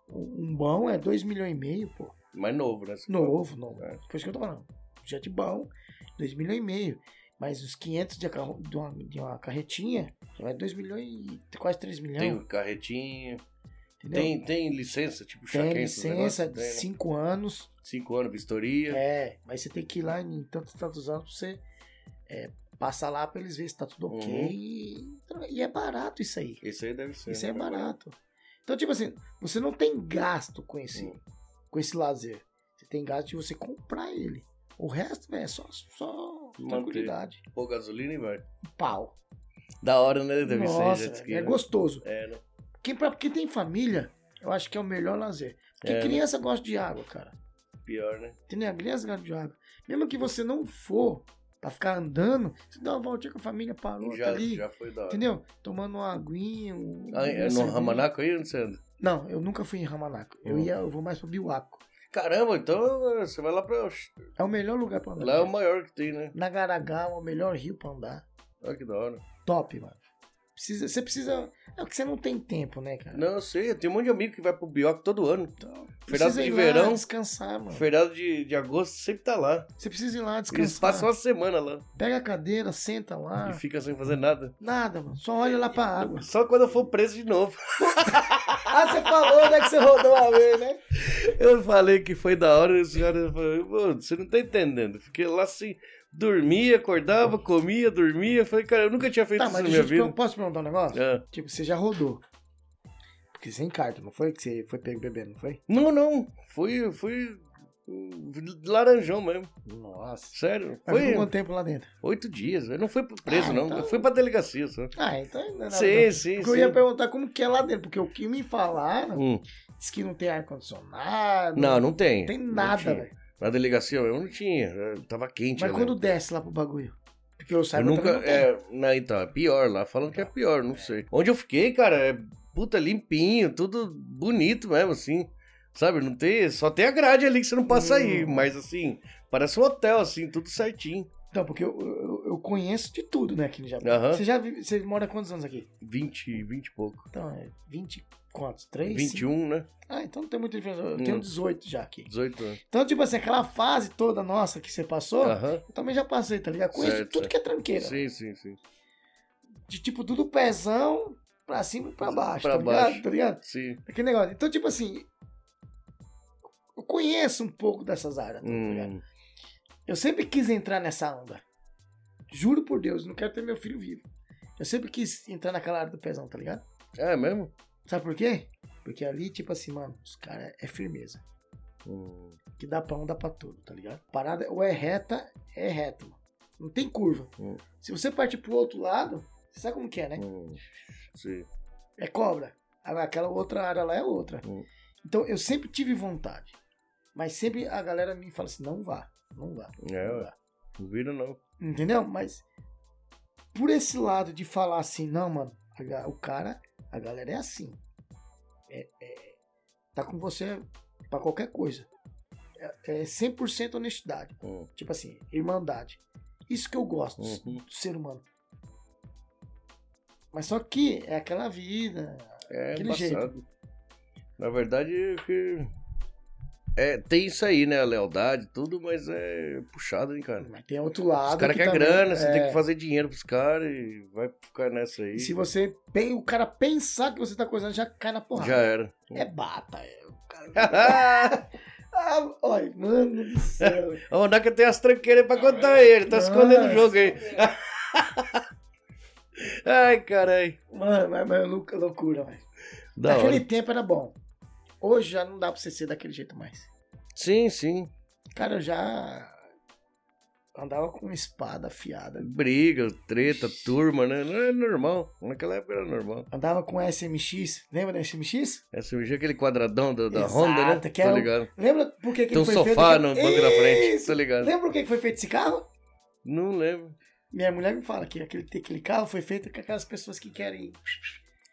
[SPEAKER 1] Um bom é 2 milhões e meio, pô.
[SPEAKER 3] Mais novo, né? Você
[SPEAKER 1] Novo, novo.
[SPEAKER 3] É.
[SPEAKER 1] Por isso que eu tô falando. Jet bom, 2 milhões e meio. Mas os 500 de, acarro- de uma, de uma carretinha, já vai 2 milhões e quase 3 milhões.
[SPEAKER 3] Tem carretinha.
[SPEAKER 1] entendeu?
[SPEAKER 3] Tem, tem licença, tipo
[SPEAKER 1] Tem
[SPEAKER 3] chaquense, os
[SPEAKER 1] licença
[SPEAKER 3] negócios?
[SPEAKER 1] de
[SPEAKER 3] Tem, né?
[SPEAKER 1] 5 anos.
[SPEAKER 3] Cinco anos, vistoria.
[SPEAKER 1] É, mas você tem que ir lá em tantos, tantos anos pra você é, passar lá pra eles verem se tá tudo ok.
[SPEAKER 3] Uhum.
[SPEAKER 1] E, e é barato isso aí.
[SPEAKER 3] Esse aí deve ser.
[SPEAKER 1] Isso
[SPEAKER 3] né?
[SPEAKER 1] é barato. Então, tipo assim, você não tem gasto com esse,
[SPEAKER 3] Hum.
[SPEAKER 1] com esse lazer. Você tem gasto de você comprar ele. O resto, velho, é só, só
[SPEAKER 3] Manter.
[SPEAKER 1] tranquilidade.
[SPEAKER 3] Pô, gasolina e vai.
[SPEAKER 1] Pau.
[SPEAKER 3] Da hora, né? Deve ser
[SPEAKER 1] Nossa,
[SPEAKER 3] jet ski.
[SPEAKER 1] velho, é
[SPEAKER 3] né?
[SPEAKER 1] gostoso.
[SPEAKER 3] É, né?
[SPEAKER 1] Quem, pra quem tem família, eu acho que é o melhor lazer. Porque
[SPEAKER 3] É,
[SPEAKER 1] criança gosta de água, cara.
[SPEAKER 3] Pior, né?
[SPEAKER 1] Entendeu? A criança gosta de água. Mesmo que você não for pra ficar andando, você dá uma voltinha com a família, parou, tá
[SPEAKER 3] Já,
[SPEAKER 1] ali.
[SPEAKER 3] já foi da hora.
[SPEAKER 1] Entendeu? Tomando uma aguinha. um-
[SPEAKER 3] Ah, é
[SPEAKER 1] uma
[SPEAKER 3] no
[SPEAKER 1] cerveja.
[SPEAKER 3] Ramanaco aí, não sei. onde?
[SPEAKER 1] Não, eu nunca fui em Ramanaco. Eu,
[SPEAKER 3] Hum.
[SPEAKER 1] ia, eu vou mais pro Biwaco.
[SPEAKER 3] Caramba, então eh, você vai lá pra.
[SPEAKER 1] É o melhor lugar pra andar.
[SPEAKER 3] Lá é o maior que tem, né?
[SPEAKER 1] Nagaragawa, o melhor rio pra andar.
[SPEAKER 3] Olha que da hora.
[SPEAKER 1] Top, mano. Precisa, você precisa. É que você não tem tempo, né, cara?
[SPEAKER 3] Não, eu sei, tem um monte de amigo que vai pro Bioc todo ano.
[SPEAKER 1] Então,
[SPEAKER 3] Feriado
[SPEAKER 1] precisa
[SPEAKER 3] de
[SPEAKER 1] ir lá
[SPEAKER 3] verão.
[SPEAKER 1] descansar, mano.
[SPEAKER 3] Feriado de, de agosto sempre tá lá.
[SPEAKER 1] Você precisa ir lá
[SPEAKER 3] Eles
[SPEAKER 1] descansar.
[SPEAKER 3] passam uma semana lá
[SPEAKER 1] Pega a cadeira, senta lá.
[SPEAKER 3] e fica sem fazer nada.
[SPEAKER 1] Nada, mano. Só olha lá pra água.
[SPEAKER 3] Só quando eu for preso de novo. <laughs>
[SPEAKER 1] Ah, você falou, né, que você rodou uma vez, né?
[SPEAKER 3] Eu falei que foi da hora e os caras falaram, "Mano, você não tá entendendo. Fiquei lá assim, dormia, acordava, comia, dormia. Falei, cara, eu nunca tinha feito
[SPEAKER 1] Tá,
[SPEAKER 3] isso
[SPEAKER 1] mas
[SPEAKER 3] na minha
[SPEAKER 1] deixa eu te perguntar,
[SPEAKER 3] vida.
[SPEAKER 1] posso te perguntar um negócio?
[SPEAKER 3] Ah.
[SPEAKER 1] Tipo, você já rodou. Porque sem carta, não foi? Que você foi pego bebendo, não foi?
[SPEAKER 3] Não, não. Fui, fui hum, laranjão mesmo.
[SPEAKER 1] Nossa.
[SPEAKER 3] Sério.
[SPEAKER 1] Mas
[SPEAKER 3] Foi
[SPEAKER 1] ficou quanto tempo lá dentro?
[SPEAKER 3] oito dias. Eu não fui preso,
[SPEAKER 1] Ah,
[SPEAKER 3] não.
[SPEAKER 1] então-
[SPEAKER 3] Eu fui pra delegacia só.
[SPEAKER 1] Ah, então não é nada. não.
[SPEAKER 3] Sim, sim,
[SPEAKER 1] Porque eu
[SPEAKER 3] sim.
[SPEAKER 1] ia perguntar como que é lá dentro, porque o que me falaram
[SPEAKER 3] Hum.
[SPEAKER 1] Diz que não tem ar-condicionado.
[SPEAKER 3] Não, não tem.
[SPEAKER 1] Não tem
[SPEAKER 3] Não
[SPEAKER 1] nada,
[SPEAKER 3] tinha.
[SPEAKER 1] velho.
[SPEAKER 3] Na delegacia eu não tinha. eu Tava quente.
[SPEAKER 1] Mas
[SPEAKER 3] né?
[SPEAKER 1] quando desce lá pro bagulho? Porque eu
[SPEAKER 3] Eu
[SPEAKER 1] saiba
[SPEAKER 3] nunca.
[SPEAKER 1] também não tem.
[SPEAKER 3] é, não, então, é pior lá. Falam que é pior, não sei. Onde eu fiquei, cara, é puta limpinho, tudo bonito mesmo, assim. Sabe, não tem. Só tem a grade ali que você não passa aí.
[SPEAKER 1] Hum.
[SPEAKER 3] Mas assim, parece um hotel, assim, tudo certinho.
[SPEAKER 1] Então, porque eu, eu, eu conheço de tudo, né, aqui no Japão.
[SPEAKER 3] Aham.
[SPEAKER 1] Você já vive, você mora quantos anos aqui?
[SPEAKER 3] 20, 20 e pouco.
[SPEAKER 1] Então, é 20 quantos? 3?
[SPEAKER 3] 21, né?
[SPEAKER 1] Ah, então não tem muita diferença. Eu tenho
[SPEAKER 3] Hum.
[SPEAKER 1] 18 já aqui.
[SPEAKER 3] 18 anos.
[SPEAKER 1] Então, tipo assim, aquela fase toda nossa que você passou,
[SPEAKER 3] Aham.
[SPEAKER 1] eu também já passei, tá ligado? Conheço
[SPEAKER 3] Ah. Certo,
[SPEAKER 1] tudo
[SPEAKER 3] certo.
[SPEAKER 1] que é tranqueira.
[SPEAKER 3] Sim, sim, sim.
[SPEAKER 1] De tipo, tudo pezão pra cima e pra baixo,
[SPEAKER 3] Pra
[SPEAKER 1] tá
[SPEAKER 3] baixo.
[SPEAKER 1] ligado? Tá ligado?
[SPEAKER 3] Sim.
[SPEAKER 1] Aquele negócio. Então, tipo assim, eu conheço um pouco dessas áreas, tá ligado?
[SPEAKER 3] Hum.
[SPEAKER 1] Eu sempre quis entrar nessa onda. Juro por Deus, não quero ter meu filho vivo. Eu sempre quis entrar naquela área do pezão, tá ligado?
[SPEAKER 3] É mesmo?
[SPEAKER 1] Sabe por quê? Porque ali, tipo assim, mano, os caras é firmeza.
[SPEAKER 3] Hum.
[SPEAKER 1] Que dá pra um, dá pra tudo, tá ligado? Parada, ou é reta, é reta, mano. Não tem curva.
[SPEAKER 3] Hum.
[SPEAKER 1] Se você partir pro outro lado, você sabe como que é, né?
[SPEAKER 3] Hum. Sim.
[SPEAKER 1] É cobra. Agora, aquela outra área lá é outra.
[SPEAKER 3] Hum.
[SPEAKER 1] Então, eu sempre tive vontade. Mas sempre a galera me fala assim, não vá, não vá.
[SPEAKER 3] É,
[SPEAKER 1] não
[SPEAKER 3] ué.
[SPEAKER 1] vá.
[SPEAKER 3] Não vira, não.
[SPEAKER 1] Entendeu? Mas por esse lado de falar assim, não, mano, a ga- o cara, a galera é assim. É- é- tá com você pra qualquer coisa. É, é 100% honestidade.
[SPEAKER 3] Hum.
[SPEAKER 1] Tipo assim, irmandade. Isso que eu gosto do-
[SPEAKER 3] Uhum.
[SPEAKER 1] do ser humano. Mas só que é aquela vida.
[SPEAKER 3] É
[SPEAKER 1] Aquele
[SPEAKER 3] embaçado. Na verdade, é que. É, tem isso aí, né? A lealdade, tudo, mas é puxado, hein, cara?
[SPEAKER 1] Mas tem outro lado.
[SPEAKER 3] Os caras
[SPEAKER 1] que
[SPEAKER 3] querem
[SPEAKER 1] também-
[SPEAKER 3] grana, você
[SPEAKER 1] é,
[SPEAKER 3] tem que fazer dinheiro pros caras e vai ficar nessa aí.
[SPEAKER 1] E se você. pen- O cara pensar que você tá coisando, já cai na porrada.
[SPEAKER 3] Já era.
[SPEAKER 1] É bata, é. O cara... <laughs> ah, olha, mano do céu.
[SPEAKER 3] Ô, não é que eu tenho as tranqueiras pra contar aí, ele tá
[SPEAKER 1] Nossa.
[SPEAKER 3] escondendo o jogo aí. <laughs> Ai, caralho.
[SPEAKER 1] Mano, mas, mas lou- loucura, velho.
[SPEAKER 3] Da
[SPEAKER 1] Naquele
[SPEAKER 3] hora.
[SPEAKER 1] tempo era bom. Hoje já não dá pra você ser daquele jeito mais.
[SPEAKER 3] Sim, sim.
[SPEAKER 1] Cara, eu já andava com espada afiada.
[SPEAKER 3] Briga, treta, turma, né? Não é normal. Naquela época era normal.
[SPEAKER 1] Andava com SMX. Lembra da SMX?
[SPEAKER 3] SMG é aquele quadradão da, da
[SPEAKER 1] Exato,
[SPEAKER 3] Honda, né?
[SPEAKER 1] que
[SPEAKER 3] tá
[SPEAKER 1] é o-
[SPEAKER 3] ligado?
[SPEAKER 1] Lembra por que, que
[SPEAKER 3] Tem um
[SPEAKER 1] foi
[SPEAKER 3] sofá
[SPEAKER 1] feito?
[SPEAKER 3] no banco da frente,
[SPEAKER 1] Isso.
[SPEAKER 3] tá ligado?
[SPEAKER 1] Lembra por que que foi feito esse carro?
[SPEAKER 3] Não lembro.
[SPEAKER 1] Minha mulher me fala que aquele, aquele carro foi feito com aquelas pessoas que querem.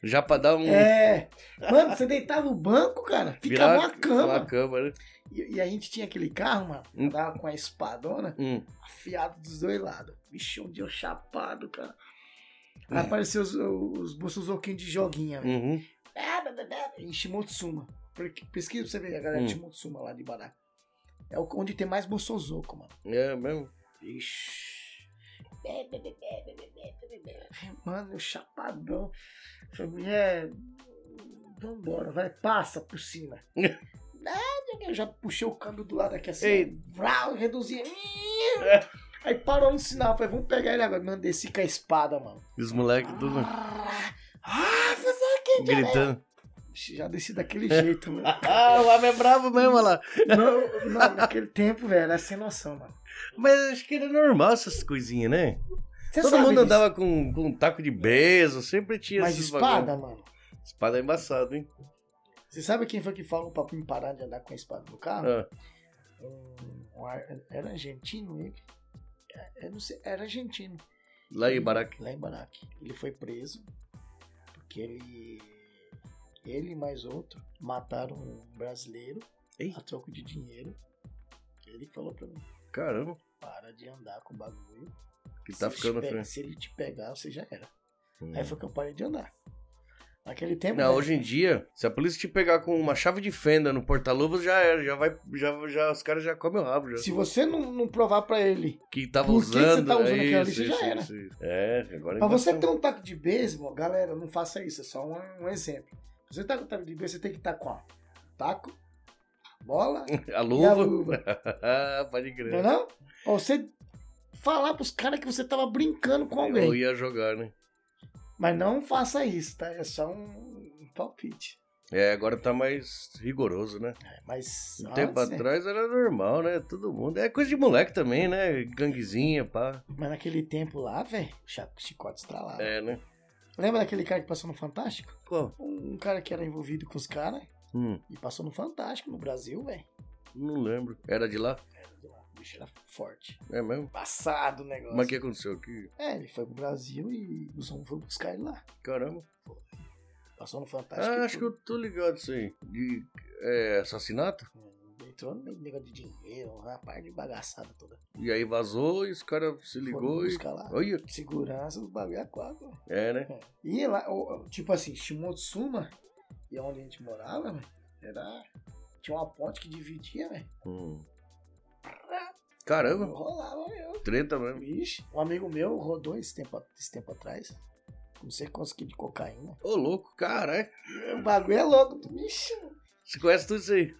[SPEAKER 3] Já pra dar um.
[SPEAKER 1] É. Mano, você deitava o banco, cara. Ficava
[SPEAKER 3] virar
[SPEAKER 1] uma cama.
[SPEAKER 3] Uma cama, né?
[SPEAKER 1] E, e a gente tinha aquele carro, mano.
[SPEAKER 3] Hum.
[SPEAKER 1] Andava com a espadona.
[SPEAKER 3] Hum.
[SPEAKER 1] afiado dos dois lados. Vixe, um dia eu chapado, cara. Aí apareceu os, os Bolsozoquinhos de joguinha, velho.
[SPEAKER 3] Uhum.
[SPEAKER 1] Bé, bé, bé, bé, Em Shimotsuma. Porque- Pesquisa pra você ver a galera
[SPEAKER 3] Hum.
[SPEAKER 1] de Shimotsuma lá de Bará. É o- onde tem mais Bolsozoco, mano.
[SPEAKER 3] É mesmo.
[SPEAKER 1] Vixe. Bé, bé, bé, bé, bé, bé, bé, bé, bé. Mano, eu chapadão. Falei, mulher, vambora, vai, passa por cima. <laughs> Nada, eu já puxei o câmbio do lado aqui assim.
[SPEAKER 3] Ei.
[SPEAKER 1] ó, Vrau, reduzi. É. Aí parou no sinal, falei, vamos pegar ele agora. Mano, desci com a espada, mano.
[SPEAKER 3] E os moleques tudo
[SPEAKER 1] Ah, ah, você aqui,
[SPEAKER 3] gritando.
[SPEAKER 1] Já desci daquele jeito, <laughs> mano.
[SPEAKER 3] <laughs> Ah, o homem é bravo mesmo, olha lá.
[SPEAKER 1] Não, não, naquele tempo, velho, era sem noção, mano.
[SPEAKER 3] Mas acho que era normal essas coisinhas, né?
[SPEAKER 1] Você
[SPEAKER 3] Todo
[SPEAKER 1] sabe
[SPEAKER 3] mundo
[SPEAKER 1] disso.
[SPEAKER 3] andava com, com um taco de bezo, sempre tinha
[SPEAKER 1] Mas
[SPEAKER 3] esses
[SPEAKER 1] espada,
[SPEAKER 3] bagulho.
[SPEAKER 1] mano.
[SPEAKER 3] Espada é embaçado, hein?
[SPEAKER 1] Você sabe quem foi que falou pra mim parar de andar com a espada no carro?
[SPEAKER 3] Ah,
[SPEAKER 1] Um- um ar- era argentino ele? É, Eu não sei, era argentino.
[SPEAKER 3] lá em Baraque.
[SPEAKER 1] Lá em Baraque. Ele foi preso porque ele. Ele e mais outro mataram um brasileiro
[SPEAKER 3] Ei.
[SPEAKER 1] a troco de dinheiro. Ele falou pra mim:
[SPEAKER 3] Caramba,
[SPEAKER 1] para de andar com o bagulho.
[SPEAKER 3] que tá
[SPEAKER 1] se,
[SPEAKER 3] ficando
[SPEAKER 1] ele te pega-
[SPEAKER 3] feio.
[SPEAKER 1] se ele te pegar, você já era.
[SPEAKER 3] Hum.
[SPEAKER 1] Aí foi que eu parei de andar. Naquele tempo.
[SPEAKER 3] Não,
[SPEAKER 1] É né?
[SPEAKER 3] hoje em dia, se a polícia te pegar com uma chave de fenda no porta-luvas, já era, já vai, já, já, os caras já comem o rabo, já.
[SPEAKER 1] Se você não, não provar pra ele
[SPEAKER 3] Que tava
[SPEAKER 1] Por que que você
[SPEAKER 3] usando,
[SPEAKER 1] tá usando
[SPEAKER 3] é
[SPEAKER 1] aquela
[SPEAKER 3] isso,
[SPEAKER 1] ali, já
[SPEAKER 3] isso,
[SPEAKER 1] era.
[SPEAKER 3] isso, isso. É, agora é
[SPEAKER 1] Pra você
[SPEAKER 3] embaçado.
[SPEAKER 1] ter um taco de beisebol, galera, não faça isso, é só um, um exemplo. Pra você tá com taco de beisebol, você tem que estar com ó, o taco, a bola
[SPEAKER 3] A
[SPEAKER 1] e a
[SPEAKER 3] <laughs> luva, Ah,
[SPEAKER 1] luva.
[SPEAKER 3] pode crer.
[SPEAKER 1] Não é não? Pra você falar pros caras que você tava brincando com
[SPEAKER 3] Eu
[SPEAKER 1] alguém.
[SPEAKER 3] ia jogar, né?
[SPEAKER 1] Mas não faça isso, tá? É só um, um palpite.
[SPEAKER 3] É, agora tá mais rigoroso, né?
[SPEAKER 1] É, Mas.
[SPEAKER 3] Um tempo
[SPEAKER 1] antes, né?
[SPEAKER 3] atrás era normal, né? Todo mundo. É coisa de moleque também, né? Ganguezinha, pá.
[SPEAKER 1] Mas naquele tempo lá, velho, o cha- o chicote estralava.
[SPEAKER 3] É, né?
[SPEAKER 1] Lembra daquele cara que passou no Fantástico?
[SPEAKER 3] Qual?
[SPEAKER 1] Um cara que era envolvido com os caras
[SPEAKER 3] Hum,
[SPEAKER 1] e passou no Fantástico no Brasil, velho.
[SPEAKER 3] não lembro. Era de lá?
[SPEAKER 1] O bicho era forte.
[SPEAKER 3] É mesmo?
[SPEAKER 1] Passado o negócio.
[SPEAKER 3] Mas o que aconteceu? Que...
[SPEAKER 1] É, ele foi pro Brasil e os homens foram buscar ele lá.
[SPEAKER 3] Caramba.
[SPEAKER 1] Passou no Fantástico.
[SPEAKER 3] Ah,
[SPEAKER 1] e
[SPEAKER 3] acho que
[SPEAKER 1] tudo.
[SPEAKER 3] eu tô ligado isso aí. De é, assassinato?
[SPEAKER 1] Entrou no meio de negócio de dinheiro, uma parte de bagaçada toda.
[SPEAKER 3] E aí vazou e os caras se
[SPEAKER 1] Foram
[SPEAKER 3] ligou e.
[SPEAKER 1] buscar lá.
[SPEAKER 3] Olha.
[SPEAKER 1] Segurança do bagulho aquático.
[SPEAKER 3] É, né?
[SPEAKER 1] E lá, o- o- tipo assim, Shimotsuma, e é onde a gente morava, velho, era. Tinha uma ponte que dividia, né? velho.
[SPEAKER 3] Hum. Caramba,
[SPEAKER 1] Rolava mesmo.
[SPEAKER 3] treta mesmo.
[SPEAKER 1] Vixe. Um amigo meu rodou esse tempo, a- esse tempo atrás. Não sei quantos quilos de cocaína.
[SPEAKER 3] Ô, louco, caralho.
[SPEAKER 1] O bagulho é louco. Vixe, mano.
[SPEAKER 3] Você conhece tudo isso aí?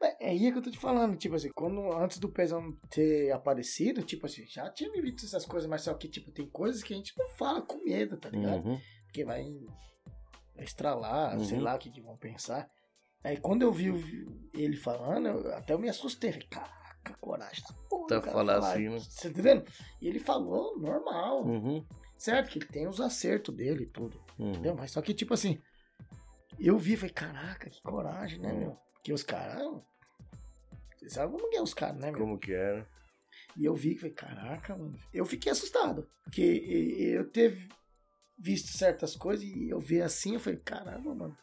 [SPEAKER 1] Mas É aí que eu tô te falando, tipo assim, quando antes do Pezão ter aparecido, tipo assim, já tinha me visto essas coisas, mas só que, tipo, tem coisas que a gente não fala com medo, tá ligado?
[SPEAKER 3] Uhum.
[SPEAKER 1] Porque vai, vai estralar,
[SPEAKER 3] Uhum.
[SPEAKER 1] sei lá o que, que vão pensar. Aí quando eu vi o- ele falando, eu até eu me assustei. Falei, Caraca, coragem da porra.
[SPEAKER 3] Tá
[SPEAKER 1] o cara
[SPEAKER 3] falar assim, né?
[SPEAKER 1] Você tá entendendo? E ele falou normal,
[SPEAKER 3] Uhum.
[SPEAKER 1] certo? Que ele tem os acertos dele e tudo.
[SPEAKER 3] Uhum.
[SPEAKER 1] Entendeu? Mas só que, tipo assim, eu vi, falei, caraca, que coragem, né,
[SPEAKER 3] Hum.
[SPEAKER 1] meu? Porque os caras. Vocês sabem como que é os caras, né, meu?
[SPEAKER 3] Como que era?
[SPEAKER 1] E eu vi, falei, caraca, mano. Eu fiquei assustado. Porque e- e eu teve visto certas coisas e eu vi assim, eu falei, caramba, mano.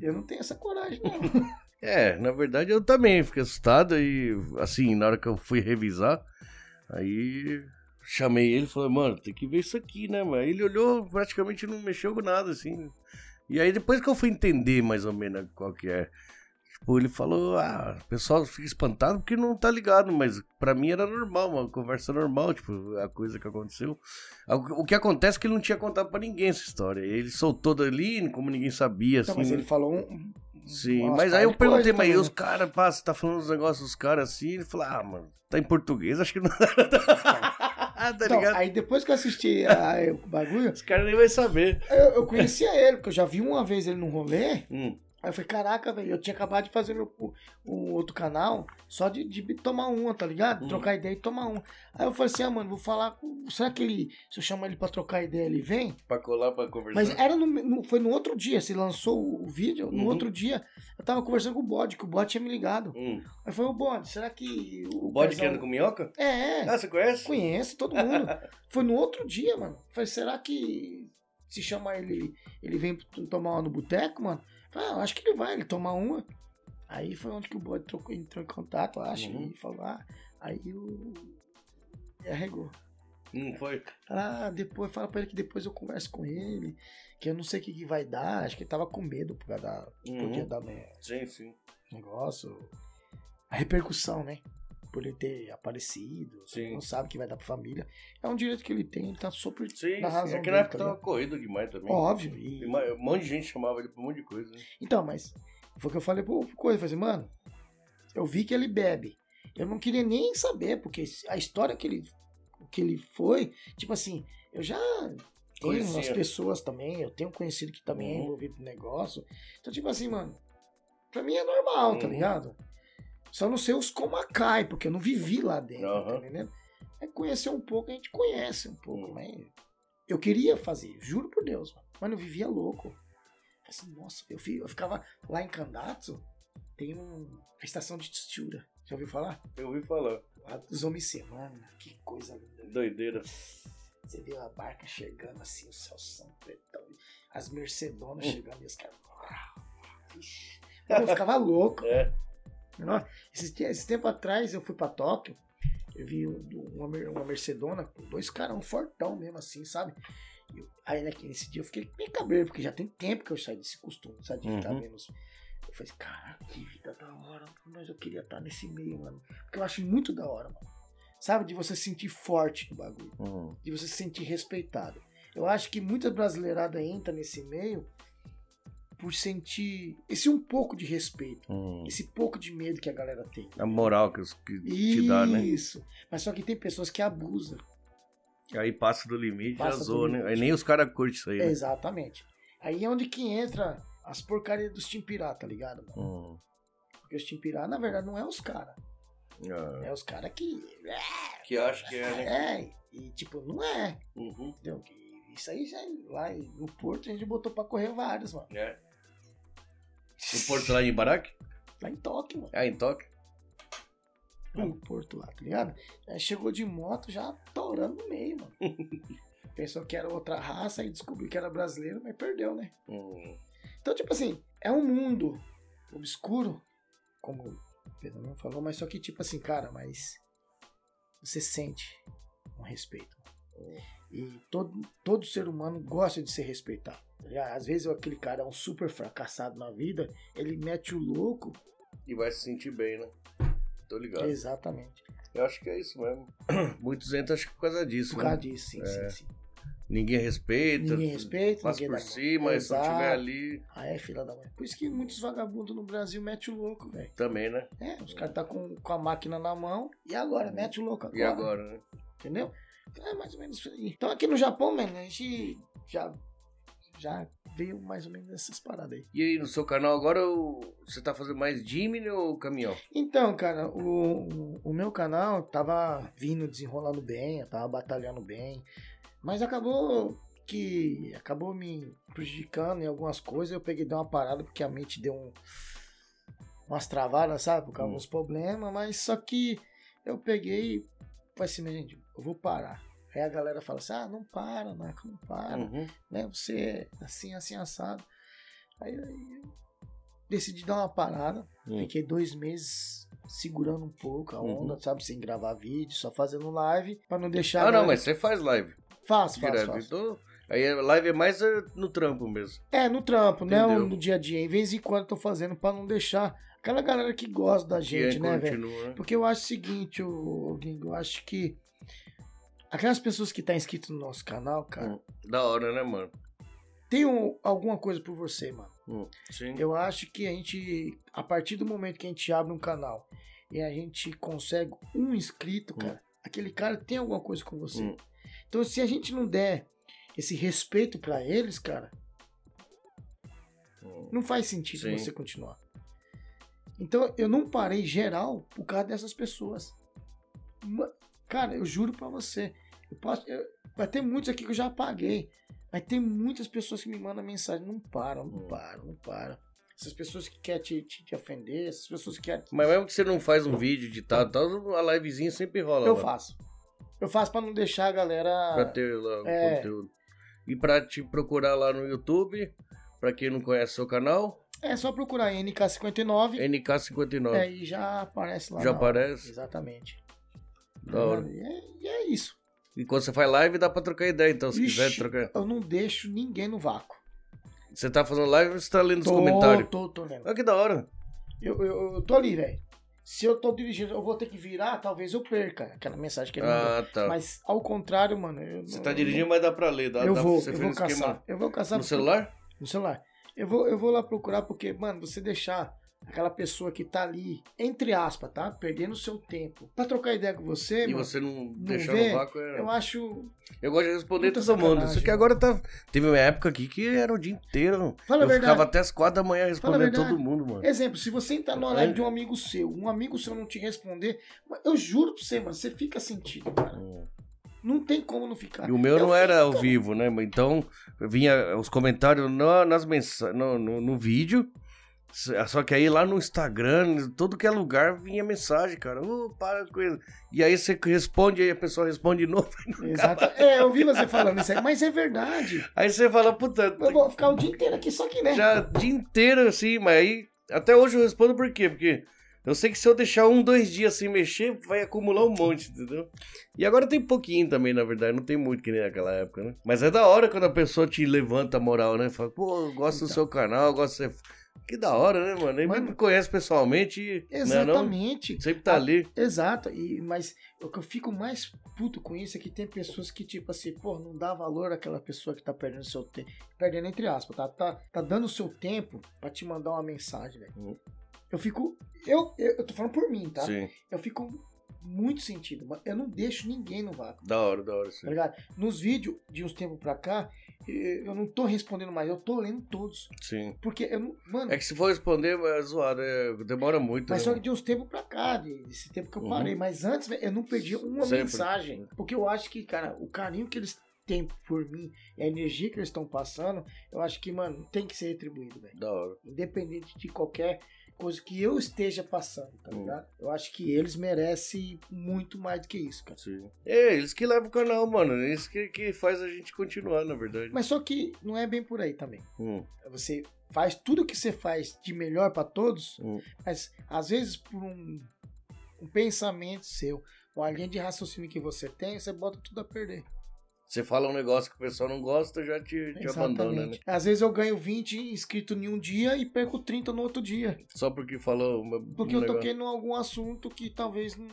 [SPEAKER 1] Eu não tenho essa coragem,
[SPEAKER 3] <laughs>
[SPEAKER 1] não.
[SPEAKER 3] É, na verdade eu também fiquei assustado e assim, na hora que eu fui revisar, aí chamei ele e falei, mano, tem que ver isso aqui, né? Mas ele olhou, praticamente não mexeu com nada, assim. E aí depois que eu fui entender mais ou menos qual que é. Tipo, ele falou, ah, o pessoal fica espantado porque não tá ligado, mas pra mim era normal, uma conversa normal, tipo, a coisa que aconteceu. A- O que acontece é que ele não tinha contado pra ninguém essa história. Ele soltou dali, como ninguém sabia,
[SPEAKER 1] Então,
[SPEAKER 3] assim.
[SPEAKER 1] mas ele falou um. um-
[SPEAKER 3] Sim,
[SPEAKER 1] umas
[SPEAKER 3] mas aí eu
[SPEAKER 1] par de coisa
[SPEAKER 3] perguntei, mas
[SPEAKER 1] também,
[SPEAKER 3] os
[SPEAKER 1] né?
[SPEAKER 3] caras, pá, você tá falando os negócios dos caras assim? Ele falou, ah, mano, tá em português, acho que não. <laughs> tá
[SPEAKER 1] Então,
[SPEAKER 3] ligado?
[SPEAKER 1] aí depois que eu assisti a- a- o bagulho,
[SPEAKER 3] Os caras nem vai saber.
[SPEAKER 1] eu, eu conhecia ele, porque eu já vi uma vez ele num rolê.
[SPEAKER 3] Hum,
[SPEAKER 1] Aí eu falei, caraca, velho, eu tinha acabado de fazer meu, o, o outro canal só de, de tomar uma, tá ligado?
[SPEAKER 3] Hum.
[SPEAKER 1] Trocar ideia e tomar uma. Aí eu falei assim, ah, mano, vou falar com. Será que ele. Se eu chamar ele pra trocar ideia, ele vem?
[SPEAKER 3] pra colar, pra conversar.
[SPEAKER 1] Mas é- era no, no- foi no outro dia, se lançou o, o vídeo, no
[SPEAKER 3] é. Uhum.
[SPEAKER 1] outro dia, eu tava conversando com o bode, que o bode tinha me ligado.
[SPEAKER 3] Hum.
[SPEAKER 1] Aí foi o bode, será que. O,
[SPEAKER 3] O bode que
[SPEAKER 1] casal-
[SPEAKER 3] anda com minhoca?
[SPEAKER 1] É, é.
[SPEAKER 3] Ah, você conhece?
[SPEAKER 1] Conhece todo mundo. foi no outro dia, mano. Falei, será que se chamar ele, ele vem t- tomar uma no boteco, mano? Falei, ah, eu acho que ele vai, ele tomar uma. Aí foi onde que o bode trocou- entrou em contato, eu acho,
[SPEAKER 3] Uhum.
[SPEAKER 1] e falou, ah, aí o. E arregou.
[SPEAKER 3] Não Hum, foi.
[SPEAKER 1] Fala, ah, depois, fala pra ele que depois eu converso com ele, que eu não sei o que, que vai dar, acho que ele tava com medo por causa da, podia
[SPEAKER 3] Uhum.
[SPEAKER 1] dar né,
[SPEAKER 3] Sim, sim.
[SPEAKER 1] negócio. A repercussão, né? Por ele ter aparecido,
[SPEAKER 3] Sim.
[SPEAKER 1] não sabe o que vai dar pra família. É um direito que ele tem, ele tá super
[SPEAKER 3] Sim,
[SPEAKER 1] na
[SPEAKER 3] sim.
[SPEAKER 1] razão
[SPEAKER 3] É que na
[SPEAKER 1] dele,
[SPEAKER 3] época
[SPEAKER 1] tá
[SPEAKER 3] tava
[SPEAKER 1] ligado?
[SPEAKER 3] corrido demais também.
[SPEAKER 1] Óbvio. e-
[SPEAKER 3] E ma- Um monte de gente chamava ele pra um monte de coisa. né?
[SPEAKER 1] Então, mas foi o que eu falei pro pro Coisa, eu falei assim, mano, eu vi que ele bebe. Eu não queria nem saber, porque a história que ele, que ele foi, tipo assim, eu já tenho
[SPEAKER 3] Conhecia.
[SPEAKER 1] as pessoas também, eu tenho conhecido que também é
[SPEAKER 3] Uhum.
[SPEAKER 1] envolvido no negócio. Então, tipo assim, mano, pra mim é normal, tá
[SPEAKER 3] Uhum.
[SPEAKER 1] ligado? Só não sei os Comacai, porque eu não vivi lá dentro, tá
[SPEAKER 3] Aham.
[SPEAKER 1] entendendo? É conhecer um pouco, a gente conhece um pouco,
[SPEAKER 3] Uhum.
[SPEAKER 1] mas eu queria fazer, juro por Deus, mano. Mas eu vivia louco. Falei assim, nossa, eu, fi- eu ficava lá em Candato, tem um, a estação de Tsura. Já ouviu falar?
[SPEAKER 3] Eu ouvi falar.
[SPEAKER 1] Lá dos homens semana, que coisa linda.
[SPEAKER 3] Doideira.
[SPEAKER 1] Você vê a barca chegando assim, o céu são pretão, as
[SPEAKER 3] Hum.
[SPEAKER 1] mercedonas chegando e os caras. Vixe. Eu ficava louco.
[SPEAKER 3] <laughs> É.
[SPEAKER 1] Nossa, Esse, te- esse tempo atrás eu fui pra Tóquio, eu vi um- uma, mer- uma Mercedona com dois caras, um fortão mesmo assim, sabe? E eu- aí naquele nesse dia eu fiquei meio cabreiro, porque já tem tempo que eu saí desse costume, sabe? De ficar
[SPEAKER 3] Uhum.
[SPEAKER 1] menos. Eu falei, caraca, que vida da hora, mas eu queria estar nesse meio, mano. Porque eu acho muito da hora, mano. Sabe? De você se sentir forte no bagulho
[SPEAKER 3] Hum.
[SPEAKER 1] de você se sentir respeitado. Eu acho que muita brasileirada entra nesse meio por sentir esse um pouco de respeito,
[SPEAKER 3] Hum.
[SPEAKER 1] esse pouco de medo que a galera tem.
[SPEAKER 3] A moral que, os- que te
[SPEAKER 1] Isso.
[SPEAKER 3] dá, né?
[SPEAKER 1] Mas só que tem pessoas que abusam.
[SPEAKER 3] Aí passa do limite,
[SPEAKER 1] Passa
[SPEAKER 3] já
[SPEAKER 1] do
[SPEAKER 3] zoa, né?
[SPEAKER 1] limite.
[SPEAKER 3] Aí nem os caras curtem isso aí. né?
[SPEAKER 1] Exatamente. Aí é onde que entra as porcarias dos timpirá, tá ligado? mano?
[SPEAKER 3] Hum.
[SPEAKER 1] Porque os timpirá, na verdade, não é os caras.
[SPEAKER 3] Ah.
[SPEAKER 1] É os caras que.
[SPEAKER 3] Que acho que é, né?
[SPEAKER 1] É, e tipo, não é.
[SPEAKER 3] Uhum.
[SPEAKER 1] Entendeu? Isso aí já é lá no Porto a gente botou pra correr vários, mano.
[SPEAKER 3] É. O porto lá em Baraque?
[SPEAKER 1] Lá em Tóquio, mano.
[SPEAKER 3] Ah, em Tóquio?
[SPEAKER 1] lá no porto lá, tá ligado? Aí chegou de moto já torando no meio, mano. Pensou que era outra raça e descobriu que era brasileiro, mas perdeu, né?
[SPEAKER 3] Hum.
[SPEAKER 1] Então, tipo assim, é um mundo obscuro, como o Pedro não falou, mas só que, tipo assim, cara, mas você sente um respeito. E todo, todo ser humano gosta de ser respeitado. tá ligado? Às vezes aquele cara é um super fracassado na vida, ele mete o louco.
[SPEAKER 3] E vai se sentir bem, né? Tô ligado.
[SPEAKER 1] Exatamente.
[SPEAKER 3] Eu acho que é isso mesmo. <coughs> Muitos entram, acho que por causa disso.
[SPEAKER 1] Por
[SPEAKER 3] né?
[SPEAKER 1] causa disso, sim, sim, sim.
[SPEAKER 3] Ninguém respeita.
[SPEAKER 1] Ninguém respeita,
[SPEAKER 3] Passa
[SPEAKER 1] ninguém
[SPEAKER 3] por
[SPEAKER 1] dá-
[SPEAKER 3] cima, mas se não
[SPEAKER 1] Exato.
[SPEAKER 3] tiver ali,
[SPEAKER 1] Ah, é, filha da mãe. Por isso que muitos vagabundos no Brasil metem o louco, velho.
[SPEAKER 3] também, né?
[SPEAKER 1] É, os caras tá com, com a máquina na mão e agora, mete o louco agora.
[SPEAKER 3] Uhum. E agora, né?
[SPEAKER 1] Entendeu? Então é mais ou menos isso aí. Então aqui no Japão, mano, a gente já, já veio mais ou menos essas paradas aí.
[SPEAKER 3] E aí, no seu canal agora, o- você tá fazendo mais Jimmy ou caminhão?
[SPEAKER 1] Então, cara, o, o- o meu canal tava vindo desenrolando bem, eu tava batalhando bem, mas acabou que acabou me prejudicando em algumas coisas, eu peguei e dei uma parada porque a mente deu um, umas travadas, sabe, por causa
[SPEAKER 3] Hum.
[SPEAKER 1] dos problemas, mas só que eu peguei e falei assim, "Mas, gente, eu vou parar. Aí a galera fala assim, ah, não para, Marco, não para
[SPEAKER 3] Uhum.
[SPEAKER 1] né? Você é assim, assim, assado. Aí, aí eu decidi dar uma parada.
[SPEAKER 3] Hum.
[SPEAKER 1] Fiquei dois meses segurando um pouco a
[SPEAKER 3] Uhum.
[SPEAKER 1] onda, sabe? Sem gravar vídeo, só fazendo live, pra não deixar.
[SPEAKER 3] Ah,
[SPEAKER 1] a
[SPEAKER 3] não,
[SPEAKER 1] galera-
[SPEAKER 3] mas você faz live
[SPEAKER 1] Faço, faço,
[SPEAKER 3] direto.
[SPEAKER 1] faço.
[SPEAKER 3] Então, Aí a live é mais eh, no trampo mesmo.
[SPEAKER 1] É, no trampo, né?
[SPEAKER 3] Entendeu.
[SPEAKER 1] No dia a dia. Em vez em quando eu tô fazendo pra não deixar aquela galera que gosta da
[SPEAKER 3] E aí
[SPEAKER 1] gente, né, velho?
[SPEAKER 3] continua.
[SPEAKER 1] Porque eu acho o seguinte, o Gringo, eu acho que aquelas pessoas que tá inscrito no nosso canal, cara,
[SPEAKER 3] Da hora, né, mano?
[SPEAKER 1] tem um- alguma coisa por você, mano.
[SPEAKER 3] Hum, Sim.
[SPEAKER 1] Eu acho que a gente, a partir do momento que a gente abre um canal e a gente consegue um inscrito,
[SPEAKER 3] Hum.
[SPEAKER 1] cara, aquele cara tem alguma coisa com você.
[SPEAKER 3] Hum.
[SPEAKER 1] Então, se a gente não der esse respeito pra eles, cara,
[SPEAKER 3] Hum.
[SPEAKER 1] não faz sentido
[SPEAKER 3] Sim.
[SPEAKER 1] você continuar. Então, eu não parei geral por causa dessas pessoas. Ma- Cara, eu juro pra você. eu posso- eu- vai ter muitos aqui que eu já apaguei. Vai ter muitas pessoas que me mandam mensagem. Não param, não
[SPEAKER 3] Hum.
[SPEAKER 1] param, não param. Essas pessoas que querem te, te- te ofender, essas pessoas que querem.
[SPEAKER 3] Mas mesmo que você não faz um vídeo editado e tal, a livezinha sempre rola.
[SPEAKER 1] eu
[SPEAKER 3] lá,
[SPEAKER 1] faço. Eu faço pra não deixar a galera.
[SPEAKER 3] Pra ter lá o
[SPEAKER 1] É.
[SPEAKER 3] conteúdo. E pra te procurar lá no YouTube, pra quem não conhece o seu canal,
[SPEAKER 1] É só procurar NK59
[SPEAKER 3] NK59.
[SPEAKER 1] é, e já aparece lá.
[SPEAKER 3] Já
[SPEAKER 1] na hora.
[SPEAKER 3] aparece?
[SPEAKER 1] Exatamente.
[SPEAKER 3] Da hora.
[SPEAKER 1] E é- e é isso.
[SPEAKER 3] E quando você faz live, dá pra trocar ideia, então, se
[SPEAKER 1] Ixi,
[SPEAKER 3] quiser trocar.
[SPEAKER 1] Eu não deixo ninguém no vácuo.
[SPEAKER 3] Você tá fazendo live ou você tá lendo os
[SPEAKER 1] Tô,
[SPEAKER 3] comentários?
[SPEAKER 1] Tô, tô lendo.
[SPEAKER 3] Olha que da hora.
[SPEAKER 1] Eu, eu, eu tô ali, velho. Se eu tô dirigindo, eu vou ter que virar, talvez eu perca aquela mensagem que ele mandou.
[SPEAKER 3] Ah, tá.
[SPEAKER 1] Mas ao contrário, mano. eu
[SPEAKER 3] Você
[SPEAKER 1] não-
[SPEAKER 3] tá
[SPEAKER 1] eu
[SPEAKER 3] dirigindo, mas dá pra ler.
[SPEAKER 1] não-
[SPEAKER 3] Dá,
[SPEAKER 1] Eu
[SPEAKER 3] dá-
[SPEAKER 1] vou,
[SPEAKER 3] você
[SPEAKER 1] eu
[SPEAKER 3] fez
[SPEAKER 1] vou
[SPEAKER 3] um
[SPEAKER 1] caçar.
[SPEAKER 3] esquema
[SPEAKER 1] Eu vou caçar.
[SPEAKER 3] No
[SPEAKER 1] porque-
[SPEAKER 3] celular?
[SPEAKER 1] No celular. Eu vou, eu vou lá procurar porque, mano, você deixar aquela pessoa que tá ali, entre aspas, tá? Perdendo seu tempo. Pra trocar ideia com você,
[SPEAKER 3] E
[SPEAKER 1] mano,
[SPEAKER 3] você não, deixar
[SPEAKER 1] vê?
[SPEAKER 3] no vácuo é...
[SPEAKER 1] eu acho.
[SPEAKER 3] Eu gosto de responder
[SPEAKER 1] Muita
[SPEAKER 3] todo mundo.
[SPEAKER 1] sacanagem.
[SPEAKER 3] Só que agora tá. Teve uma época aqui que era o dia inteiro.
[SPEAKER 1] Fala a
[SPEAKER 3] eu
[SPEAKER 1] verdade.
[SPEAKER 3] ficava até as quatro da manhã
[SPEAKER 1] Fala a
[SPEAKER 3] respondendo
[SPEAKER 1] verdade. É.
[SPEAKER 3] todo mundo, mano.
[SPEAKER 1] Exemplo, se você entrar
[SPEAKER 3] Uhum.
[SPEAKER 1] no live de um amigo seu, um amigo seu não te responder, eu juro pra você, mano, você fica sentido, cara. Não tem como não ficar.
[SPEAKER 3] E o meu
[SPEAKER 1] Eu
[SPEAKER 3] não era
[SPEAKER 1] fico.
[SPEAKER 3] ao vivo, né? Então, vinha os comentários na- nas mensa- no, no, no vídeo. S- ah, Só que aí lá no Instagram, todo que é lugar, vinha mensagem, cara. Ô, para com isso. E aí você responde, aí a pessoa responde de novo. <laughs>
[SPEAKER 1] Exato. É, eu vi você falando isso aí, mas é verdade.
[SPEAKER 3] Aí você fala, puta,
[SPEAKER 1] Eu vou ficar o dia inteiro aqui, só que, né?
[SPEAKER 3] já o dia inteiro assim, mas aí. Até hoje eu respondo por quê? Porque eu sei que se eu deixar um, dois dias sem mexer, vai acumular um monte, entendeu? E agora tem pouquinho também, na verdade, não tem muito que nem naquela época, né? Mas é da hora quando a pessoa te levanta a moral, né? Fala, pô, eu gosto do
[SPEAKER 1] Então.
[SPEAKER 3] seu canal, eu gosto do seu. Que da hora, né, mano? Ele
[SPEAKER 1] Mano.
[SPEAKER 3] me conhece pessoalmente, né? Não,
[SPEAKER 1] Exatamente. Ah,
[SPEAKER 3] sempre tá ali.
[SPEAKER 1] Exato. E, mas o que eu fico mais puto com isso é que tem pessoas que, tipo assim, pô, não dá valor àquela pessoa que tá perdendo seu tempo. Perdendo entre aspas, tá? Tá, tá dando o seu tempo pra te mandar uma mensagem, velho.
[SPEAKER 3] Hum.
[SPEAKER 1] Eu fico. Eu, eu, eu tô falando por mim, tá?
[SPEAKER 3] Sim,
[SPEAKER 1] eu fico muito sentido. mas Eu não deixo ninguém no vácuo,
[SPEAKER 3] da hora, da hora,
[SPEAKER 1] tá
[SPEAKER 3] sim.
[SPEAKER 1] ligado? Nos vídeos de uns tempos pra cá, eh, eu não tô respondendo mais, eu tô lendo todos.
[SPEAKER 3] Sim.
[SPEAKER 1] Porque eu não. Mano,
[SPEAKER 3] É que se for responder, é zoado, é- demora muito.
[SPEAKER 1] mas
[SPEAKER 3] né,
[SPEAKER 1] só que
[SPEAKER 3] mano?
[SPEAKER 1] de uns tempos pra cá, de- desse tempo que eu
[SPEAKER 3] Uhum.
[SPEAKER 1] parei. Mas antes, velho, eu não perdi uma
[SPEAKER 3] Sempre.
[SPEAKER 1] mensagem. Porque eu acho que, cara, o carinho que eles têm por mim e a energia que eles estão passando, eu acho que, mano, tem que ser retribuído, velho.
[SPEAKER 3] Da hora.
[SPEAKER 1] Independente de qualquer coisa que eu esteja passando, tá
[SPEAKER 3] Uhum.
[SPEAKER 1] ligado? Eu acho que eles merecem muito mais do que isso, cara.
[SPEAKER 3] É, eles que levam o canal, mano. Isso que, que faz a gente continuar, na verdade.
[SPEAKER 1] Mas só que não é bem por aí também.
[SPEAKER 3] Hum,
[SPEAKER 1] Você faz tudo o que você faz de melhor pra todos,
[SPEAKER 3] Hum.
[SPEAKER 1] mas às vezes por um, um pensamento seu, uma linha de raciocínio que você tem, você bota tudo a perder.
[SPEAKER 3] Você fala um negócio que o pessoal não gosta, já te, te abandona, né?
[SPEAKER 1] Às vezes eu ganho 20 inscritos em um dia e perco 30 no outro dia.
[SPEAKER 3] Só porque falou uma,
[SPEAKER 1] Porque
[SPEAKER 3] um
[SPEAKER 1] eu
[SPEAKER 3] negócio.
[SPEAKER 1] toquei em algum assunto que talvez não.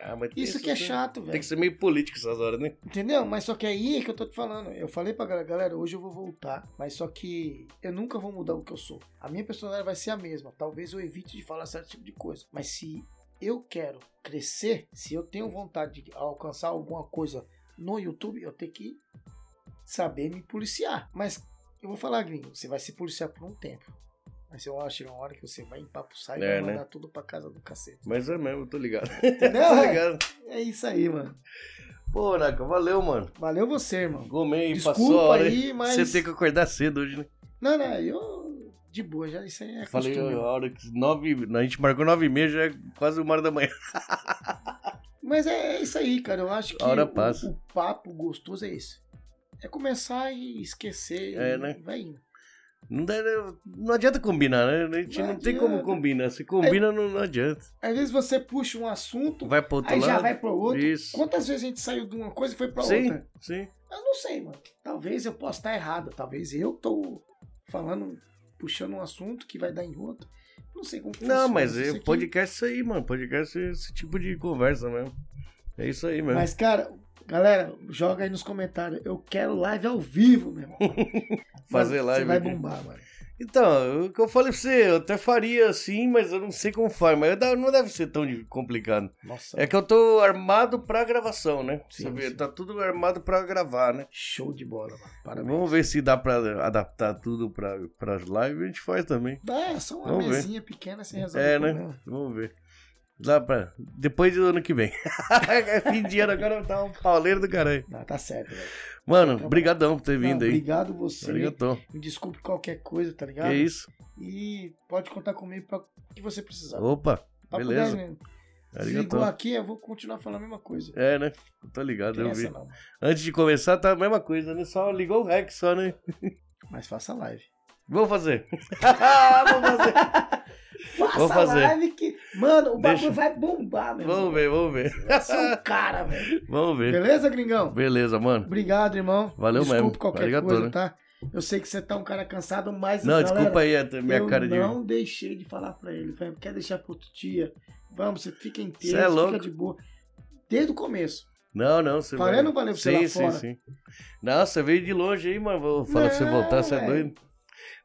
[SPEAKER 3] Ah, mas tem
[SPEAKER 1] Isso que é
[SPEAKER 3] tem-
[SPEAKER 1] chato,
[SPEAKER 3] Tem
[SPEAKER 1] velho.
[SPEAKER 3] que ser meio político essas horas, né?
[SPEAKER 1] Entendeu? Mas só que aí é que eu tô te falando. Eu falei pra galera, galera, hoje eu vou voltar. Mas só que eu nunca vou mudar o que eu sou. A minha personalidade vai ser a mesma. Talvez eu evite de falar certo tipo de coisa. Mas se eu quero crescer, se eu tenho vontade de alcançar alguma coisa no YouTube, eu tenho que saber me policiar. Mas eu vou falar, gringo, você vai se policiar por um tempo. Mas eu acho que é uma hora que você vai empapuçar e
[SPEAKER 3] É,
[SPEAKER 1] vai
[SPEAKER 3] né?
[SPEAKER 1] mandar tudo pra casa do cacete.
[SPEAKER 3] Mas é mesmo, tô ligado.
[SPEAKER 1] Entendeu?
[SPEAKER 3] <laughs> tô
[SPEAKER 1] é,
[SPEAKER 3] Tá ligado.
[SPEAKER 1] é isso aí, mano.
[SPEAKER 3] Pô, Naka, valeu, mano.
[SPEAKER 1] Valeu você, irmão.
[SPEAKER 3] Gomei,
[SPEAKER 1] Desculpa
[SPEAKER 3] passou a hora.
[SPEAKER 1] aí, mas.
[SPEAKER 3] Você tem que acordar cedo hoje, né?
[SPEAKER 1] Não, não, eu. De boa, já isso aí é
[SPEAKER 3] Falei
[SPEAKER 1] costume.
[SPEAKER 3] a hora que nove... A gente marcou nove e meia, já é quase uma hora da manhã. <laughs>
[SPEAKER 1] Mas é, isso aí, cara. Eu acho que
[SPEAKER 3] A hora
[SPEAKER 1] o,
[SPEAKER 3] passa.
[SPEAKER 1] o papo gostoso é esse. É começar e esquecer.
[SPEAKER 3] É,
[SPEAKER 1] e
[SPEAKER 3] né?
[SPEAKER 1] Vai indo.
[SPEAKER 3] Não, dá- né? não adianta combinar, né? A gente
[SPEAKER 1] Não
[SPEAKER 3] não, tem como
[SPEAKER 1] adianta.
[SPEAKER 3] combinar. Se combina, não, não adianta.
[SPEAKER 1] Às vezes você puxa um assunto,
[SPEAKER 3] Vai pro outro
[SPEAKER 1] aí
[SPEAKER 3] lado.
[SPEAKER 1] já vai pro outro.
[SPEAKER 3] Isso.
[SPEAKER 1] Quantas vezes a gente saiu de uma coisa e foi pra
[SPEAKER 3] Sim,
[SPEAKER 1] outra?
[SPEAKER 3] sim.
[SPEAKER 1] Eu não sei, mano. Talvez eu possa estar errado. Talvez eu tô falando, puxando um assunto que vai dar em outro. Não sei como que
[SPEAKER 3] Não,
[SPEAKER 1] funciona
[SPEAKER 3] mas
[SPEAKER 1] isso
[SPEAKER 3] é
[SPEAKER 1] aqui.
[SPEAKER 3] podcast é isso aí, mano. Podcast é esse tipo de conversa mesmo. É isso aí mesmo.
[SPEAKER 1] Mas, cara, galera, joga aí nos comentários. Eu quero live ao vivo, meu irmão.
[SPEAKER 3] <laughs> Fazer
[SPEAKER 1] Mano,
[SPEAKER 3] live
[SPEAKER 1] Você vai
[SPEAKER 3] aqui.
[SPEAKER 1] bombar, mano.
[SPEAKER 3] Então, o que eu falei pra você, eu até faria assim, mas eu não sei como faz. Mas eu da- não deve ser tão de- complicado.
[SPEAKER 1] Nossa,
[SPEAKER 3] É que eu tô armado pra gravação, né?
[SPEAKER 1] Sim,
[SPEAKER 3] Você vê,
[SPEAKER 1] sim.
[SPEAKER 3] Tá tudo armado pra gravar, né?
[SPEAKER 1] show de bola, mano. Parabéns.
[SPEAKER 3] Vamos ver se dá pra adaptar tudo pra, pras lives, a gente faz também.
[SPEAKER 1] É, só uma
[SPEAKER 3] Vamos ver.
[SPEAKER 1] mesinha pequena sem resolve.
[SPEAKER 3] É,
[SPEAKER 1] o
[SPEAKER 3] né?
[SPEAKER 1] problema.
[SPEAKER 3] Vamos ver. Dá pra. Depois do ano que vem. <laughs> é fim de ano, agora tá um pauleiro do caralho.
[SPEAKER 1] Não, tá certo, velho.
[SPEAKER 3] Mano, brigadão por ter
[SPEAKER 1] Tá Não,
[SPEAKER 3] Tá vindo aí.
[SPEAKER 1] Obrigado você.
[SPEAKER 3] Obrigado.
[SPEAKER 1] Me desculpe qualquer coisa, tá ligado?
[SPEAKER 3] Que isso?
[SPEAKER 1] E pode contar comigo pra o que você precisar.
[SPEAKER 3] Opa,
[SPEAKER 1] Papo
[SPEAKER 3] beleza.
[SPEAKER 1] 10 mesmo. Se ligou
[SPEAKER 3] Arigatô.
[SPEAKER 1] aqui, eu vou continuar falando a mesma coisa.
[SPEAKER 3] É, né? Eu Tô ligado,
[SPEAKER 1] Não tem
[SPEAKER 3] eu
[SPEAKER 1] essa
[SPEAKER 3] vi.
[SPEAKER 1] não, mano.
[SPEAKER 3] Antes de começar, tá a mesma coisa, né? Só ligou o rec, só, né?
[SPEAKER 1] mas faça live.
[SPEAKER 3] Vou
[SPEAKER 1] <laughs>
[SPEAKER 3] fazer. Vou fazer.
[SPEAKER 1] Faça
[SPEAKER 3] Vou fazer.
[SPEAKER 1] live que. Mano, o
[SPEAKER 3] Deixa.
[SPEAKER 1] bagulho vai bombar, meu irmão.
[SPEAKER 3] Vamos ver, vamos ver.
[SPEAKER 1] Você é um cara, velho.
[SPEAKER 3] Vamos ver.
[SPEAKER 1] Beleza, gringão?
[SPEAKER 3] Beleza, mano.
[SPEAKER 1] Obrigado, irmão.
[SPEAKER 3] Valeu
[SPEAKER 1] desculpa
[SPEAKER 3] mesmo.
[SPEAKER 1] qualquer
[SPEAKER 3] Arigatô,
[SPEAKER 1] coisa,
[SPEAKER 3] né?
[SPEAKER 1] tá? Eu sei que você tá um cara cansado, mas.
[SPEAKER 3] Não,
[SPEAKER 1] galera,
[SPEAKER 3] desculpa aí a minha
[SPEAKER 1] eu
[SPEAKER 3] cara de.
[SPEAKER 1] não deixei de falar pra ele. Falei, quer deixar pro outro dia? Vamos, você fica inteiro,
[SPEAKER 3] Cê é louco.
[SPEAKER 1] fica de boa. Desde o começo.
[SPEAKER 3] Não, não, você
[SPEAKER 1] Falei
[SPEAKER 3] vai-
[SPEAKER 1] ou não falei pra você
[SPEAKER 3] sim,
[SPEAKER 1] lá
[SPEAKER 3] sim,
[SPEAKER 1] fora?
[SPEAKER 3] Sim, Não, você veio de longe aí, mano. Vou falar pra você
[SPEAKER 1] Não,
[SPEAKER 3] voltar, você é
[SPEAKER 1] velho.
[SPEAKER 3] doido.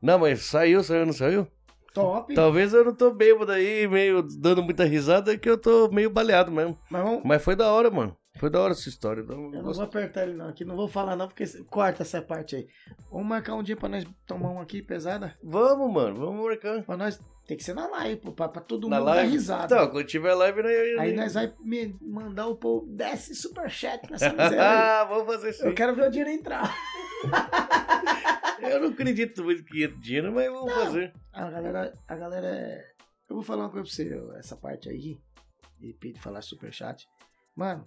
[SPEAKER 3] Não, mas saiu, saiu, não saiu?
[SPEAKER 1] Top.
[SPEAKER 3] Talvez eu não tô bêbado aí, meio dando muita risada, é que eu tô meio baleado mesmo.
[SPEAKER 1] Mas vamos.
[SPEAKER 3] Mas foi da hora, mano. Foi da hora essa história. Então,
[SPEAKER 1] Eu não
[SPEAKER 3] gosto-
[SPEAKER 1] vou apertar ele não aqui, não vou falar não, porque corta essa parte aí. Vamos marcar um dia pra nós tomar um aqui pesada?
[SPEAKER 3] Vamos, mano, vamos marcar.
[SPEAKER 1] Pra nós. Tem que ser na live, pô, pra, pra todo
[SPEAKER 3] Na
[SPEAKER 1] mundo
[SPEAKER 3] live?
[SPEAKER 1] dar risada.
[SPEAKER 3] Então, quando tiver live, né? <laughs>
[SPEAKER 1] Ah, Aí nós vai me- mandar o povo. Desce superchat
[SPEAKER 3] <laughs>
[SPEAKER 1] nessa miséria. é aí.
[SPEAKER 3] ah, vamos fazer isso.
[SPEAKER 1] Eu quero ver o dinheiro entrar.
[SPEAKER 3] Eu não acredito muito que ia dinheiro, mas vamos fazer.
[SPEAKER 1] A galera, a galera é. Eu vou falar uma coisa pra você, essa parte aí, de repente falar superchat. Mano,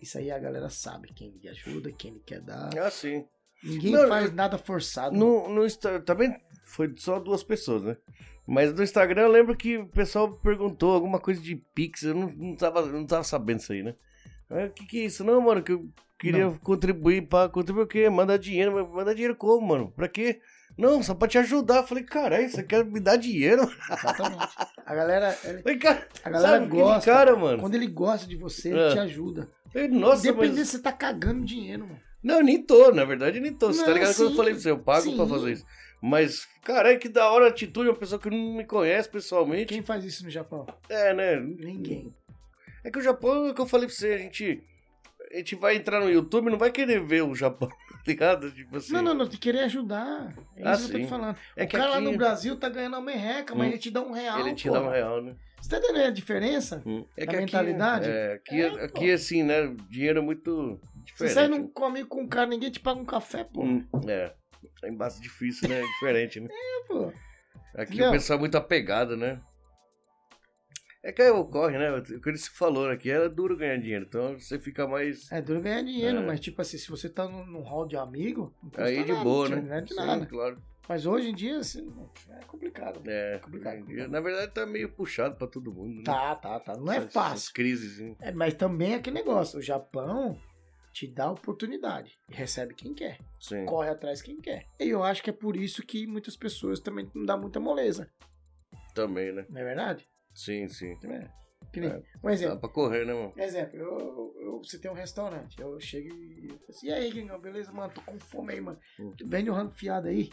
[SPEAKER 1] isso aí a galera sabe quem lhe ajuda, quem lhe quer dar.
[SPEAKER 3] Ah, sim.
[SPEAKER 1] Ninguém
[SPEAKER 3] Não,
[SPEAKER 1] faz nada forçado.
[SPEAKER 3] No, no Instagram, também foi só duas pessoas, né? Mas no Instagram eu lembro que o pessoal perguntou alguma coisa de Pix, eu não, não, tava, não tava sabendo isso aí, né? Aí, O que que é isso? Não, mano, que eu queria contribuir pra... Contribuir o quê? Mandar dinheiro. Mas mandar dinheiro como, mano? Pra quê? Não, só pra te ajudar. Eu falei, caralho, você quer me dar dinheiro? Eu
[SPEAKER 1] Exatamente. A galera, ela-
[SPEAKER 3] Falei, cara,
[SPEAKER 1] a galera
[SPEAKER 3] sabe aquele
[SPEAKER 1] gosta.
[SPEAKER 3] cara, mano?
[SPEAKER 1] Quando ele gosta de você,
[SPEAKER 3] É.
[SPEAKER 1] ele te ajuda.
[SPEAKER 3] Eu falei, Nossa,
[SPEAKER 1] Dependendo
[SPEAKER 3] mas...
[SPEAKER 1] se você tá cagando dinheiro, mano.
[SPEAKER 3] Não, eu nem tô, na verdade, eu nem tô. Você tá
[SPEAKER 1] Não,
[SPEAKER 3] ligado quando eu
[SPEAKER 1] sim,
[SPEAKER 3] falei pra você? Eu pago pra
[SPEAKER 1] sim.
[SPEAKER 3] fazer isso. Mas, caralho, que da hora a atitude de uma pessoa que não me conhece pessoalmente.
[SPEAKER 1] Quem faz isso no Japão?
[SPEAKER 3] É, né?
[SPEAKER 1] Ninguém.
[SPEAKER 3] É que o Japão, é o que eu falei pra você, a gente, a gente vai entrar no YouTube e não vai querer ver o Japão, <laughs> tá ligado? Tipo assim.
[SPEAKER 1] Não, não, não. Tem que querer ajudar. É
[SPEAKER 3] Ah,
[SPEAKER 1] isso que eu tô
[SPEAKER 3] sim.
[SPEAKER 1] te falando.
[SPEAKER 3] É
[SPEAKER 1] o
[SPEAKER 3] que
[SPEAKER 1] cara
[SPEAKER 3] aqui
[SPEAKER 1] lá no Brasil tá ganhando uma merreca, mas
[SPEAKER 3] Hum.
[SPEAKER 1] ele te dá um real.
[SPEAKER 3] ele te
[SPEAKER 1] pô.
[SPEAKER 3] dá um real, né?
[SPEAKER 1] Você tá entendendo a diferença?
[SPEAKER 3] É
[SPEAKER 1] Da
[SPEAKER 3] aqui-
[SPEAKER 1] mentalidade?
[SPEAKER 3] é, aqui,
[SPEAKER 1] É,
[SPEAKER 3] aqui assim, né? O Dinheiro é muito
[SPEAKER 1] Você
[SPEAKER 3] diferente.
[SPEAKER 1] sai num comigo com um cara, ninguém te paga um café, pô.
[SPEAKER 3] Hum, É. É em base difícil, né? É diferente, né?
[SPEAKER 1] É, pô.
[SPEAKER 3] Aqui
[SPEAKER 1] Entendeu?
[SPEAKER 3] o pessoal é muito apegado, né? É que aí ocorre, né? O que ele se falou aqui, é duro ganhar dinheiro, então você fica mais.
[SPEAKER 1] É duro ganhar dinheiro,
[SPEAKER 3] É.
[SPEAKER 1] mas tipo assim, se você tá num, num hall de amigo, não custa
[SPEAKER 3] Aí de
[SPEAKER 1] nada,
[SPEAKER 3] boa,
[SPEAKER 1] tio,
[SPEAKER 3] né?
[SPEAKER 1] Não é de
[SPEAKER 3] Sim,
[SPEAKER 1] nada.
[SPEAKER 3] claro.
[SPEAKER 1] Mas hoje em dia, assim, é complicado.
[SPEAKER 3] É.
[SPEAKER 1] Complicado, complicado.
[SPEAKER 3] Na verdade tá meio puxado pra todo mundo, né?
[SPEAKER 1] Tá, tá, tá. Não é
[SPEAKER 3] Essas- essas
[SPEAKER 1] fácil.
[SPEAKER 3] crises. hein?
[SPEAKER 1] É, mas também é aquele negócio. O Japão te dá oportunidade. E recebe quem quer.
[SPEAKER 3] Sim.
[SPEAKER 1] Corre atrás quem quer. E eu acho que é por isso que muitas pessoas também não dá muita moleza.
[SPEAKER 3] Também, né?
[SPEAKER 1] Não é verdade?
[SPEAKER 3] Sim, sim.
[SPEAKER 1] Que nem-
[SPEAKER 3] É.
[SPEAKER 1] Um
[SPEAKER 3] Dá
[SPEAKER 1] exemplo.
[SPEAKER 3] pra correr, né, mano?
[SPEAKER 1] Exemplo, eu, eu, você tem um restaurante, eu chego e eu falo assim, e aí, Gringão, beleza, mano? Tô com fome aí, mano.
[SPEAKER 3] Hum.
[SPEAKER 1] Vende um ramo
[SPEAKER 3] <laughs>
[SPEAKER 1] fiado aí.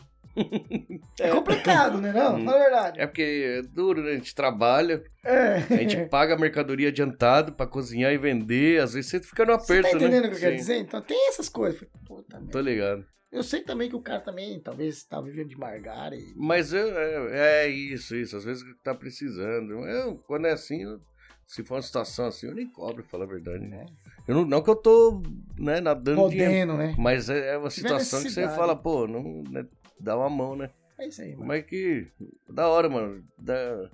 [SPEAKER 1] É complicado, né não?
[SPEAKER 3] Hum.
[SPEAKER 1] Fala a verdade.
[SPEAKER 3] É um porque é duro, né? A gente trabalha,
[SPEAKER 1] É.
[SPEAKER 3] a
[SPEAKER 1] <laughs>
[SPEAKER 3] gente paga a mercadoria adiantado pra cozinhar e vender. Às vezes você fica no
[SPEAKER 1] Você
[SPEAKER 3] aperto,
[SPEAKER 1] tá entendendo
[SPEAKER 3] né?
[SPEAKER 1] o que eu quero
[SPEAKER 3] Sim,
[SPEAKER 1] dizer? Então tem essas coisas. Eu falei, Puta merda.
[SPEAKER 3] Tô ligado.
[SPEAKER 1] Eu sei também que o cara também, talvez, tá vivendo de margar e...
[SPEAKER 3] Mas eu- é, é isso, isso. Às vezes tá precisando. Eu, quando é assim, eu- se for uma situação assim, eu nem cobro, pra falar a verdade. né? Eu não, não que eu tô né, nadando dinheiro.
[SPEAKER 1] Podendo, né?
[SPEAKER 3] Mas é, é uma
[SPEAKER 1] tiver
[SPEAKER 3] situação que você
[SPEAKER 1] necessidade.
[SPEAKER 3] fala, pô, não, né, dá uma mão, né?
[SPEAKER 1] É isso aí, mano.
[SPEAKER 3] Mas que da hora, mano. Da...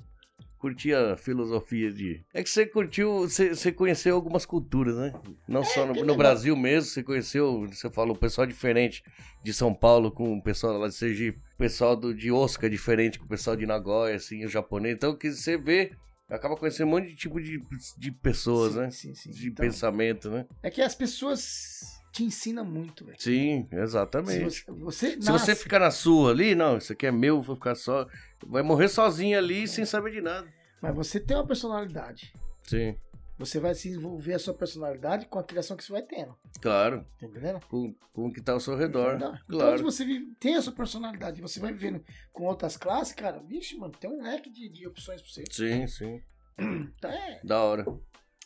[SPEAKER 3] Curti a filosofia de. É que você curtiu, você você conheceu algumas culturas, né? Não só no,
[SPEAKER 1] que
[SPEAKER 3] no
[SPEAKER 1] legal.
[SPEAKER 3] Brasil mesmo, você conheceu, você falou, o pessoal diferente de São Paulo com o pessoal lá de Sergipe, o pessoal do, de Osaka diferente com o pessoal de Nagoya, assim, o japonês. Então, que você vê, acaba conhecendo um monte de tipo de, de pessoas,
[SPEAKER 1] Sim,
[SPEAKER 3] né?
[SPEAKER 1] Sim, sim.
[SPEAKER 3] De
[SPEAKER 1] Então,
[SPEAKER 3] pensamento, né?
[SPEAKER 1] É que as pessoas te ensina muito, velho.
[SPEAKER 3] Sim, exatamente.
[SPEAKER 1] Se você, você
[SPEAKER 3] Se
[SPEAKER 1] nasce-
[SPEAKER 3] você ficar na sua ali, não, isso aqui é meu, vou ficar só. Vai morrer sozinho ali sem saber de nada.
[SPEAKER 1] Mas você tem uma personalidade.
[SPEAKER 3] Sim.
[SPEAKER 1] Você vai se envolver a sua personalidade com a criação que você vai tendo.
[SPEAKER 3] Claro,
[SPEAKER 1] Tá entendendo?
[SPEAKER 3] com, com o que tá ao seu redor.
[SPEAKER 1] Não. Então, se
[SPEAKER 3] Claro.
[SPEAKER 1] você vive- tem a sua personalidade e você vai vivendo com outras classes, cara, vixe, mano, tem um leque de, de opções pra você.
[SPEAKER 3] Sim, sim.
[SPEAKER 1] Então, é,
[SPEAKER 3] Da hora.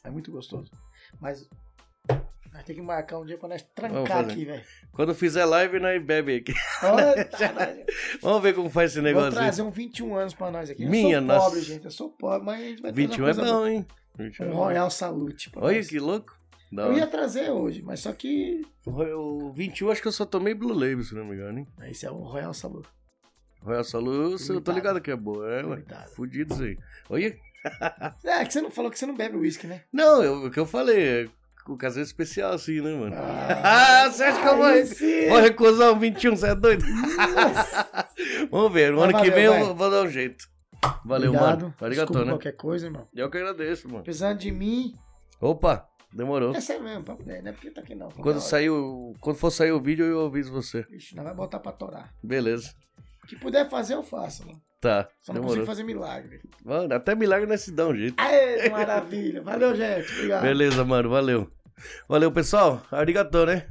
[SPEAKER 1] é muito gostoso. Mas nós temos que marcar um dia pra nós
[SPEAKER 3] Vamos
[SPEAKER 1] trancar
[SPEAKER 3] fazer.
[SPEAKER 1] aqui, velho.
[SPEAKER 3] Quando fizer live, nós bebe aqui. <laughs>
[SPEAKER 1] Olha, tá, nós-
[SPEAKER 3] Vamos ver como faz esse
[SPEAKER 1] Vou
[SPEAKER 3] negócio aí.
[SPEAKER 1] trazer um 21 anos pra nós aqui.
[SPEAKER 3] Minha
[SPEAKER 1] eu sou
[SPEAKER 3] nossa.
[SPEAKER 1] pobre, gente. Eu sou pobre, mas a gente vai trazer
[SPEAKER 3] 21 é
[SPEAKER 1] uma coisa boa.
[SPEAKER 3] bom, hein? 21 é
[SPEAKER 1] Um
[SPEAKER 3] bom.
[SPEAKER 1] Royal Salute. pra
[SPEAKER 3] Olha
[SPEAKER 1] nós.
[SPEAKER 3] que louco. Da
[SPEAKER 1] Eu
[SPEAKER 3] hora.
[SPEAKER 1] ia trazer hoje, mas só que.
[SPEAKER 3] O 21 acho que eu só tomei Blue Label, se não me engano, hein?
[SPEAKER 1] Esse é um Royal Salute.
[SPEAKER 3] Royal Salus, eu tô
[SPEAKER 1] Limitado.
[SPEAKER 3] ligado que é boa. É, ué.
[SPEAKER 1] Limitado.
[SPEAKER 3] Fudido isso aí. Olha.
[SPEAKER 1] É, que você não falou que você não bebe uísque, né?
[SPEAKER 3] Não, eu- o que eu falei, é o caseiro especial assim, né, mano? Ah, você acha que eu vou-
[SPEAKER 1] aí sim.
[SPEAKER 3] Vou recusar o 21, você é doido?
[SPEAKER 1] Nossa.
[SPEAKER 3] <laughs> Vamos ver, no
[SPEAKER 1] Mas
[SPEAKER 3] ano que
[SPEAKER 1] valeu,
[SPEAKER 3] vem eu
[SPEAKER 1] vai.
[SPEAKER 3] vou- vou dar um jeito. Valeu,
[SPEAKER 1] Obrigado.
[SPEAKER 3] mano. Arigato,
[SPEAKER 1] Desculpa
[SPEAKER 3] né?
[SPEAKER 1] qualquer coisa, irmão.
[SPEAKER 3] Eu que agradeço, mano.
[SPEAKER 1] Precisando de mim,
[SPEAKER 3] Opa, demorou.
[SPEAKER 1] é sério mesmo, papo dele, não é porque tá aqui não.
[SPEAKER 3] Quando,
[SPEAKER 1] Não,
[SPEAKER 3] sair o- quando for sair o vídeo, eu aviso você.
[SPEAKER 1] Vixe, não vai botar pra torar.
[SPEAKER 3] Beleza.
[SPEAKER 1] O que puder fazer, eu faço, mano.
[SPEAKER 3] Tá,
[SPEAKER 1] Só não
[SPEAKER 3] demorou.
[SPEAKER 1] consigo fazer milagre.
[SPEAKER 3] Mano, até milagre nesse dá um jeito.
[SPEAKER 1] Aê, maravilha. Valeu, gente. Obrigado.
[SPEAKER 3] Beleza, mano, valeu. Valeu, pessoal. Arigatô, né?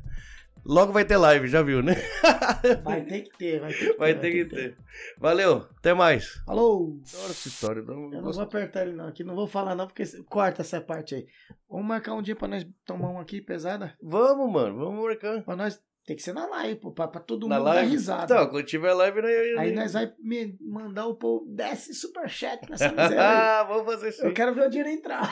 [SPEAKER 3] Logo vai ter live, já
[SPEAKER 1] <laughs>
[SPEAKER 3] viu, né?
[SPEAKER 1] Vai ter que ter, vai ter que ter.
[SPEAKER 3] Vai ter que ter. Valeu, até mais.
[SPEAKER 1] Alô.
[SPEAKER 3] Da hora essa história. um da-
[SPEAKER 1] Eu não vou apertar ele não aqui, não vou falar não, porque corta essa parte aí. Vamos marcar um dia pra nós tomar um aqui pesada?
[SPEAKER 3] Vamos, mano, vamos marcar.
[SPEAKER 1] Pra nós. Tem que ser na live, pô, pra, pra todo
[SPEAKER 3] Na
[SPEAKER 1] mundo dar
[SPEAKER 3] live?
[SPEAKER 1] risada.
[SPEAKER 3] Então, quando tiver live, né?
[SPEAKER 1] Aí nós vai me mandar o povo. Desce superchat
[SPEAKER 3] <laughs>
[SPEAKER 1] nessa miséria. aí.
[SPEAKER 3] ah, vamos fazer isso.
[SPEAKER 1] Eu quero ver o dinheiro entrar.